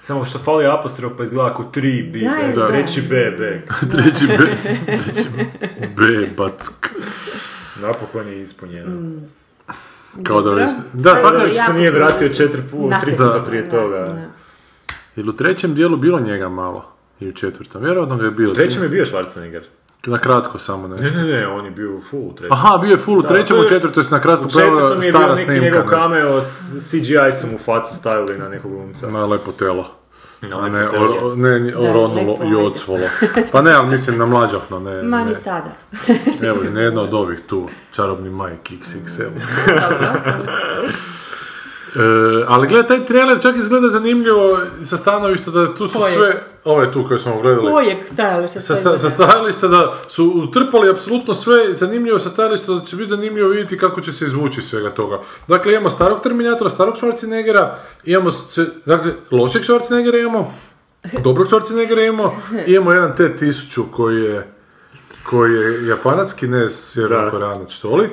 Speaker 2: Samo što fali apostrof pa izgleda ako 3 B,
Speaker 9: Da,
Speaker 2: back.
Speaker 9: da.
Speaker 2: reći B, back.
Speaker 6: Treći B. Treći B, back.
Speaker 2: Napokon je ispunjeno.
Speaker 6: Kao da
Speaker 9: Dobro.
Speaker 6: već... Da,
Speaker 9: Sad
Speaker 6: fakat
Speaker 2: Znači
Speaker 9: je Mm. jako
Speaker 2: se nije
Speaker 9: skupo.
Speaker 2: vratio četiri put, tri
Speaker 9: Napet.
Speaker 2: puta
Speaker 9: Da.
Speaker 2: prije toga.
Speaker 9: Da, da.
Speaker 6: Jel u trećem dijelu bilo njega malo? I u četvrtom. Vjerojatno ga je bilo.
Speaker 2: U trećem je bio Schwarzenegger.
Speaker 6: Na kratko samo nešto.
Speaker 2: Ne, ne, ne, on je bio u full u trećem.
Speaker 6: Aha, bio je full u trećem,
Speaker 2: to je
Speaker 6: u
Speaker 2: još-
Speaker 6: četvrtom se na kratko
Speaker 2: U četvrtom
Speaker 6: pojavila
Speaker 2: je bio
Speaker 6: stara
Speaker 2: neki njegov
Speaker 6: snimka.
Speaker 2: cameo, s- CGI su mu facu stavili na nekog glumca.
Speaker 6: Na lepo telo.
Speaker 2: Na
Speaker 6: A
Speaker 2: lepo
Speaker 6: ne,
Speaker 2: telo.
Speaker 6: or, o- ne, oronulo
Speaker 9: lepo,
Speaker 6: i
Speaker 9: ajde.
Speaker 6: odsvolo. Pa ne, ali mislim na mlađahno, ne.
Speaker 9: Ma
Speaker 6: ne.
Speaker 9: ni tada.
Speaker 6: Evo, i na jedna od ovih tu, čarobni majk XXL. E, ali gledaj, taj trailer čak izgleda zanimljivo sa stanovišta da tu su
Speaker 9: Koje?
Speaker 6: sve... Ove tu koje smo gledali.
Speaker 9: Uvijek stajalo što
Speaker 6: Sa,
Speaker 9: se
Speaker 6: sta- sa stajališta da su utrpali apsolutno sve zanimljivo sa stajališta da će biti zanimljivo vidjeti kako će se izvući iz svega toga. Dakle, imamo starog Terminatora, starog Schwarzeneggera, imamo se- dakle, lošeg Schwarzeneggera imamo, dobrog Schwarzeneggera imamo, i imamo jedan T-1000 koji je, koji je japanacki, ne sjevernokoranac, što li.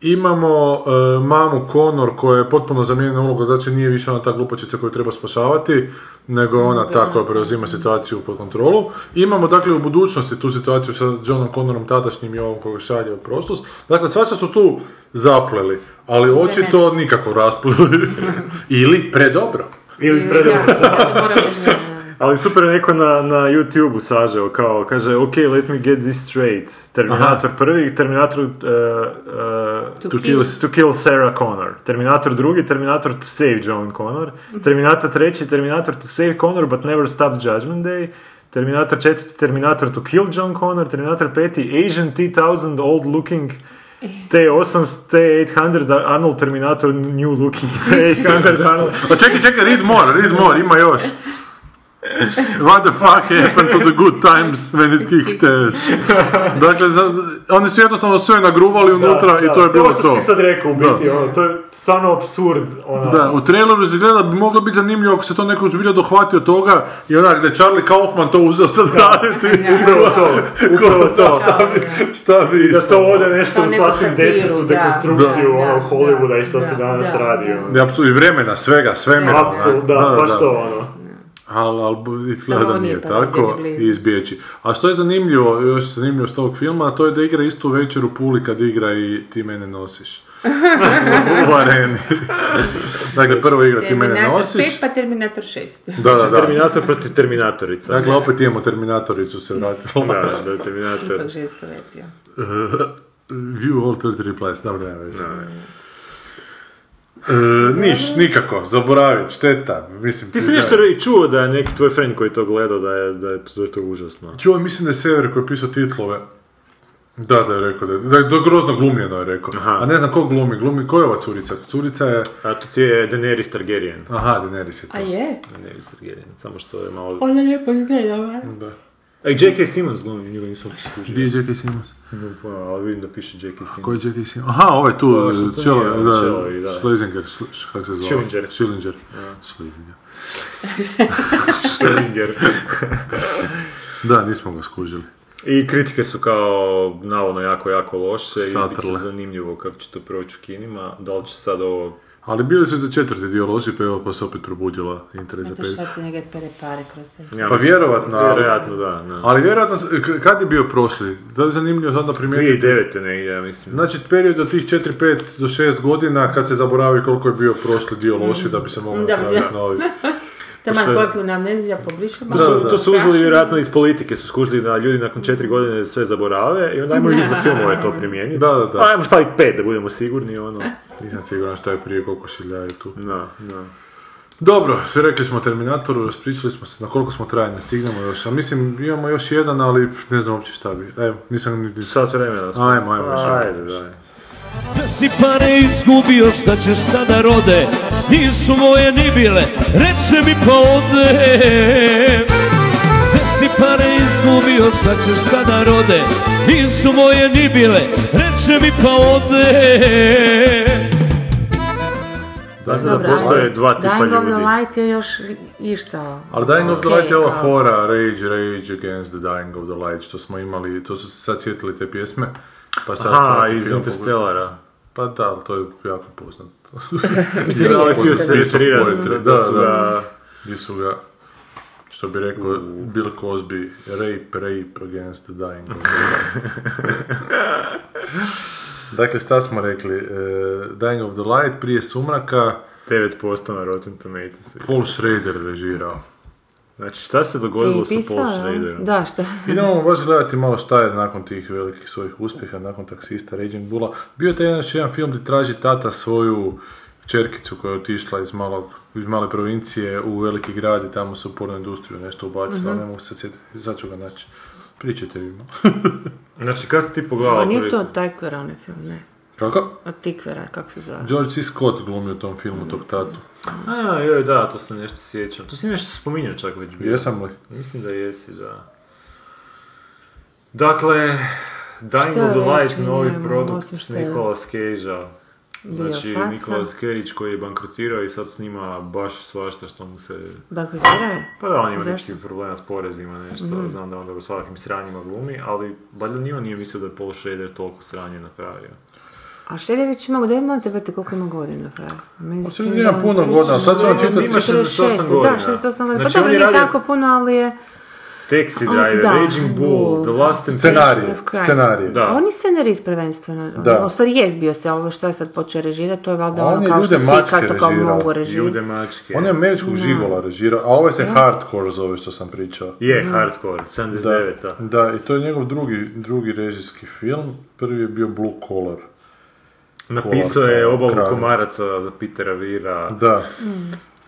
Speaker 6: Imamo e, mamu Connor koja je potpuno zamijenjena ulogu, znači nije više ona ta glupačica koju treba spašavati, nego ona ta koja preuzima situaciju pod kontrolu. Imamo dakle u budućnosti tu situaciju sa Johnom Connorom tadašnjim i ovom koga šalje u prošlost. Dakle, svašta su tu zapleli, ali očito nikako raspleli. Ili predobro.
Speaker 2: Ili predobro.
Speaker 9: Ja,
Speaker 2: Ali super je neko na, na YouTube-u sažeo, kao, kaže, ok, let me get this straight. Terminator prvi, Terminator uh, uh,
Speaker 9: To kill-
Speaker 2: to kill Sarah Connor. Terminator drugi, Terminator to save John Connor.
Speaker 9: Mhm.
Speaker 2: Terminator treći, Terminator to save Connor but never stop Judgment Day. Terminator četvrti, Terminator to kill John Connor. Terminator peti, Asian T-1000 old looking T-800, T-800 Arnold Terminator new looking T-800 Arnold.
Speaker 6: Pa čekaj, čekaj, read more, read more, ima još. What the fuck happened to the good times when it kicked ass? Dakle, za- oni su jednostavno sve nagruvali unutra i to je bilo
Speaker 2: To ono što
Speaker 6: to.
Speaker 2: si sad rekao u biti,
Speaker 6: Da.
Speaker 2: ono, to je stvarno ono, absurd. Ona.
Speaker 6: Da, u traileru izgleda bi moglo biti zanimljivo ako se to neko bilo dohvatio toga i onak da je Charlie Kaufman to uzeo sad raditi.
Speaker 2: Upravo to, upravo
Speaker 6: Da,
Speaker 2: to.
Speaker 6: šta bi, šta bi
Speaker 2: Da to ode nešto
Speaker 9: Kao
Speaker 2: u
Speaker 9: neku
Speaker 2: sasvim
Speaker 9: satiru,
Speaker 2: desetu
Speaker 9: da.
Speaker 2: dekonstrukciju
Speaker 9: Da,
Speaker 2: ono,
Speaker 9: da,
Speaker 2: Hollywooda i što
Speaker 9: da,
Speaker 2: se danas
Speaker 9: da,
Speaker 2: radi.
Speaker 9: da.
Speaker 2: ono.
Speaker 6: ispalo. Apsolutno, i vremena, svega, svemira. onak.
Speaker 2: Apsolutno, da, baš to ono.
Speaker 6: Ali, ali bu- izgleda
Speaker 9: Samo
Speaker 6: da
Speaker 9: nije
Speaker 6: nije
Speaker 9: pa,
Speaker 6: tako
Speaker 9: nije ni blizu.
Speaker 6: i izbjeći. A što je zanimljivo, još zanimljivo s tog filma, to je da igra istu večer u Puli kad igra i Ti mene nosiš. u areni. dakle, prvo igra Ti mene
Speaker 9: Terminator 5
Speaker 6: nosiš.
Speaker 9: pa Terminator 6.
Speaker 6: Da, da, da.
Speaker 2: Terminator protiv Terminatorica.
Speaker 6: Dakle, opet imamo Terminatoricu se vratila.
Speaker 2: Da, da, Terminator.
Speaker 9: Ipak ženska verzija.
Speaker 6: View all 33 replies, dobro, nema veze. E, niš, nikako, zaboravit, šteta. Mislim,
Speaker 2: Ti si
Speaker 6: znaš-
Speaker 2: nešto i čuo da je neki tvoj friend koji je to gledao da je, da je, da je to užasno.
Speaker 6: Joj, mislim da je Sever koji je pisao titlove. Da, da je rekao da je, da je da je grozno glumljeno je rekao.
Speaker 2: Aha.
Speaker 6: A ne znam ko glumi, glumi, ko je ova curica? Curica je,
Speaker 2: A to ti je Daenerys Targaryen.
Speaker 6: aha, Daenerys je to.
Speaker 9: A je?
Speaker 2: Daenerys Targaryen, samo što je malo...
Speaker 9: Ona lijepo izgleda, ovaj.
Speaker 2: Ej, J.K. Simmons glumi, njega nisam
Speaker 6: Gdje
Speaker 2: skužio.
Speaker 6: je J.K. Simmons?
Speaker 2: Nemam pojma, ali vidim da piše J.K. Simmons.
Speaker 6: Ko je J.K. Simmons? Aha, ovaj tu,
Speaker 2: Ovo što to
Speaker 6: cijelo,
Speaker 2: nije,
Speaker 6: da,
Speaker 2: Čelovi, da.
Speaker 6: Schlesinger, sl- kako se zove?
Speaker 2: Schillinger.
Speaker 6: Schillinger. Schlesinger.
Speaker 2: Schrödinger.
Speaker 6: Da, nismo ga skužili.
Speaker 2: I kritike su kao navodno jako, jako loše i bit će
Speaker 6: Satrle.
Speaker 2: zanimljivo kako će to proći u kinima. Da li će sad ovo...
Speaker 6: Ali bili su za četvrti dio loži, pa evo pa se opet probudila interes za
Speaker 9: To
Speaker 6: pet.
Speaker 9: Schwarzenegger pere pare kroz te.
Speaker 2: Ja
Speaker 6: Pa
Speaker 2: mislim-
Speaker 6: vjerojatno, ali-
Speaker 2: Vjerojatno, da. da.
Speaker 6: Ali vjerojatno, s- k- kad je bio prošli? To je zanimljivo sad da primijetiti.
Speaker 2: 2009. negdje, ja mislim.
Speaker 6: Znači, period od tih 4, 5 do 6 godina kad se zaboravi koliko je bio prošli dio loši da bi se moglo
Speaker 9: Da, da.
Speaker 6: napraviti novi.
Speaker 9: Taman
Speaker 2: je-
Speaker 9: kolektivna nam amnezija, pobrišemo.
Speaker 2: To su,
Speaker 6: da.
Speaker 2: to su uzeli vjerojatno iz politike, su skužili da ljudi nakon četiri godine sve zaborave i onda ajmo i za filmove to primijeniti.
Speaker 6: Da, da, da.
Speaker 2: Ajmo staviti pet da budemo sigurni, ono.
Speaker 6: Nisam siguran šta je prije, koliko šilja je tu.
Speaker 2: Da, da.
Speaker 6: Dobro, sve rekli smo o Terminatoru, raspričali smo se na koliko smo trajanja, stignemo još. A mislim, imamo još jedan, ali ne znam uopće šta bi. Evo, nisam ni... ni-
Speaker 2: Sat vremena smo.
Speaker 6: Ajmo, ajmo, još.
Speaker 2: Ajde, daj.
Speaker 5: Sve si pare izgubio, šta ćeš sada rode? Nisu moje ni bile, reče mi pa ode. Sve si pare izgubio, šta ćeš sada rode? Nisu moje ni bile, reče mi pa ode.
Speaker 6: Dakle, da
Speaker 9: Dobro,
Speaker 6: postoje
Speaker 9: ali
Speaker 6: dva tipa
Speaker 9: Dying of
Speaker 6: ljudi.
Speaker 9: the Light je još išta.
Speaker 6: Ali Dying of the Light je
Speaker 9: Okej,
Speaker 6: ova
Speaker 9: ali-
Speaker 6: fora, Rage, Rage Against the Dying of the Light, što smo imali, to su se sad sjetili te pjesme. Pa sad su
Speaker 2: Aha,
Speaker 6: neki
Speaker 2: iz
Speaker 6: film
Speaker 2: Interstellara.
Speaker 6: pogled- Pa da, ali to je jako poznat.
Speaker 2: Mislim, ali htio se
Speaker 6: Piece of
Speaker 2: referirati
Speaker 6: poetry,
Speaker 2: da
Speaker 6: Da,
Speaker 2: su
Speaker 6: da. Gdje su ga, što bi rekao Bill Cosby, Rape, Rape Against the Dying of the Light. Dakle, šta smo rekli? E, Dying of the Light prije sumraka,
Speaker 2: 9% na Rotten Tomatoes.
Speaker 6: Paul Schrader režirao.
Speaker 2: Znači, šta se dogodilo
Speaker 9: I
Speaker 2: sa
Speaker 9: E, pisao,
Speaker 2: Paul
Speaker 9: je,
Speaker 2: Schraderom?
Speaker 9: Da, šta?
Speaker 6: Idemo baš gledati malo šta je nakon tih velikih svojih uspjeha, nakon taksista Raging Bulla. Bio je taj jedan, još jedan film gdje traži tata svoju čerkicu koja je otišla iz, malog, iz male provincije u veliki grad i tamo su u pornu industriju nešto ubacila, ne mogu se sjetiti, sad ću ga naći. Pričajte vi malo.
Speaker 2: Znači, kad si ti pogledala
Speaker 9: Pa nije
Speaker 2: prvi
Speaker 9: to
Speaker 2: put?
Speaker 9: Tajkvera onaj film, ne.
Speaker 6: Kako?
Speaker 9: Od Tikvera, kako se zove.
Speaker 6: George C. Scott glumi u tom filmu tog tatu.
Speaker 2: A, joj, da, to sam nešto sjećam. To si nešto spominjao čak već bio.
Speaker 6: Jesam li?
Speaker 2: Mislim da jesi, da. Dakle, Dying
Speaker 9: Što
Speaker 2: of the
Speaker 9: reći,
Speaker 2: Light, novi
Speaker 9: nemam, osim
Speaker 2: produkt
Speaker 9: što je
Speaker 2: Nikolas Cage-a. Znači,
Speaker 9: faca.
Speaker 2: Nikolas Cage koji je bankrotirao i sad snima baš svašta što mu se...
Speaker 9: Bankrotirao je?
Speaker 2: Pa da, on ima
Speaker 9: Zašto? Mhm.
Speaker 2: nekih problema s porezima, nešto, znam da onda u svakim sranjima glumi, ali valjda ni on nije mislio da je Paul Schrader toliko sranje napravio.
Speaker 9: A Šedević ima, da ima te vrti koliko ima godina, frajer? Meni se čini
Speaker 6: ima
Speaker 9: da on
Speaker 6: puno
Speaker 9: prilično-
Speaker 6: godina, sad ćemo
Speaker 9: on
Speaker 6: čitati-
Speaker 9: ima
Speaker 2: 48
Speaker 9: 46,
Speaker 2: godina.
Speaker 9: Da, 68 godina. Pa
Speaker 2: Znači,
Speaker 9: dobro,
Speaker 2: on je
Speaker 9: nije
Speaker 2: radio-
Speaker 9: tako puno, ali je...
Speaker 2: Taxi
Speaker 9: A,
Speaker 2: Driver,
Speaker 9: da,
Speaker 2: Raging Bull,
Speaker 9: Bull.
Speaker 2: The Last
Speaker 6: Scenarij,
Speaker 9: Of Christ.
Speaker 6: scenarij.
Speaker 2: Da.
Speaker 9: On je scenarist prvenstveno.
Speaker 6: Da.
Speaker 9: Da. On stvari jest bio se, ovo što je sad počeo režirati, to je valjda
Speaker 6: On
Speaker 9: ono
Speaker 6: je
Speaker 9: kao što
Speaker 6: Ljude
Speaker 9: svi
Speaker 6: mačke
Speaker 9: kao to kao
Speaker 6: režirao.
Speaker 9: mogu
Speaker 2: Ljude
Speaker 9: režirati.
Speaker 2: mačke.
Speaker 6: On je američkog žigola režirao, a ovaj se hardcore zove što sam pričao.
Speaker 2: Je,
Speaker 9: Mhm.
Speaker 2: hardcore, 79-a.
Speaker 6: Da, i to je njegov drugi, drugi režijski film. Prvi je bio Blue Collar.
Speaker 2: Napisao je obalu
Speaker 6: Kralj.
Speaker 2: komaraca za Petera Vira.
Speaker 6: Da,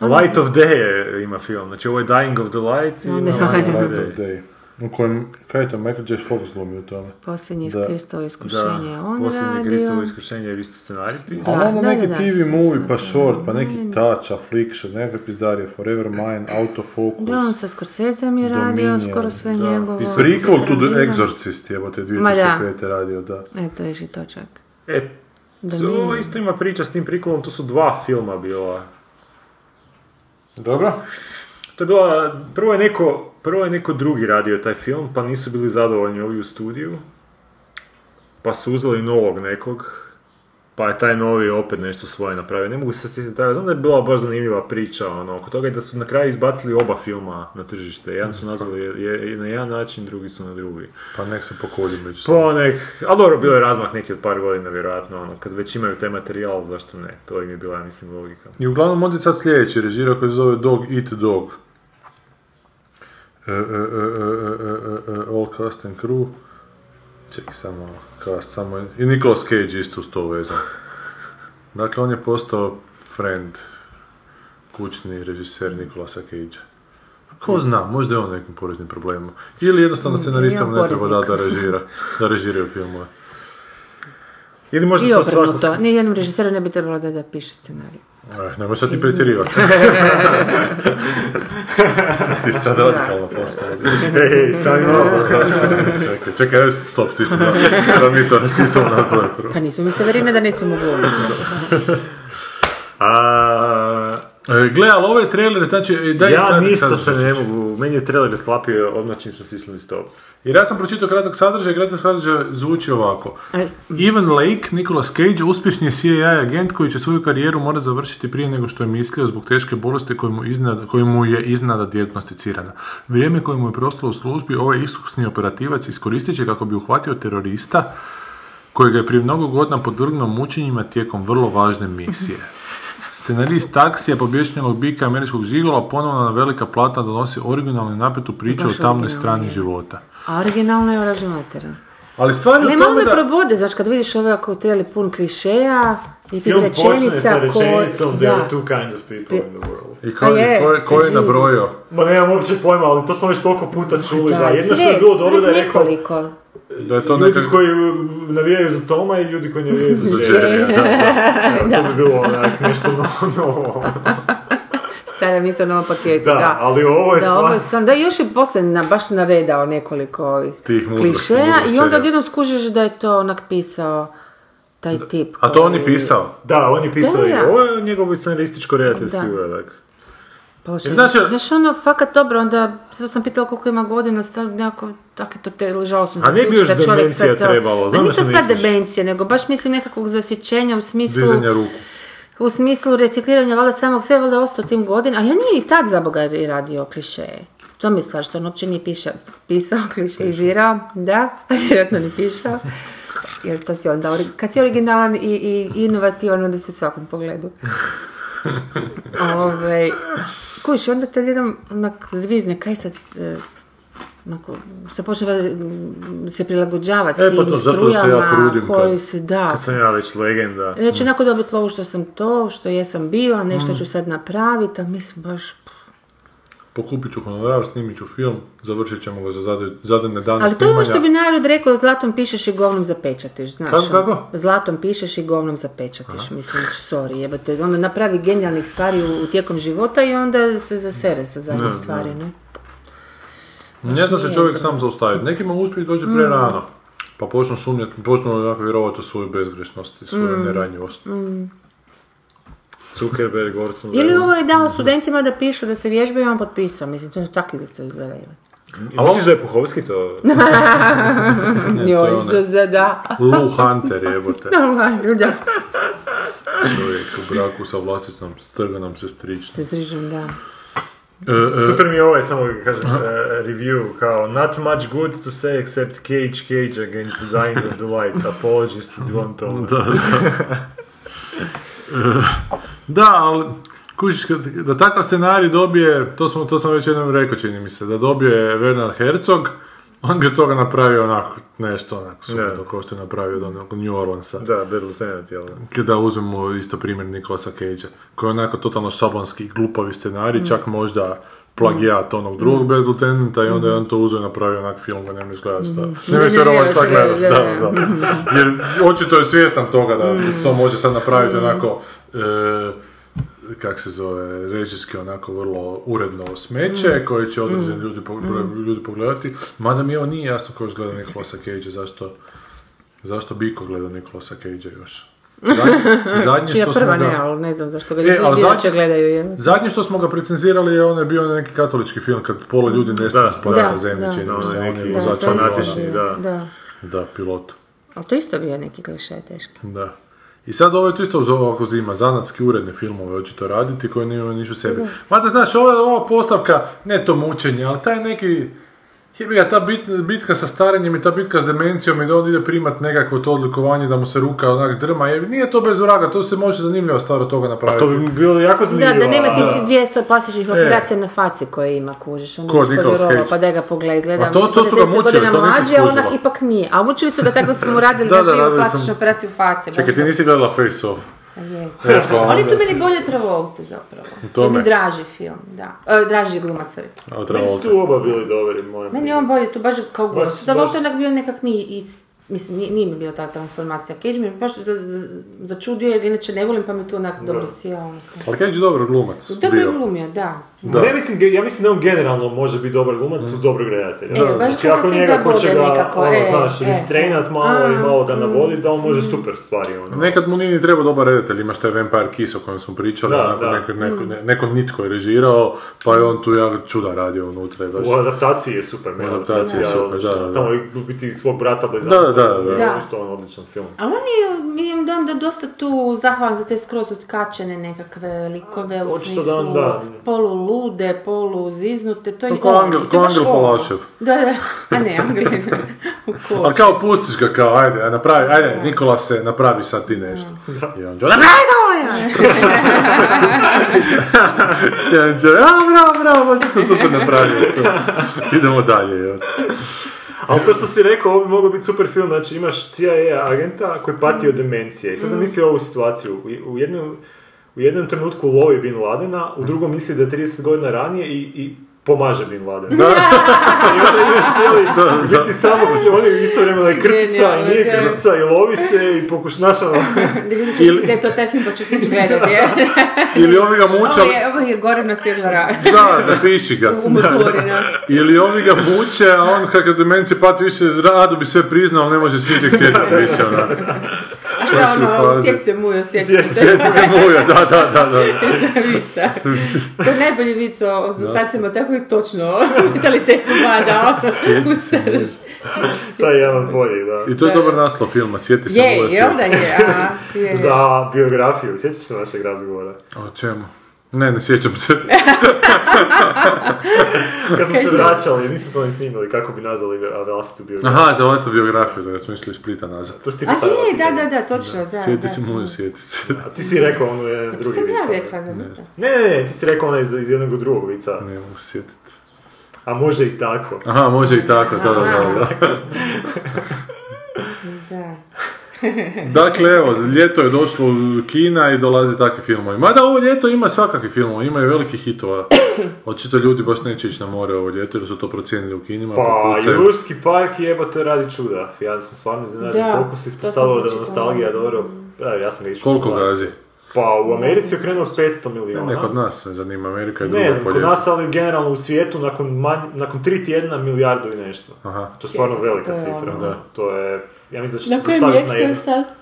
Speaker 2: Light of Day je, ima film, znači ovo je Dying of the Light i ima
Speaker 9: da.
Speaker 2: Light of
Speaker 6: Light of
Speaker 2: Day.
Speaker 6: Day. U kojem, kaj je to, Michael J. Fox glumi u tome.
Speaker 9: Posljednje
Speaker 6: Da.
Speaker 9: Kristovo iskušenje je
Speaker 2: Da,
Speaker 9: on
Speaker 2: posljednje Kristovo
Speaker 9: radio.
Speaker 2: iskušenje je isto scenarij pisao.
Speaker 6: Ali
Speaker 9: Da,
Speaker 6: onda
Speaker 9: da,
Speaker 6: neki
Speaker 9: da, da,
Speaker 6: TV
Speaker 9: sam
Speaker 6: movie,
Speaker 9: se-
Speaker 6: pa short, pa neki
Speaker 9: Mm.
Speaker 6: Touch, Affliction, nekakve pizdarije, Forever Mine,
Speaker 9: Uglavnom
Speaker 6: Autofocus.
Speaker 9: sa Scorseseom je radio,
Speaker 6: Dominion,
Speaker 9: skoro sve
Speaker 2: da.
Speaker 9: njegovo.
Speaker 2: Pisao-
Speaker 6: Prequel to The
Speaker 9: Istraživanje.
Speaker 6: Exorcist, evo te
Speaker 9: Ma da.
Speaker 6: 2005. radio, da.
Speaker 9: Eto, još i to čak.
Speaker 2: E, to
Speaker 9: Dominion.
Speaker 2: isto ima priča s tim prikolom, to su dva filma bila.
Speaker 6: Dobro.
Speaker 2: To je bila, prvo je neko, prvo je neko drugi radio taj film, pa nisu bili zadovoljni ovi u studiju. Pa su uzeli novog nekog, pa je taj novi opet nešto svoje napravio. Ne mogu se sjetiti detalja, znam da je bila baš zanimljiva priča ono, oko toga i da su na kraju izbacili oba filma na tržište. Jedan su nazvali je, je- na jedan način, drugi su na drugi.
Speaker 6: Pa nek se pokodim među sobom.
Speaker 2: To nek, ali dobro, bio je razmak neki od par godina vjerojatno, ono, kad već imaju taj materijal, zašto ne? To im je bila, ja mislim, logika.
Speaker 6: I uglavnom onda je sad sljedeći režira koji se zove Dog Eat Dog. E, e, e, e, e, e, e, all cast and crew. Čekaj samo, malo, cast samo. I Nicolas Cage isto uz to vezan. Dakle, on je postao friend, kućni režiser Nicolasa Cagea. Ko zna, možda je on u nekim poreznim problemima. Ili jednostavno scenaristom
Speaker 9: Mm, on
Speaker 6: ne treba da, da
Speaker 9: poreznik.
Speaker 6: režira, da režiraju filmove.
Speaker 2: Ili možda
Speaker 9: I
Speaker 2: to svakog...
Speaker 9: obrnuto, nijednom režiseru ne bi trebalo da, da piše scenarij.
Speaker 6: Eh, nemoj sad ti pretjerivati. ti si sad radikalno postala.
Speaker 2: Ej, stani malo.
Speaker 6: čekaj, čekaj, evo, stop, stisni da, da mi to sisamo nas dvoje prvo.
Speaker 9: Pa nismo mi Severine da ne smijemo govoriti.
Speaker 2: A,
Speaker 6: E, gle, ali ovaj trailer, znači, e, daj
Speaker 2: ja
Speaker 6: kratak
Speaker 2: ništa se
Speaker 6: sadržaj.
Speaker 2: ne mogu, meni je trailer slapio odmah čim smo stisnuli stop.
Speaker 6: Jer ja sam pročitao kratak sadržaj, kratak sadržaj zvuči ovako. Ivan Lake, Nicolas Cage, uspješni CIA agent koji će svoju karijeru morati završiti prije nego što je mislio zbog teške bolesti koju mu, iznad, koju mu je iznada dijagnosticirana. Vrijeme koje mu je prostalo u službi, ovaj iskusni operativac iskoristit će kako bi uhvatio terorista kojega je prije mnogo godina podvrgnuo mučenjima tijekom vrlo važne misije. Scenarist taksija pobješnjelog bika američkog žigola ponovno na velika platna donosi originalnu i napetu priču o
Speaker 9: Baš
Speaker 6: tamnoj
Speaker 9: originalno
Speaker 6: strani
Speaker 9: je.
Speaker 6: života.
Speaker 9: A originalno je Oražu Matera.
Speaker 6: Ali stvar je
Speaker 9: Ne,
Speaker 6: u
Speaker 9: malo me
Speaker 6: tome da...
Speaker 9: probode, znaš, kad vidiš ove ako tijeli pun klišeja i tih
Speaker 2: Film počne sa
Speaker 9: rečenica
Speaker 2: rečenicom
Speaker 9: koje...
Speaker 2: there are
Speaker 9: Da.
Speaker 2: two kinds of people in the world.
Speaker 6: I kao
Speaker 9: A
Speaker 6: je,
Speaker 9: Pa je,
Speaker 6: ko je, ko je
Speaker 9: Jesus.
Speaker 6: nabrojao?
Speaker 2: Ma nemam uopće pojma, ali to smo već toliko puta čuli da, jedno što je
Speaker 9: sve,
Speaker 2: bilo dobro da je
Speaker 9: prvih
Speaker 2: rekao
Speaker 9: nekoliko.
Speaker 6: Da je to
Speaker 2: ljudi
Speaker 6: nekak-
Speaker 2: koji uh, navijaju za Toma i ljudi koji navijaju za
Speaker 6: Za
Speaker 2: Jerry.
Speaker 6: Jerryja,
Speaker 2: Evo,
Speaker 6: da.
Speaker 2: To bi bilo onak nešto novo. novo.
Speaker 9: Stara misla na ovom paketu,
Speaker 2: Da,
Speaker 9: da.
Speaker 2: ali ovo je
Speaker 9: da,
Speaker 2: stvar-
Speaker 9: ovo je sam, da i još je poslije na, baš naredao nekoliko ovih
Speaker 6: Tih mudrosti,
Speaker 9: klišeja
Speaker 6: mudrosti,
Speaker 9: i onda
Speaker 6: da.
Speaker 9: odjednom skužiš da je to onak pisao taj tip.
Speaker 6: A to on je
Speaker 9: koji-
Speaker 6: pisao.
Speaker 2: Da, on je pisao
Speaker 9: Da.
Speaker 2: i ovo je njegov scenarističko redateljski
Speaker 9: Da.
Speaker 2: uradak.
Speaker 9: Pa, hoće-
Speaker 6: Znači-
Speaker 9: znaš ono, fakat dobro, onda zato sam pitala koliko ima godina, stvarno nekako, tako je to te, žalostno
Speaker 2: A ne bi
Speaker 9: zaključiti
Speaker 2: još
Speaker 9: da čovjek
Speaker 2: demencija
Speaker 9: sad to-
Speaker 2: trebalo,
Speaker 9: Ma
Speaker 2: znam
Speaker 9: nije
Speaker 2: da
Speaker 9: to
Speaker 2: se
Speaker 9: sva
Speaker 2: misliš.
Speaker 9: demencija, nego baš mislim nekakvog zasjećenja u smislu...
Speaker 6: Dizanja ruku.
Speaker 9: u smislu recikliranja valjda samog sebe, valjda je ostao tim godina, a ja nije i tad za Boga i radio klišeje. To mi je stvar što on uopće nije piša, pisao, klišeizirao, da, a vjerojatno ni pišao. Jer to si onda, ori- kad si originalan i, i inovativan, onda si u svakom pogledu. Ove, kuš, onda tad jedan onak zvizne, kaj sad, e, onako, se počne valjda, m, se prilagođavati
Speaker 2: E,
Speaker 9: tim
Speaker 2: pa to zato da se ja
Speaker 9: strujama
Speaker 2: trudim kad-
Speaker 9: koji su, da,
Speaker 2: Kad sam ja već legenda.
Speaker 9: ja
Speaker 6: Mm.
Speaker 9: ću Znači, onako dobiti lovu što sam to, što jesam bio, a nešto ću sad napraviti, a mislim baš...
Speaker 6: Pokupit ću honorar, snimit ću film, završit ćemo ga za zade- zadane dane
Speaker 9: Ali to je ono što bi
Speaker 6: snimanja.
Speaker 9: narod rekao, zlatom pišeš i govnom zapečatiš, znaš.
Speaker 6: Kako,
Speaker 9: ono.
Speaker 6: kako?
Speaker 9: Zlatom pišeš i govnom zapečatiš, mislim, sorry, jebate, onda napravi genijalnih stvari u, u tijekom života i onda se zasere sa zadnjim stvari, ne?
Speaker 6: Ne zna se čovjek sam zaustaviti. Nekima uspjeh dođe pre
Speaker 9: Mm.
Speaker 6: rano. Pa počnu sumnjati, počnu onako vjerovati u svoju bezgrešnost i svoju
Speaker 9: Mm.
Speaker 6: neranjivost.
Speaker 2: Zuckerberg, Orson
Speaker 9: Ili
Speaker 2: Welles.
Speaker 9: ovo je dao studentima da pišu da se vježbaju, on potpisao, mislim, to je tako izasto izgleda. jebote.
Speaker 2: A misliš da je Puhovski to?
Speaker 6: Ne, to je ono.
Speaker 9: Joj,
Speaker 6: onaj
Speaker 9: se da.
Speaker 6: Lou Hunter jebote.
Speaker 9: Normalno,
Speaker 6: Čovjek u braku sa vlastitom strganom
Speaker 9: Se
Speaker 6: sestričnom.
Speaker 9: zrižem, da.
Speaker 6: E, e,
Speaker 2: Super mi je ovaj, samo ga kažem, eh, review, kao Not much good to say except Cage Cage against the dying of the light. Apologies to Dylan Thomas.
Speaker 6: Da, ali kužiš, kad- da takav scenarij dobije, to, smo, to sam već jednom rekao, čini mi se, da dobije Werner Herzog, on bi od toga napravio onako nešto onako sumno, kao što je napravio od onog New Orleansa.
Speaker 2: Da, Bad Lieutenant, jel? da?
Speaker 6: Kada uzmemo isto primjer Nikolasa Cage-a, koji je onako totalno šablonski i glupavi scenarij, čak
Speaker 9: Mm.
Speaker 6: možda plagijat onog drugog Bad Lieutenanta i onda je on to uzeo i napravio onak film koji ne možeš gledat šta. Ne možeš
Speaker 9: Mm. ne,
Speaker 6: vjerovati
Speaker 9: ne,
Speaker 6: šta
Speaker 9: ne,
Speaker 6: gledaš,
Speaker 9: ne,
Speaker 6: da,
Speaker 9: ne. Mm.
Speaker 6: da. Jer očito je svjestan toga da to može sad napraviti onako e, kak se zove, režijski onako vrlo uredno
Speaker 9: Mm.
Speaker 6: smeće koje će određeni ljudi, po- ljudi pogledati. Mada mi evo nije jasno ko još gleda Nikolasa Cage-a, zašto, zašto bi iko gledao Nikolasa Cage-a još. Zadnje, zadnje
Speaker 9: Ja
Speaker 6: što smo
Speaker 9: prva ne,
Speaker 6: ga...
Speaker 9: ali ne znam zašto ga
Speaker 6: E,
Speaker 9: ljudi
Speaker 6: ali
Speaker 9: inače
Speaker 6: zadnje-
Speaker 9: gledaju. jebote.
Speaker 6: Zadnje što smo ga precenzirali je ono je bio neki katolički film kad pola ljudi nestane s planeta
Speaker 9: Da,
Speaker 6: zemlje,
Speaker 9: da.
Speaker 6: čini mi
Speaker 2: Da,
Speaker 6: se, on je
Speaker 2: neki
Speaker 6: vozač
Speaker 9: to je
Speaker 6: aviona.
Speaker 2: fanatični.
Speaker 9: isto,
Speaker 2: da.
Speaker 9: da.
Speaker 6: Da, pilot.
Speaker 9: Ali to isto bio neki kliše teški.
Speaker 6: Da. I sad ovo je to isto uz- ovako zima, zanatski uredne filmove očito raditi koji nemaju niš u sebi.
Speaker 9: Mhm.
Speaker 6: Mada znaš, ova, ova postavka, ne to mučenje, ali taj neki, jebi ga, ta bit- bitka sa starenjem i ta bitka s demencijom i da on ide primat nekakvo to odlikovanje da mu se ruka onak drma, jebi, nije to bez vraga, to se može zanimljiva stvar od toga napraviti.
Speaker 2: To bi mi bilo jako
Speaker 9: Da,
Speaker 2: zanimljivo.
Speaker 9: da nema
Speaker 2: a-
Speaker 9: tih 200 plastičnih operacija na faci koje ima, kužiš. Ono
Speaker 6: E. Ko,
Speaker 9: ispod
Speaker 6: Nicolas
Speaker 9: rova,
Speaker 6: Cage?
Speaker 9: Pa da ga pogleda.
Speaker 6: A to- to su ga mučili, to nisam
Speaker 9: mlađe, a onak
Speaker 6: skužila.
Speaker 9: ipak nije. A mučili su ga tako da su mu radili
Speaker 6: Da,
Speaker 9: da,
Speaker 6: da,
Speaker 9: živu
Speaker 6: radili sam-
Speaker 9: plastičnu operaciju face.
Speaker 6: Čekaj, ti nisi E, pa gledala Face Off.
Speaker 9: Jesi. On je tu meni bolje Travolta zapravo. To je
Speaker 6: tome.
Speaker 9: mi draži film, da. E, draži glumac, sorry.
Speaker 6: A,
Speaker 2: Meni
Speaker 6: trebalo
Speaker 2: su tu oba bili dobri, moram
Speaker 9: Meni je on bolje tu, baš kao
Speaker 2: Baš-
Speaker 9: gost. Travolta je
Speaker 2: baš-
Speaker 9: onak bio nekak mi iz... Mislim, nije, nije mi bila ta transformacija. Cage mi je baš za- za- začudio jer inače ne volim pa mi tu onak dobro sjeo. ono.
Speaker 6: Ali Cage je dobar glumac
Speaker 9: Dobro je
Speaker 6: bio.
Speaker 9: glumio, da.
Speaker 6: Da.
Speaker 2: Ne mislim, ge- ja mislim da on generalno može biti dobar glumac uz dobrog redatelja.
Speaker 9: E, baš
Speaker 2: znači,
Speaker 9: kako
Speaker 2: ako
Speaker 9: se
Speaker 2: njega
Speaker 9: zabode
Speaker 2: hoće ga,
Speaker 9: nekako,
Speaker 2: ono,
Speaker 9: e,
Speaker 2: znaš,
Speaker 9: e. mm. Mhm.
Speaker 2: restrenat malo i malo ga navoditi, da on može super stvari, ono.
Speaker 6: Nekad mu nije ni trebao dobar redatelj, imaš taj Vampire Kiss o kojem smo pričali,
Speaker 2: Da,
Speaker 6: onako
Speaker 2: da.
Speaker 6: Neko, neko,
Speaker 9: Mm.
Speaker 6: ne- neko nitko je režirao, pa je on tu ja čuda radio unutra. i Baš.
Speaker 2: U adaptaciji je super, meni
Speaker 6: U adaptaciji je
Speaker 2: adaptacija,
Speaker 6: super,
Speaker 2: što
Speaker 6: da, da, da.
Speaker 2: Tamo i u biti svog brata blizanca,
Speaker 6: Da, da, da.
Speaker 2: je
Speaker 9: Da.
Speaker 2: isto on odličan film.
Speaker 9: Ali on je, vidim da je onda dosta tu zahvalan za te skroz utkačene nekakve likove u
Speaker 2: Očito da
Speaker 9: smislu
Speaker 2: on da.
Speaker 9: polu lude, polu ziznute, to je
Speaker 6: Ko
Speaker 9: on,
Speaker 6: Angel-
Speaker 9: to je
Speaker 6: ko
Speaker 9: baš
Speaker 6: Angel
Speaker 9: on.
Speaker 6: Palašev.
Speaker 9: Da, da, a ne, Angel je u
Speaker 6: Ali
Speaker 9: koči.
Speaker 6: kao pustiš ga kao, ajde, a napravi, ajde, Nikola se, napravi sad ti nešto. I on će, napravi to! I on će, a bravo, bravo, baš si to super napravio. Idemo dalje. jel.
Speaker 2: Ali to što si rekao, ovo bi mogao biti super film, znači imaš CIA agenta koji pati od demencije. I sad sam mislio ovu situaciju. U, u
Speaker 6: Mm.
Speaker 2: jednom, u jednom trenutku lovi Bin Ladena, u drugom misli da je 30 godina ranije i, i pomaže Bin Laden. Da. I onda ideš cijeli, u biti samo se on je isto vremena i krtica i nije
Speaker 8: Genijalno, da.
Speaker 2: krtica i lovi se i ono, pokuš naša
Speaker 9: Da ljudi će misliti da je to taj film pa ću ti gledati. je.
Speaker 6: Ili ovi ga
Speaker 9: Ovo
Speaker 6: muče,
Speaker 9: je, ovo je Gorana Silvera.
Speaker 6: da, da piši ga.
Speaker 9: Umotvorena.
Speaker 6: Ili ovi ga muče, a on kakav demencije pati više rado bi sve priznao, ali ne može s ničeg sjetiti više. ono. Ona.
Speaker 9: A šta
Speaker 6: su
Speaker 9: ono,
Speaker 6: faze.
Speaker 9: sjeti se mujo, sjeti
Speaker 2: Sjeti
Speaker 9: se.
Speaker 6: Sjeti se muja, da, da, da, da.
Speaker 9: vica. To je najbolji vic o o zdosacima, tako je točno. Mentalitetu vada u srž.
Speaker 2: taj jedan od boljih, da.
Speaker 6: I to je dobar naslov filma, sjeti se
Speaker 9: Je,
Speaker 6: muja.
Speaker 9: je,
Speaker 6: sjeti
Speaker 9: onda
Speaker 6: se.
Speaker 9: je. a, je.
Speaker 2: Za biografiju, sjećaš se našeg razgovora?
Speaker 6: O čemu? Ne, ne sjećam se.
Speaker 2: Kad smo se vraćali, nismo to ni snimili, kako bi nazvali ve- a, vlastitu biografiju.
Speaker 6: Aha, za vlastitu biografiju, da smo išli iz Splita nazad.
Speaker 2: To si ti
Speaker 9: A
Speaker 2: postavila
Speaker 9: je, da,
Speaker 2: pitanje.
Speaker 9: da, da, točno, da.
Speaker 6: Sjeti
Speaker 9: da.
Speaker 6: se muju, sjeti se.
Speaker 2: A ti si rekao ono jedan
Speaker 9: Što
Speaker 2: drugi
Speaker 9: sam ja
Speaker 2: vic.
Speaker 9: rekla za to?
Speaker 2: Ne, ne, ne, ti si rekao onaj iz, iz jednog od drugog vica.
Speaker 6: Ne mogu se sjetiti.
Speaker 2: A može i tako.
Speaker 6: Aha, može i tako, da, da, da. da.
Speaker 9: Da.
Speaker 6: Dakle, evo, ljeto je došlo u Kina i dolaze takvi filmovi. Mada ovo ljeto ima svakakvih filmova, ima i velikih hitova. Očito ljudi baš neće ići na more ovo ljeto jer su to procijenili u kinima.
Speaker 2: Pa,
Speaker 6: pucaju.
Speaker 2: Jurski park jebote radi čuda. Ja sam stvarno iznenađen
Speaker 9: Da,
Speaker 2: koliko se
Speaker 9: to sam
Speaker 2: ispostavilo da
Speaker 9: pročitala.
Speaker 2: nostalgija dobro... Evo, ja sam ga išao.
Speaker 6: Koliko
Speaker 2: pogledat.
Speaker 6: gazi?
Speaker 2: Pa u Americi je okrenuo 500 milijuna.
Speaker 6: Ne,
Speaker 9: pa
Speaker 6: kod nas ne zanima, Amerika je druga
Speaker 2: Ne znam,
Speaker 6: po
Speaker 2: kod
Speaker 6: ljetu.
Speaker 2: nas, ali generalno u svijetu, nakon, manj, nakon tri tjedna milijardu i nešto.
Speaker 6: Aha.
Speaker 2: To je stvarno
Speaker 9: to
Speaker 2: velika
Speaker 9: je
Speaker 2: cifra,
Speaker 9: ono.
Speaker 2: da. To je, ja mislim da će
Speaker 9: Na
Speaker 2: se
Speaker 9: kojem
Speaker 2: zaustaviti na
Speaker 9: mjestu je
Speaker 2: jednu.
Speaker 9: sad?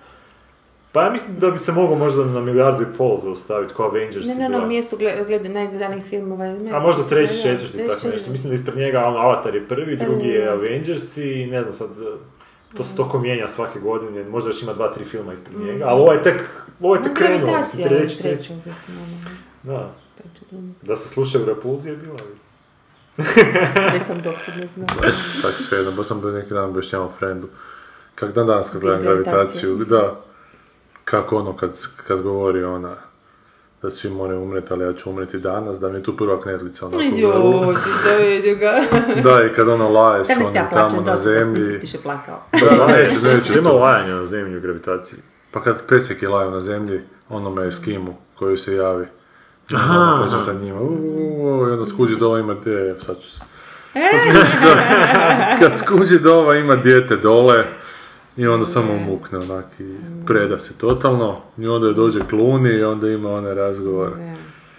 Speaker 2: Pa ja mislim da bi se mogao možda na milijardu i pol zaustaviti, kao Avengers
Speaker 9: Ne, ne, na mjestu gleda najgledanih filmova. ne,
Speaker 2: A možda
Speaker 9: ne,
Speaker 2: treći,
Speaker 9: ne,
Speaker 2: četvrti, tako
Speaker 9: treći, Pa
Speaker 2: nešto. Mislim da ispred njega ono, Avatar je prvi, drugi je Avengers i ne znam sad, to se toko mijenja svake godine, možda još ima dva, tri filma ispred njega, ali ovo je tek, ovo je
Speaker 9: Mm. Ma,
Speaker 2: tek krenuo, mislim,
Speaker 9: gravitacija je
Speaker 2: treći, treći,
Speaker 9: treći uvijek, ono,
Speaker 2: da.
Speaker 9: treći gleda.
Speaker 2: Da se slušaju Rapulzije bila bi.
Speaker 9: Već sam dosadno znala.
Speaker 6: Tak sve jedno, baš sam do neki dan objašnjavao frendu. Kak dan danas kad gledam
Speaker 9: Gravitaciju.
Speaker 6: gravitaciju, da. Kako ono kad, kad govori ona da svi moraju umreti, ali ja ću umreti danas, da mi je tu prva knedlica onako u glavu.
Speaker 9: Ljudi, dovedi ga.
Speaker 6: Da, i kad ona laje s
Speaker 9: Da mi se ja
Speaker 6: onim
Speaker 9: plaćam,
Speaker 6: tamo
Speaker 9: da
Speaker 6: na zemlji.
Speaker 9: piše plakao.
Speaker 6: Da, neću, neću.
Speaker 2: Što ima lajanja na zemlji u gravitaciji?
Speaker 6: Pa kad pesek je laju na zemlji, onome je skimu koju se javi. Aha. Počne sa njima. uuu, I onda skuđi da ovo ima dje, sad ću se.
Speaker 9: E!
Speaker 6: Kad skuđi da ova ima dijete dole, i onda samo umukne onak i preda se totalno. I onda joj dođe kluni i onda ima one razgovore.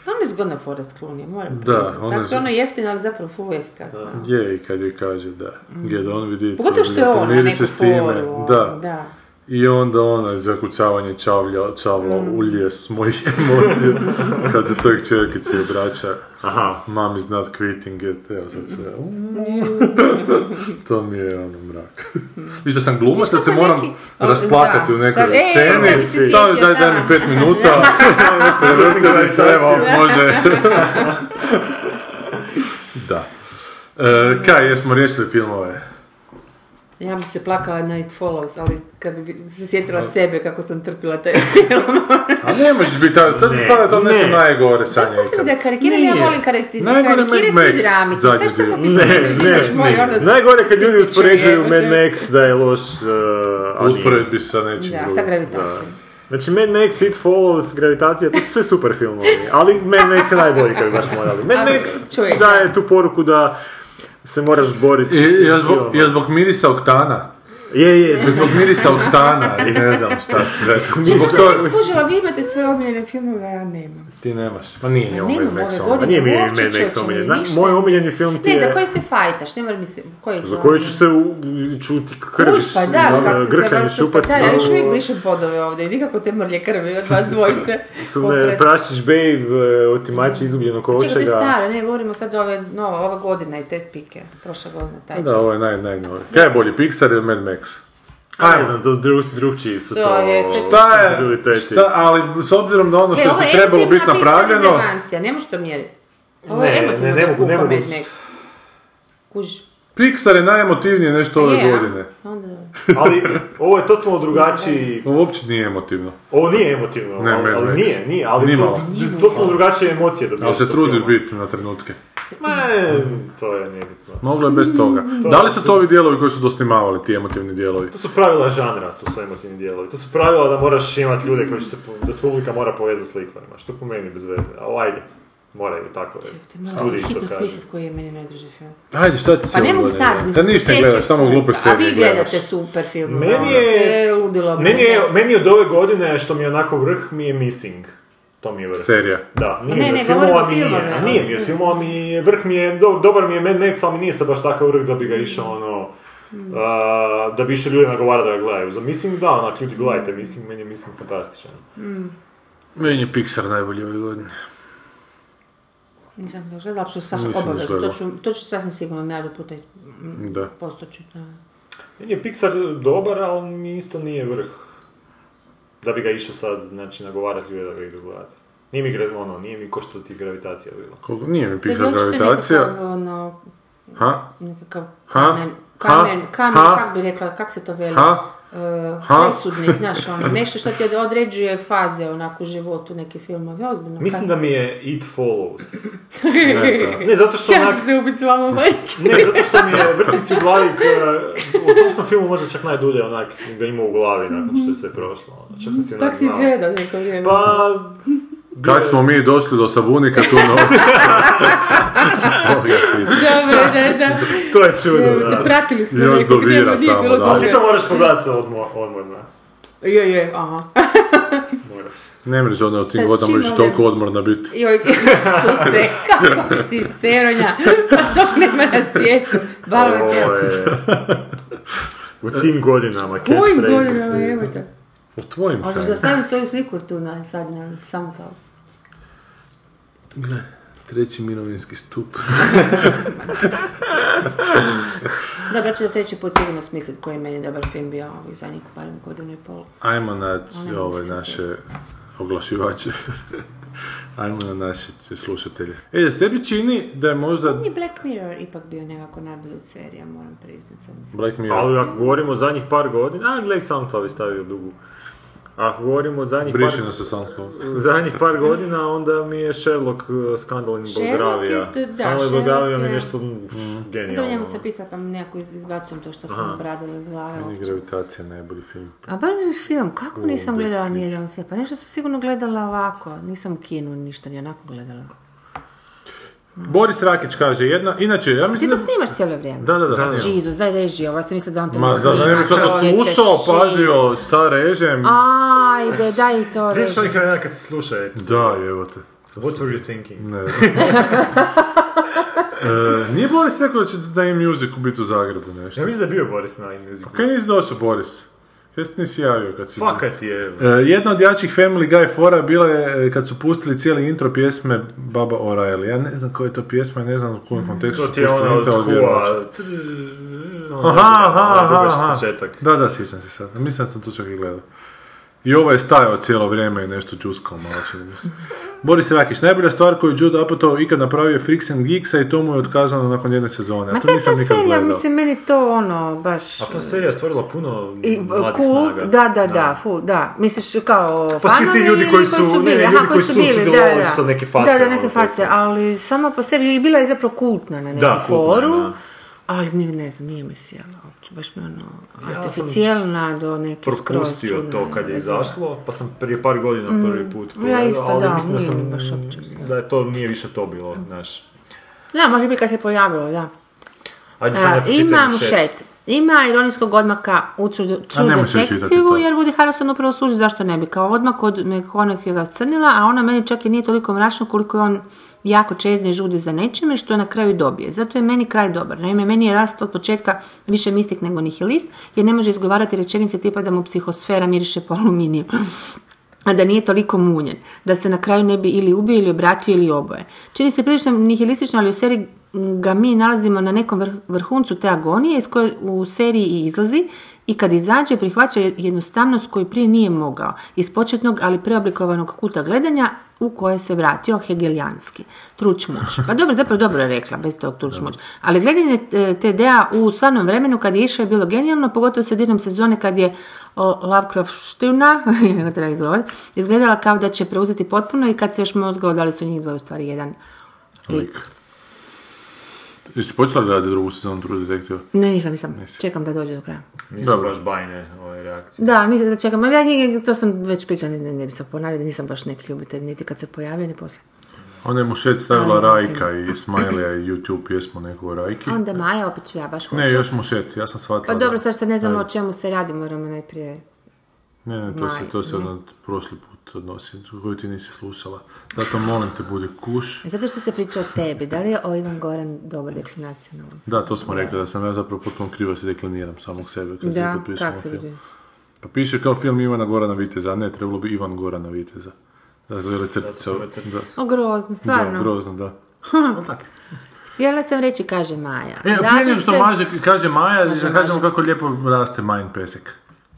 Speaker 9: Ono je zgodna fora s klonije, moram
Speaker 6: Da,
Speaker 9: priznat.
Speaker 6: ono je
Speaker 9: Tako
Speaker 6: z-
Speaker 9: je ono jeftina, ali zapravo full efikasna.
Speaker 6: Je i kad joj kaže da. Gdje on vidi.
Speaker 9: Pogotovo što je ona
Speaker 6: pomiri
Speaker 9: neku
Speaker 6: se s time.
Speaker 9: foru. ono,
Speaker 6: Da.
Speaker 9: da.
Speaker 6: I onda ono, zakucavanje čavlja, čavla
Speaker 9: Mm.
Speaker 6: ulje s mojih emocija, kad se toj čerkici obraća.
Speaker 2: Aha,
Speaker 6: Mom is not quitting it, evo sad sve. to mi je ono mrak. Viš da sam glumac, da se
Speaker 9: Kako
Speaker 6: moram
Speaker 9: neki- o,
Speaker 6: rasplakati
Speaker 9: da.
Speaker 6: u nekoj
Speaker 9: Sad- e, sad
Speaker 6: sceni.
Speaker 9: bi se
Speaker 6: Samo
Speaker 9: sjetio,
Speaker 6: daj, daj mi
Speaker 9: da.
Speaker 6: pet minuta. Vrte mi se, evo, može. da. E, kaj, jesmo riješili filmove?
Speaker 9: Ja bi se plakala Night Follows, ali kad bi se sjetila sebe kako sam trpila taj film.
Speaker 6: A ne možeš biti, ali sad
Speaker 2: Ne,
Speaker 6: spada to nešto
Speaker 2: ne.
Speaker 6: najgore sa njega.
Speaker 9: Mislim da karikiram, ja
Speaker 6: Nije.
Speaker 9: volim karikirati
Speaker 6: Najgore Mad
Speaker 9: karikirati
Speaker 6: Max
Speaker 9: dramice. Sve
Speaker 6: zadnji
Speaker 9: što sam ti
Speaker 6: bio.
Speaker 2: Ne,
Speaker 9: ne,
Speaker 2: ne,
Speaker 9: moj
Speaker 6: ne.
Speaker 9: ono... e,
Speaker 2: Najgore je kad ljudi
Speaker 9: sitničar,
Speaker 2: uspoređuju
Speaker 9: jebote.
Speaker 2: Mad Max da je loš uh, a nije.
Speaker 6: Usporedbi sa nečim
Speaker 9: Da,
Speaker 6: drugim.
Speaker 9: sa gravitacijom.
Speaker 2: Znači Mad Max, It Follows, Gravitacija, to su sve super filmovi, ali Mad Max je najbolji kad bi baš morali. Mad
Speaker 9: Ali,
Speaker 2: Max
Speaker 9: čuj.
Speaker 2: daje tu poruku da se moraš boriti.
Speaker 6: I,
Speaker 2: s-
Speaker 6: i, ja
Speaker 2: s
Speaker 6: zbog,
Speaker 2: silama.
Speaker 6: ja zbog mirisa oktana.
Speaker 2: Je, je,
Speaker 6: I Zbog mirisa oktana i ne znam šta sve. Zbog
Speaker 9: Što sam
Speaker 6: toga
Speaker 9: tek skužila, vi imate svoje omiljene filmove, a ja nemam.
Speaker 6: ti nemaš. Ma nije ni ovo
Speaker 9: nemam
Speaker 6: Mad
Speaker 9: Pa ove
Speaker 6: Max
Speaker 2: Ma
Speaker 9: godine.
Speaker 6: ono.
Speaker 2: nije mi Mad
Speaker 9: Uopće čovječe,
Speaker 2: Max omiljen.
Speaker 9: nije
Speaker 2: Na-
Speaker 9: ništa.
Speaker 2: Moj omiljeni film ti
Speaker 9: Ne, za
Speaker 2: je...
Speaker 9: koji se fajtaš, ne moram mislim, koji
Speaker 2: Za koji ću se u- u- čuti krviš,
Speaker 9: Uš, pa da, kako se
Speaker 2: grkan i
Speaker 9: razlupa-
Speaker 2: ono, šupac. ono.
Speaker 9: Da, ja još
Speaker 2: u-
Speaker 9: uvijek brišem podove ovdje, i nikako te mrlje krvi od vas dvojice.
Speaker 2: Su me
Speaker 9: Opre-
Speaker 2: prašić babe, e, otimači izgubljenog
Speaker 9: Čekaj, to je
Speaker 2: očega.
Speaker 9: staro, ne, govorimo sad ove, nova, ova godina i te spike, prošla godina, taj
Speaker 6: Da, ovo je naj, najnoviji. Kaj je bolji, Pixar ili Mad Max?
Speaker 2: Ajde, znam, to drug, drugčiji su to.
Speaker 9: To je-
Speaker 6: Šta je,
Speaker 2: senzibiliteti.
Speaker 6: šta, ali s obzirom da ono što
Speaker 9: E, ovo
Speaker 6: je
Speaker 9: je
Speaker 6: trebalo
Speaker 9: emotivna
Speaker 6: biti
Speaker 9: Pixar
Speaker 6: napravljeno,
Speaker 9: rezervancija, ne možeš to mjeriti. Ovo je
Speaker 2: Ne,
Speaker 9: emotivno
Speaker 2: ne, ne
Speaker 9: da
Speaker 2: mogu- ne
Speaker 9: kupa
Speaker 2: mogu
Speaker 9: Mad
Speaker 2: s-
Speaker 9: Max. Kužiš.
Speaker 6: Pixar je najemotivnije nešto ove
Speaker 9: Je, a?
Speaker 6: godine.
Speaker 9: Onda da.
Speaker 2: Ali ovo je totalno drugačiji,
Speaker 6: Ovo uopće nije emotivno.
Speaker 2: ovo nije emotivno,
Speaker 6: Ne,
Speaker 2: ali,
Speaker 6: Mad
Speaker 2: ali
Speaker 6: Max.
Speaker 2: nije, nije, ali to,
Speaker 6: Nimalo.
Speaker 2: to- totalno drugačije emocije dobiješ.
Speaker 6: Ali se
Speaker 2: od
Speaker 6: trudi
Speaker 2: filma.
Speaker 6: biti na trenutke.
Speaker 2: Ma, ne, to je nebitno.
Speaker 6: Moglo je
Speaker 9: Mm.
Speaker 6: bez toga. Da li su to ovi dijelovi koji su dosnimavali, ti emotivni dijelovi?
Speaker 2: To su pravila žanra, to su emotivni dijelovi. To su pravila da moraš imati ljude koji će se, po- da se publika mora povezati s likovima, što po meni bez veze, ali ajde. Moraju tako reći.
Speaker 9: Te moram
Speaker 2: Studiji to
Speaker 9: hitno
Speaker 2: kažu.
Speaker 9: smislit koji je meni najdraži film.
Speaker 6: Ajde, šta ti se
Speaker 9: Pa ne mogu
Speaker 6: odgodi?
Speaker 9: sad,
Speaker 6: Da
Speaker 9: mislim,
Speaker 6: ništa ne
Speaker 9: sjećam
Speaker 6: gledaš, samo
Speaker 9: se. A
Speaker 6: glupe
Speaker 9: vi
Speaker 6: serije gledaš.
Speaker 9: gledate super film. ono,
Speaker 2: Meni je-
Speaker 9: ludilo.
Speaker 2: Meni je,
Speaker 9: brate.
Speaker 2: meni od ove godine što mi je onako vrh mi je Missing. To mi je vrh.
Speaker 6: Serija.
Speaker 2: Da, nije
Speaker 9: Ne,
Speaker 2: mi
Speaker 9: ne,
Speaker 2: jer
Speaker 9: govorim
Speaker 2: filmova
Speaker 9: o
Speaker 2: mi nije.
Speaker 9: filmovima.
Speaker 2: A nije mi jer filmova mi je, vrh mi je, do, dobar mi je Mad Max, ali mi nije sad baš takav vrh da bi ga išao ono...
Speaker 9: Hmm.
Speaker 2: a, da bi više ljudi nagovara da ga gledaju. Za Missing da, onak ljudi gledajte Missing, meni je Missing fantastičan.
Speaker 6: Meni je Pixar najbolji ove godine.
Speaker 9: Nisam ga gledala, ali ću sam
Speaker 6: Nisam
Speaker 9: obavezno, to
Speaker 6: gledao.
Speaker 9: ću, to ću sasvim sigurno nađu puta i
Speaker 6: Da.
Speaker 9: postoći. mm, da.
Speaker 2: Meni je Pixar dobar, ali mi isto nije vrh. Da bi ga išao sad, znači, nagovarati ljudi da ga idu gledati. Nije mi, gra- ono, nije mi ko što ti gravitacija bila.
Speaker 6: Koliko? Nije mi
Speaker 9: Jer vi
Speaker 6: Pixar
Speaker 9: hoćete
Speaker 6: gravitacija.
Speaker 9: nekakav, ono,
Speaker 6: Ha?
Speaker 9: nekakav
Speaker 6: Ha?
Speaker 9: kamen, kamen,
Speaker 6: Ha?
Speaker 9: kamen,
Speaker 6: Ha?
Speaker 9: kak bi rekla, kak se to veli?
Speaker 6: Ha?
Speaker 9: E,
Speaker 6: Ha?
Speaker 9: presudnik, znaš, ono, nešto što ti od- određuje faze onako u životu, neki filmovi, ozbiljno.
Speaker 2: Mislim da mi je It Follows.
Speaker 6: Ne,
Speaker 2: Ne, zato što
Speaker 9: Ja
Speaker 2: onak,
Speaker 9: ću se ubiti s vama, majke.
Speaker 2: ne, zato što mi je vrtim si u glavi, k- o uh, tom sam filmu možda čak najdulje onak ga imao u glavi nakon što je sve prošlo. ono. Čak sam si
Speaker 9: Mhm. Tak
Speaker 2: onak
Speaker 9: si
Speaker 2: znao.
Speaker 9: izgleda neko vrijeme.
Speaker 2: Pa,
Speaker 6: Kak smo mi došli do sabunika tu na Boga pita.
Speaker 9: Dobro, da, da.
Speaker 2: to je čudo,
Speaker 9: Te
Speaker 2: da.
Speaker 9: pratili smo
Speaker 6: Još
Speaker 9: nekog
Speaker 6: do vira
Speaker 9: vrijeme, nije
Speaker 6: tamo,
Speaker 9: bilo
Speaker 6: da.
Speaker 9: dobro.
Speaker 2: Ali to moraš pogledati odmo- odmorna.
Speaker 9: Je, je, aha.
Speaker 2: Moraš.
Speaker 6: Ne mreš ona u tim
Speaker 9: Sad
Speaker 6: godinama
Speaker 9: čim
Speaker 6: više
Speaker 9: ode-
Speaker 6: toliko odmorna biti.
Speaker 9: Joj, Isuse, kako si seronja, dok nema na svijetu. Balovac
Speaker 2: Ovo
Speaker 9: je.
Speaker 2: je... U tim godinama,
Speaker 9: Kojim
Speaker 2: catchphrase.
Speaker 9: godinama evo te.
Speaker 6: U tvojim
Speaker 9: Možeš
Speaker 6: sanjima.
Speaker 9: dostaviti svoju sliku tu na, sad na Soundcloud.
Speaker 6: Gle, treći mirovinski stup.
Speaker 9: Dobro, ja ću za sljedeći put sigurno smisliti koji je meni dobar film bio ovih zadnjih barem godinu i pol.
Speaker 6: Ajmo na
Speaker 9: Ona
Speaker 6: ove
Speaker 9: misli
Speaker 6: naše oglašivače. Ajmo na naše slušatelje. E, s tebi čini da je možda
Speaker 9: I Black Mirror ipak bio nekako najbolji od serija, moram priznati sad mislim.
Speaker 6: Black Mirror
Speaker 2: Ali ako govorimo o zadnjih par godina, a gledaj SoundCloud je stavio dugu. Ako govorimo o zadnjih
Speaker 6: brišeno
Speaker 2: par,
Speaker 6: sa SoundCloud.
Speaker 2: zadnjih par godina, onda mi je Sherlock eh, skandal in
Speaker 9: Sherlock je
Speaker 2: Belgravija.
Speaker 9: to- da,
Speaker 2: Skandal in
Speaker 9: Sherlock
Speaker 2: Belgravija mi je
Speaker 9: je-
Speaker 2: nešto mm,
Speaker 9: Dobro, njemu
Speaker 2: genijalno.
Speaker 6: ono.
Speaker 9: se pisati, pa nekako iz- izbacujem to što sam obradila iz glave.
Speaker 6: Meni je Gravitacija najbolji film.
Speaker 9: A bar mi film, kako nisam
Speaker 6: bez
Speaker 9: gledala
Speaker 6: ključa.
Speaker 9: nijedan film? Pa nešto sam sigurno gledala ovako, nisam u kinu ništa, ni onako gledala.
Speaker 6: Boris Rakić kaže jedna, inače, ja
Speaker 9: Ti
Speaker 6: mislim
Speaker 9: to
Speaker 6: da...
Speaker 9: snimaš cijelo vrijeme?
Speaker 6: Da, da, da. snimam.
Speaker 9: Jesus, daj reži, ova se misli da on to
Speaker 6: Ma, Pa, da, da ne bi sad
Speaker 9: čovječe,
Speaker 6: slušao,
Speaker 9: shit.
Speaker 6: pazio šta režem.
Speaker 9: Ajde, daj i to
Speaker 2: Znaš što
Speaker 9: reži.
Speaker 2: ih vremena kad se slušaju?
Speaker 6: Da, evo te.
Speaker 2: What were you thinking?
Speaker 6: Ne. E, nije Boris rekao da će da je music biti u Zagrebu nešto.
Speaker 2: Ja mislim da je bio Boris na Music.
Speaker 6: Kaj nisi došao, Boris? Kaj se nisi javio kad si...
Speaker 2: Fakat je.
Speaker 6: E, jedna od jačih Family Guy fora bila je e, kad su pustili cijeli intro pjesme Baba O'Reilly. Ja ne znam koja je to pjesma, ne znam u kojem kontekstu
Speaker 2: Mhm. To
Speaker 6: su
Speaker 2: ti je
Speaker 6: pustili
Speaker 2: ona od
Speaker 6: intro, ali vjerovatno.
Speaker 2: Hua.
Speaker 6: Aha, aha, aha, aha.
Speaker 2: Početak.
Speaker 6: Da, da, sjećam se sad. Mislim da sam to čak i gledao. I ovo je stajao cijelo vrijeme i nešto džuskao malo čini mi se. Boris Rakić, najbolja stvar koju je Jude Apatow ikad napravio je Freaks and Geeksa i to mu je otkazano nakon jedne sezone.
Speaker 9: Ma
Speaker 6: A
Speaker 9: to
Speaker 6: to nisam
Speaker 9: ta
Speaker 6: nikad
Speaker 9: serija,
Speaker 6: gledao.
Speaker 9: mislim, meni to ono, baš...
Speaker 2: A ta serija je stvorila puno
Speaker 9: I, e,
Speaker 2: mladih
Speaker 9: kult,
Speaker 2: snaga.
Speaker 9: da, da, da, fu, da. Misliš kao
Speaker 2: Pa svi ti
Speaker 9: fanovi
Speaker 2: ljudi
Speaker 9: ili
Speaker 2: koji su- ne, ne, ljudi
Speaker 9: aha,
Speaker 2: koji su sudjelovali sa neke face,
Speaker 9: Da, da,
Speaker 2: ono,
Speaker 9: neke
Speaker 2: koje
Speaker 9: face,
Speaker 2: su-
Speaker 9: ali sama po sebi i bila je zapravo kultna na nekom
Speaker 2: Da, kultna je,
Speaker 9: foru.
Speaker 2: da.
Speaker 9: Ali ne, ne znam, nije mi sjela uopće, baš mi ono
Speaker 2: sam
Speaker 9: artificijelna do neke skroz
Speaker 2: propustio
Speaker 9: čudne
Speaker 2: to kad je
Speaker 9: veze.
Speaker 2: izašlo, pa sam prije par godina prvi put
Speaker 9: Ja
Speaker 2: pogledao,
Speaker 9: isto, da,
Speaker 2: mislim da
Speaker 9: nije
Speaker 2: sam,
Speaker 9: mi baš uopće bilo.
Speaker 2: da je to nije više to bilo, znaš.
Speaker 9: Da, može biti kad se pojavilo, da.
Speaker 2: Ajde
Speaker 9: A,
Speaker 2: sad da pročitam
Speaker 9: imam
Speaker 2: chat.
Speaker 9: šet. Ima ironijskog odmaka u True, True
Speaker 6: nemoj se čitati
Speaker 9: Detectiveu,
Speaker 6: to.
Speaker 9: jer Woody Harrelson upravo služi zašto ne bi. Kao odmak od McConaughey ga crnila, a ona meni čak i nije toliko mračna koliko je on jako čezni i žudi za nečime što na kraju dobije. Zato je meni kraj dobar. Naime, meni je rast od početka više mistik nego nihilist, jer ne može izgovarati rečenice tipa da mu psihosfera miriše po aluminiju a da nije toliko munjen, da se na kraju ne bi ili ubio ili obratio ili oboje. Čini se prilično nihilistično, ali u seriji ga mi nalazimo na nekom vrh- vrhuncu te agonije iz koje u seriji i izlazi i kad izađe prihvaća jednostavnost koju prije nije mogao iz početnog ali preoblikovanog kuta gledanja u koje se vratio hegelijanski. Tručmuč. Pa dobro, zapravo dobro je rekla, bez tog tručmuč. Ali gledanje e, TD-a u stvarnom vremenu kad je išao je bilo genijalno, pogotovo sredinom sezone kad je o, Lovecraftina, ne treba izgovoriti, izgledala kao da će preuzeti potpuno i kad se još mozgao da li su njih dvoje u stvari jedan lik.
Speaker 6: Jesi počela gledati drugu sezonu True Detective?
Speaker 9: Ne, nisam, nisam. Čekam da dođe do kraja.
Speaker 2: Nisu baš bajne ove ovaj, reakcije.
Speaker 9: Da, nisam da čekam. Ali ja njih- to sam već pričala, ne, ne bi se ponavljala, nisam baš neki ljubitelj, niti kad se pojavio, ni poslije.
Speaker 6: Ona je mu šet stavila
Speaker 9: Ali,
Speaker 6: Rajka i Smajlija i YouTube pjesmu neku o Rajki.
Speaker 9: Onda Maja, opet ću ja baš hoću.
Speaker 6: Hm. Ne, E, još mu šet, ja sam shvatila.
Speaker 9: Pa dobro,
Speaker 6: da-
Speaker 9: sad sad ne znamo o
Speaker 6: Ajde.
Speaker 9: čemu se radi, moramo najprije...
Speaker 6: Ne, ne, to se, to se na prošli put odnosi, koju ti nisi slušala. Zato molim te, budi kuš.
Speaker 9: E, Zato što se priča o tebi, da li je o Ivan Goran dobar deklinacija na ovom?
Speaker 6: Da, to smo rekli, da sam ja zapravo potpuno krivo se dekliniram samog sebe kad se
Speaker 9: Da,
Speaker 6: to piše
Speaker 9: kako
Speaker 6: u
Speaker 9: se
Speaker 6: filmu.
Speaker 9: vidi?
Speaker 6: Pa piše kao film Ivana Gorana Viteza, a ne, trebalo bi Ivan Gorana Viteza. Da, to je receptica. Da,
Speaker 9: O, grozno,
Speaker 6: da,
Speaker 9: stvarno.
Speaker 6: grozno, da.
Speaker 9: Htjela sam reći, kaže Maja.
Speaker 6: E,
Speaker 9: da
Speaker 6: prije
Speaker 9: bi
Speaker 6: nego što
Speaker 9: se-
Speaker 6: maže, kaže Maja, da
Speaker 9: Maja.
Speaker 6: kažemo kako lijepo raste Majin pesek.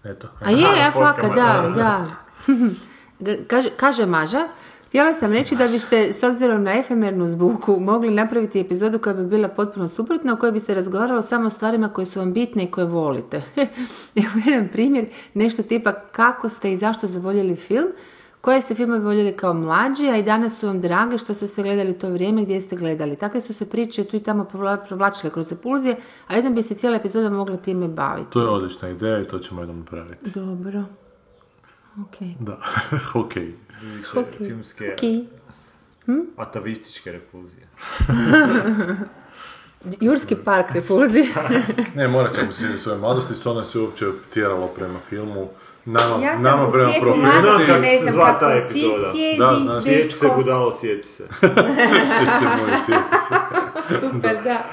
Speaker 6: Eto.
Speaker 9: A je, ja faka, da, da. G- kaže, kaže Maža, htjela sam reći da biste, s obzirom na efemernu zvuku, mogli napraviti epizodu koja bi bila potpuno suprotna, u kojoj bi se razgovaralo samo o stvarima koje su vam bitne i koje volite. Evo jedan primjer, nešto tipa kako ste i zašto zavoljeli film, koje ste filmove voljeli kao mlađi, a i danas su vam drage što ste se gledali u to vrijeme gdje ste gledali. Takve su se priče tu i tamo provla- provlačile kroz repulzije, a jedan bi se cijela epizoda mogla time baviti.
Speaker 6: To je odlična ideja i to ćemo jednom napraviti.
Speaker 9: Dobro. Ok.
Speaker 6: Da, okej.
Speaker 9: Hoki.
Speaker 2: Filmske
Speaker 9: Hoki.
Speaker 2: atavističke repulzije.
Speaker 9: Jurski park repulzije.
Speaker 6: Ne, morat ćemo se sjetiti svoje mladosti, što nas je uopće tjeralo prema filmu. Nama,
Speaker 9: ja sam
Speaker 6: nama
Speaker 9: u
Speaker 6: prema
Speaker 9: svijetu
Speaker 6: profesiji.
Speaker 2: mladosti,
Speaker 9: mladosti,
Speaker 2: Znam kako
Speaker 9: ne
Speaker 2: se
Speaker 9: znam
Speaker 2: zva
Speaker 9: kako
Speaker 2: ta
Speaker 9: ti
Speaker 2: epizoda.
Speaker 9: sjedi,
Speaker 6: Da, znam.
Speaker 2: Sjeti se
Speaker 9: Zečko.
Speaker 2: budalo, sjeti se.
Speaker 6: Sjeti se, moje, sjeti se.
Speaker 9: Super, pa da.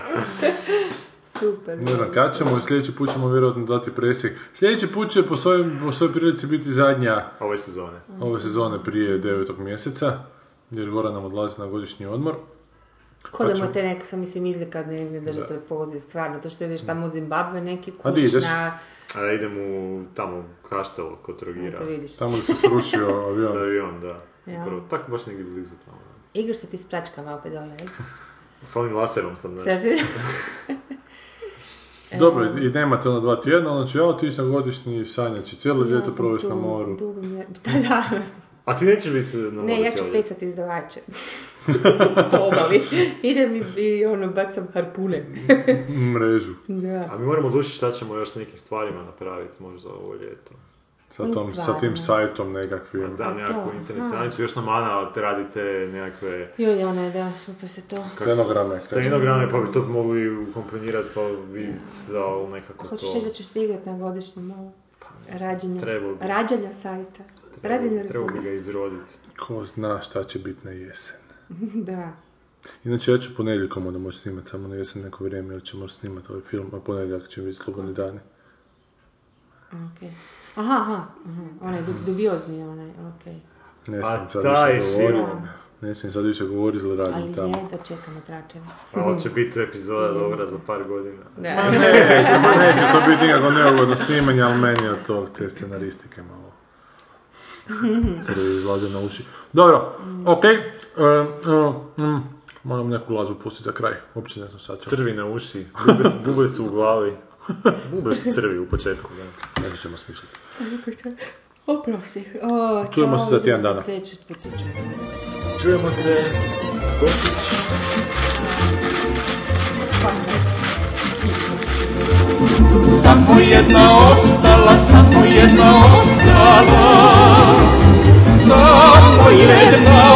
Speaker 9: Super.
Speaker 6: Ne znam kad ćemo, sljedeći put ćemo vjerojatno dati presjek. Sljedeći put će po svojoj, po svojoj prilici biti zadnja
Speaker 2: Ove sezone.
Speaker 6: ove sezone prije 9. mjeseca, jer Goran nam odlazi na godišnji odmor.
Speaker 9: Ko da mu te neko, sam mislim, izlikad ne, ne drži toj pozi, stvarno. To što ideš tamo u Zimbabve, neki
Speaker 6: A di
Speaker 9: kuš
Speaker 6: ideš?
Speaker 9: na...
Speaker 2: A idem u tamo kaštel kod Trogira.
Speaker 9: To vidiš.
Speaker 6: Tamo gdje se srušio
Speaker 2: Da
Speaker 6: avion.
Speaker 2: je on, da.
Speaker 9: Ja.
Speaker 2: Upravo, tako baš negdje blizu tamo.
Speaker 9: Igraš se ti s pračkama opet dole. jel?
Speaker 2: S onim laserom sam,
Speaker 9: Šta
Speaker 2: znači.
Speaker 9: si-
Speaker 6: Dobro, i nemate ono dva tjedna, onda ću ja otići na godišnji i Sanja će cijelo
Speaker 9: Ja
Speaker 6: ljeto
Speaker 9: sam
Speaker 6: provesti na
Speaker 9: tu
Speaker 6: moru.
Speaker 9: dugo mi je- Da, da.
Speaker 2: A ti nećeš biti na moru
Speaker 9: Ne, ja ću
Speaker 2: cijelo ljeto?
Speaker 9: pecat izdavače. po obali. Idem i, i ono, bacam harpune.
Speaker 6: Mrežu.
Speaker 9: da.
Speaker 2: A mi moramo odlučiti šta ćemo još s nekim stvarima napraviti možda ovo ljeto.
Speaker 6: Sa,
Speaker 9: Kojim
Speaker 6: tom, sa
Speaker 9: stvarima?
Speaker 6: tim sajtom nekakvim.
Speaker 2: Da, nekakvu internet stranicu, još nam Ana radite nekakve
Speaker 9: Joj, Ana, da, super se to.
Speaker 6: Stenograme.
Speaker 2: stenograme, pa bi to mogli ukomponirati, pa bi dao nekako to.
Speaker 9: Hoćeš reći da ćeš se igrat na godišnjem malo?
Speaker 6: Pa,
Speaker 9: Rađenja,
Speaker 2: trebao bi.
Speaker 9: rađenja sajta. Rađenja
Speaker 2: Trebao bi ga
Speaker 9: Republike.
Speaker 2: izroditi.
Speaker 6: Ko zna šta će biti na jesen.
Speaker 9: Da.
Speaker 6: Inače, ja ću ponedjeljkom onda moći snimati, samo na jesen neko vrijeme, jer ćemo snimati ovaj film, a ponedjeljak će biti slobodni dani.
Speaker 9: Okay. Aha, aha, aha. onaj du- dubiozni, onaj, okej.
Speaker 6: Ne
Speaker 2: A
Speaker 6: smijem sad
Speaker 2: Pa taj
Speaker 6: više govoriti.
Speaker 2: film,
Speaker 6: Ne smijem sad više govoriti, ali
Speaker 9: Ali
Speaker 6: radim tamo.
Speaker 9: je, da čekamo tračeva.
Speaker 2: a pa ovo će biti epizoda dobra za par godina.
Speaker 9: Da.
Speaker 6: Neće, ma neće to biti nikako neugodno snimanje, ali meni je od tog te scenaristike malo crvi izlaze na uši. Dobro, okej. e, e, mm, moram neku glazu pustiti za kraj, uopće ne znam šta ću.
Speaker 2: Crvi na uši, bube, bube su u glavi. Bube su crvi u početku, da.
Speaker 6: Ne ćemo smisliti.
Speaker 9: Oprosti. O,
Speaker 6: Čujemo
Speaker 9: čao,
Speaker 6: se za tjedan
Speaker 9: vidimo
Speaker 6: dana.
Speaker 9: sljedeći put se čujemo.
Speaker 2: Čujemo se, Gokić.
Speaker 5: Samo jedna ostala, samo jedna ostala Samo jedna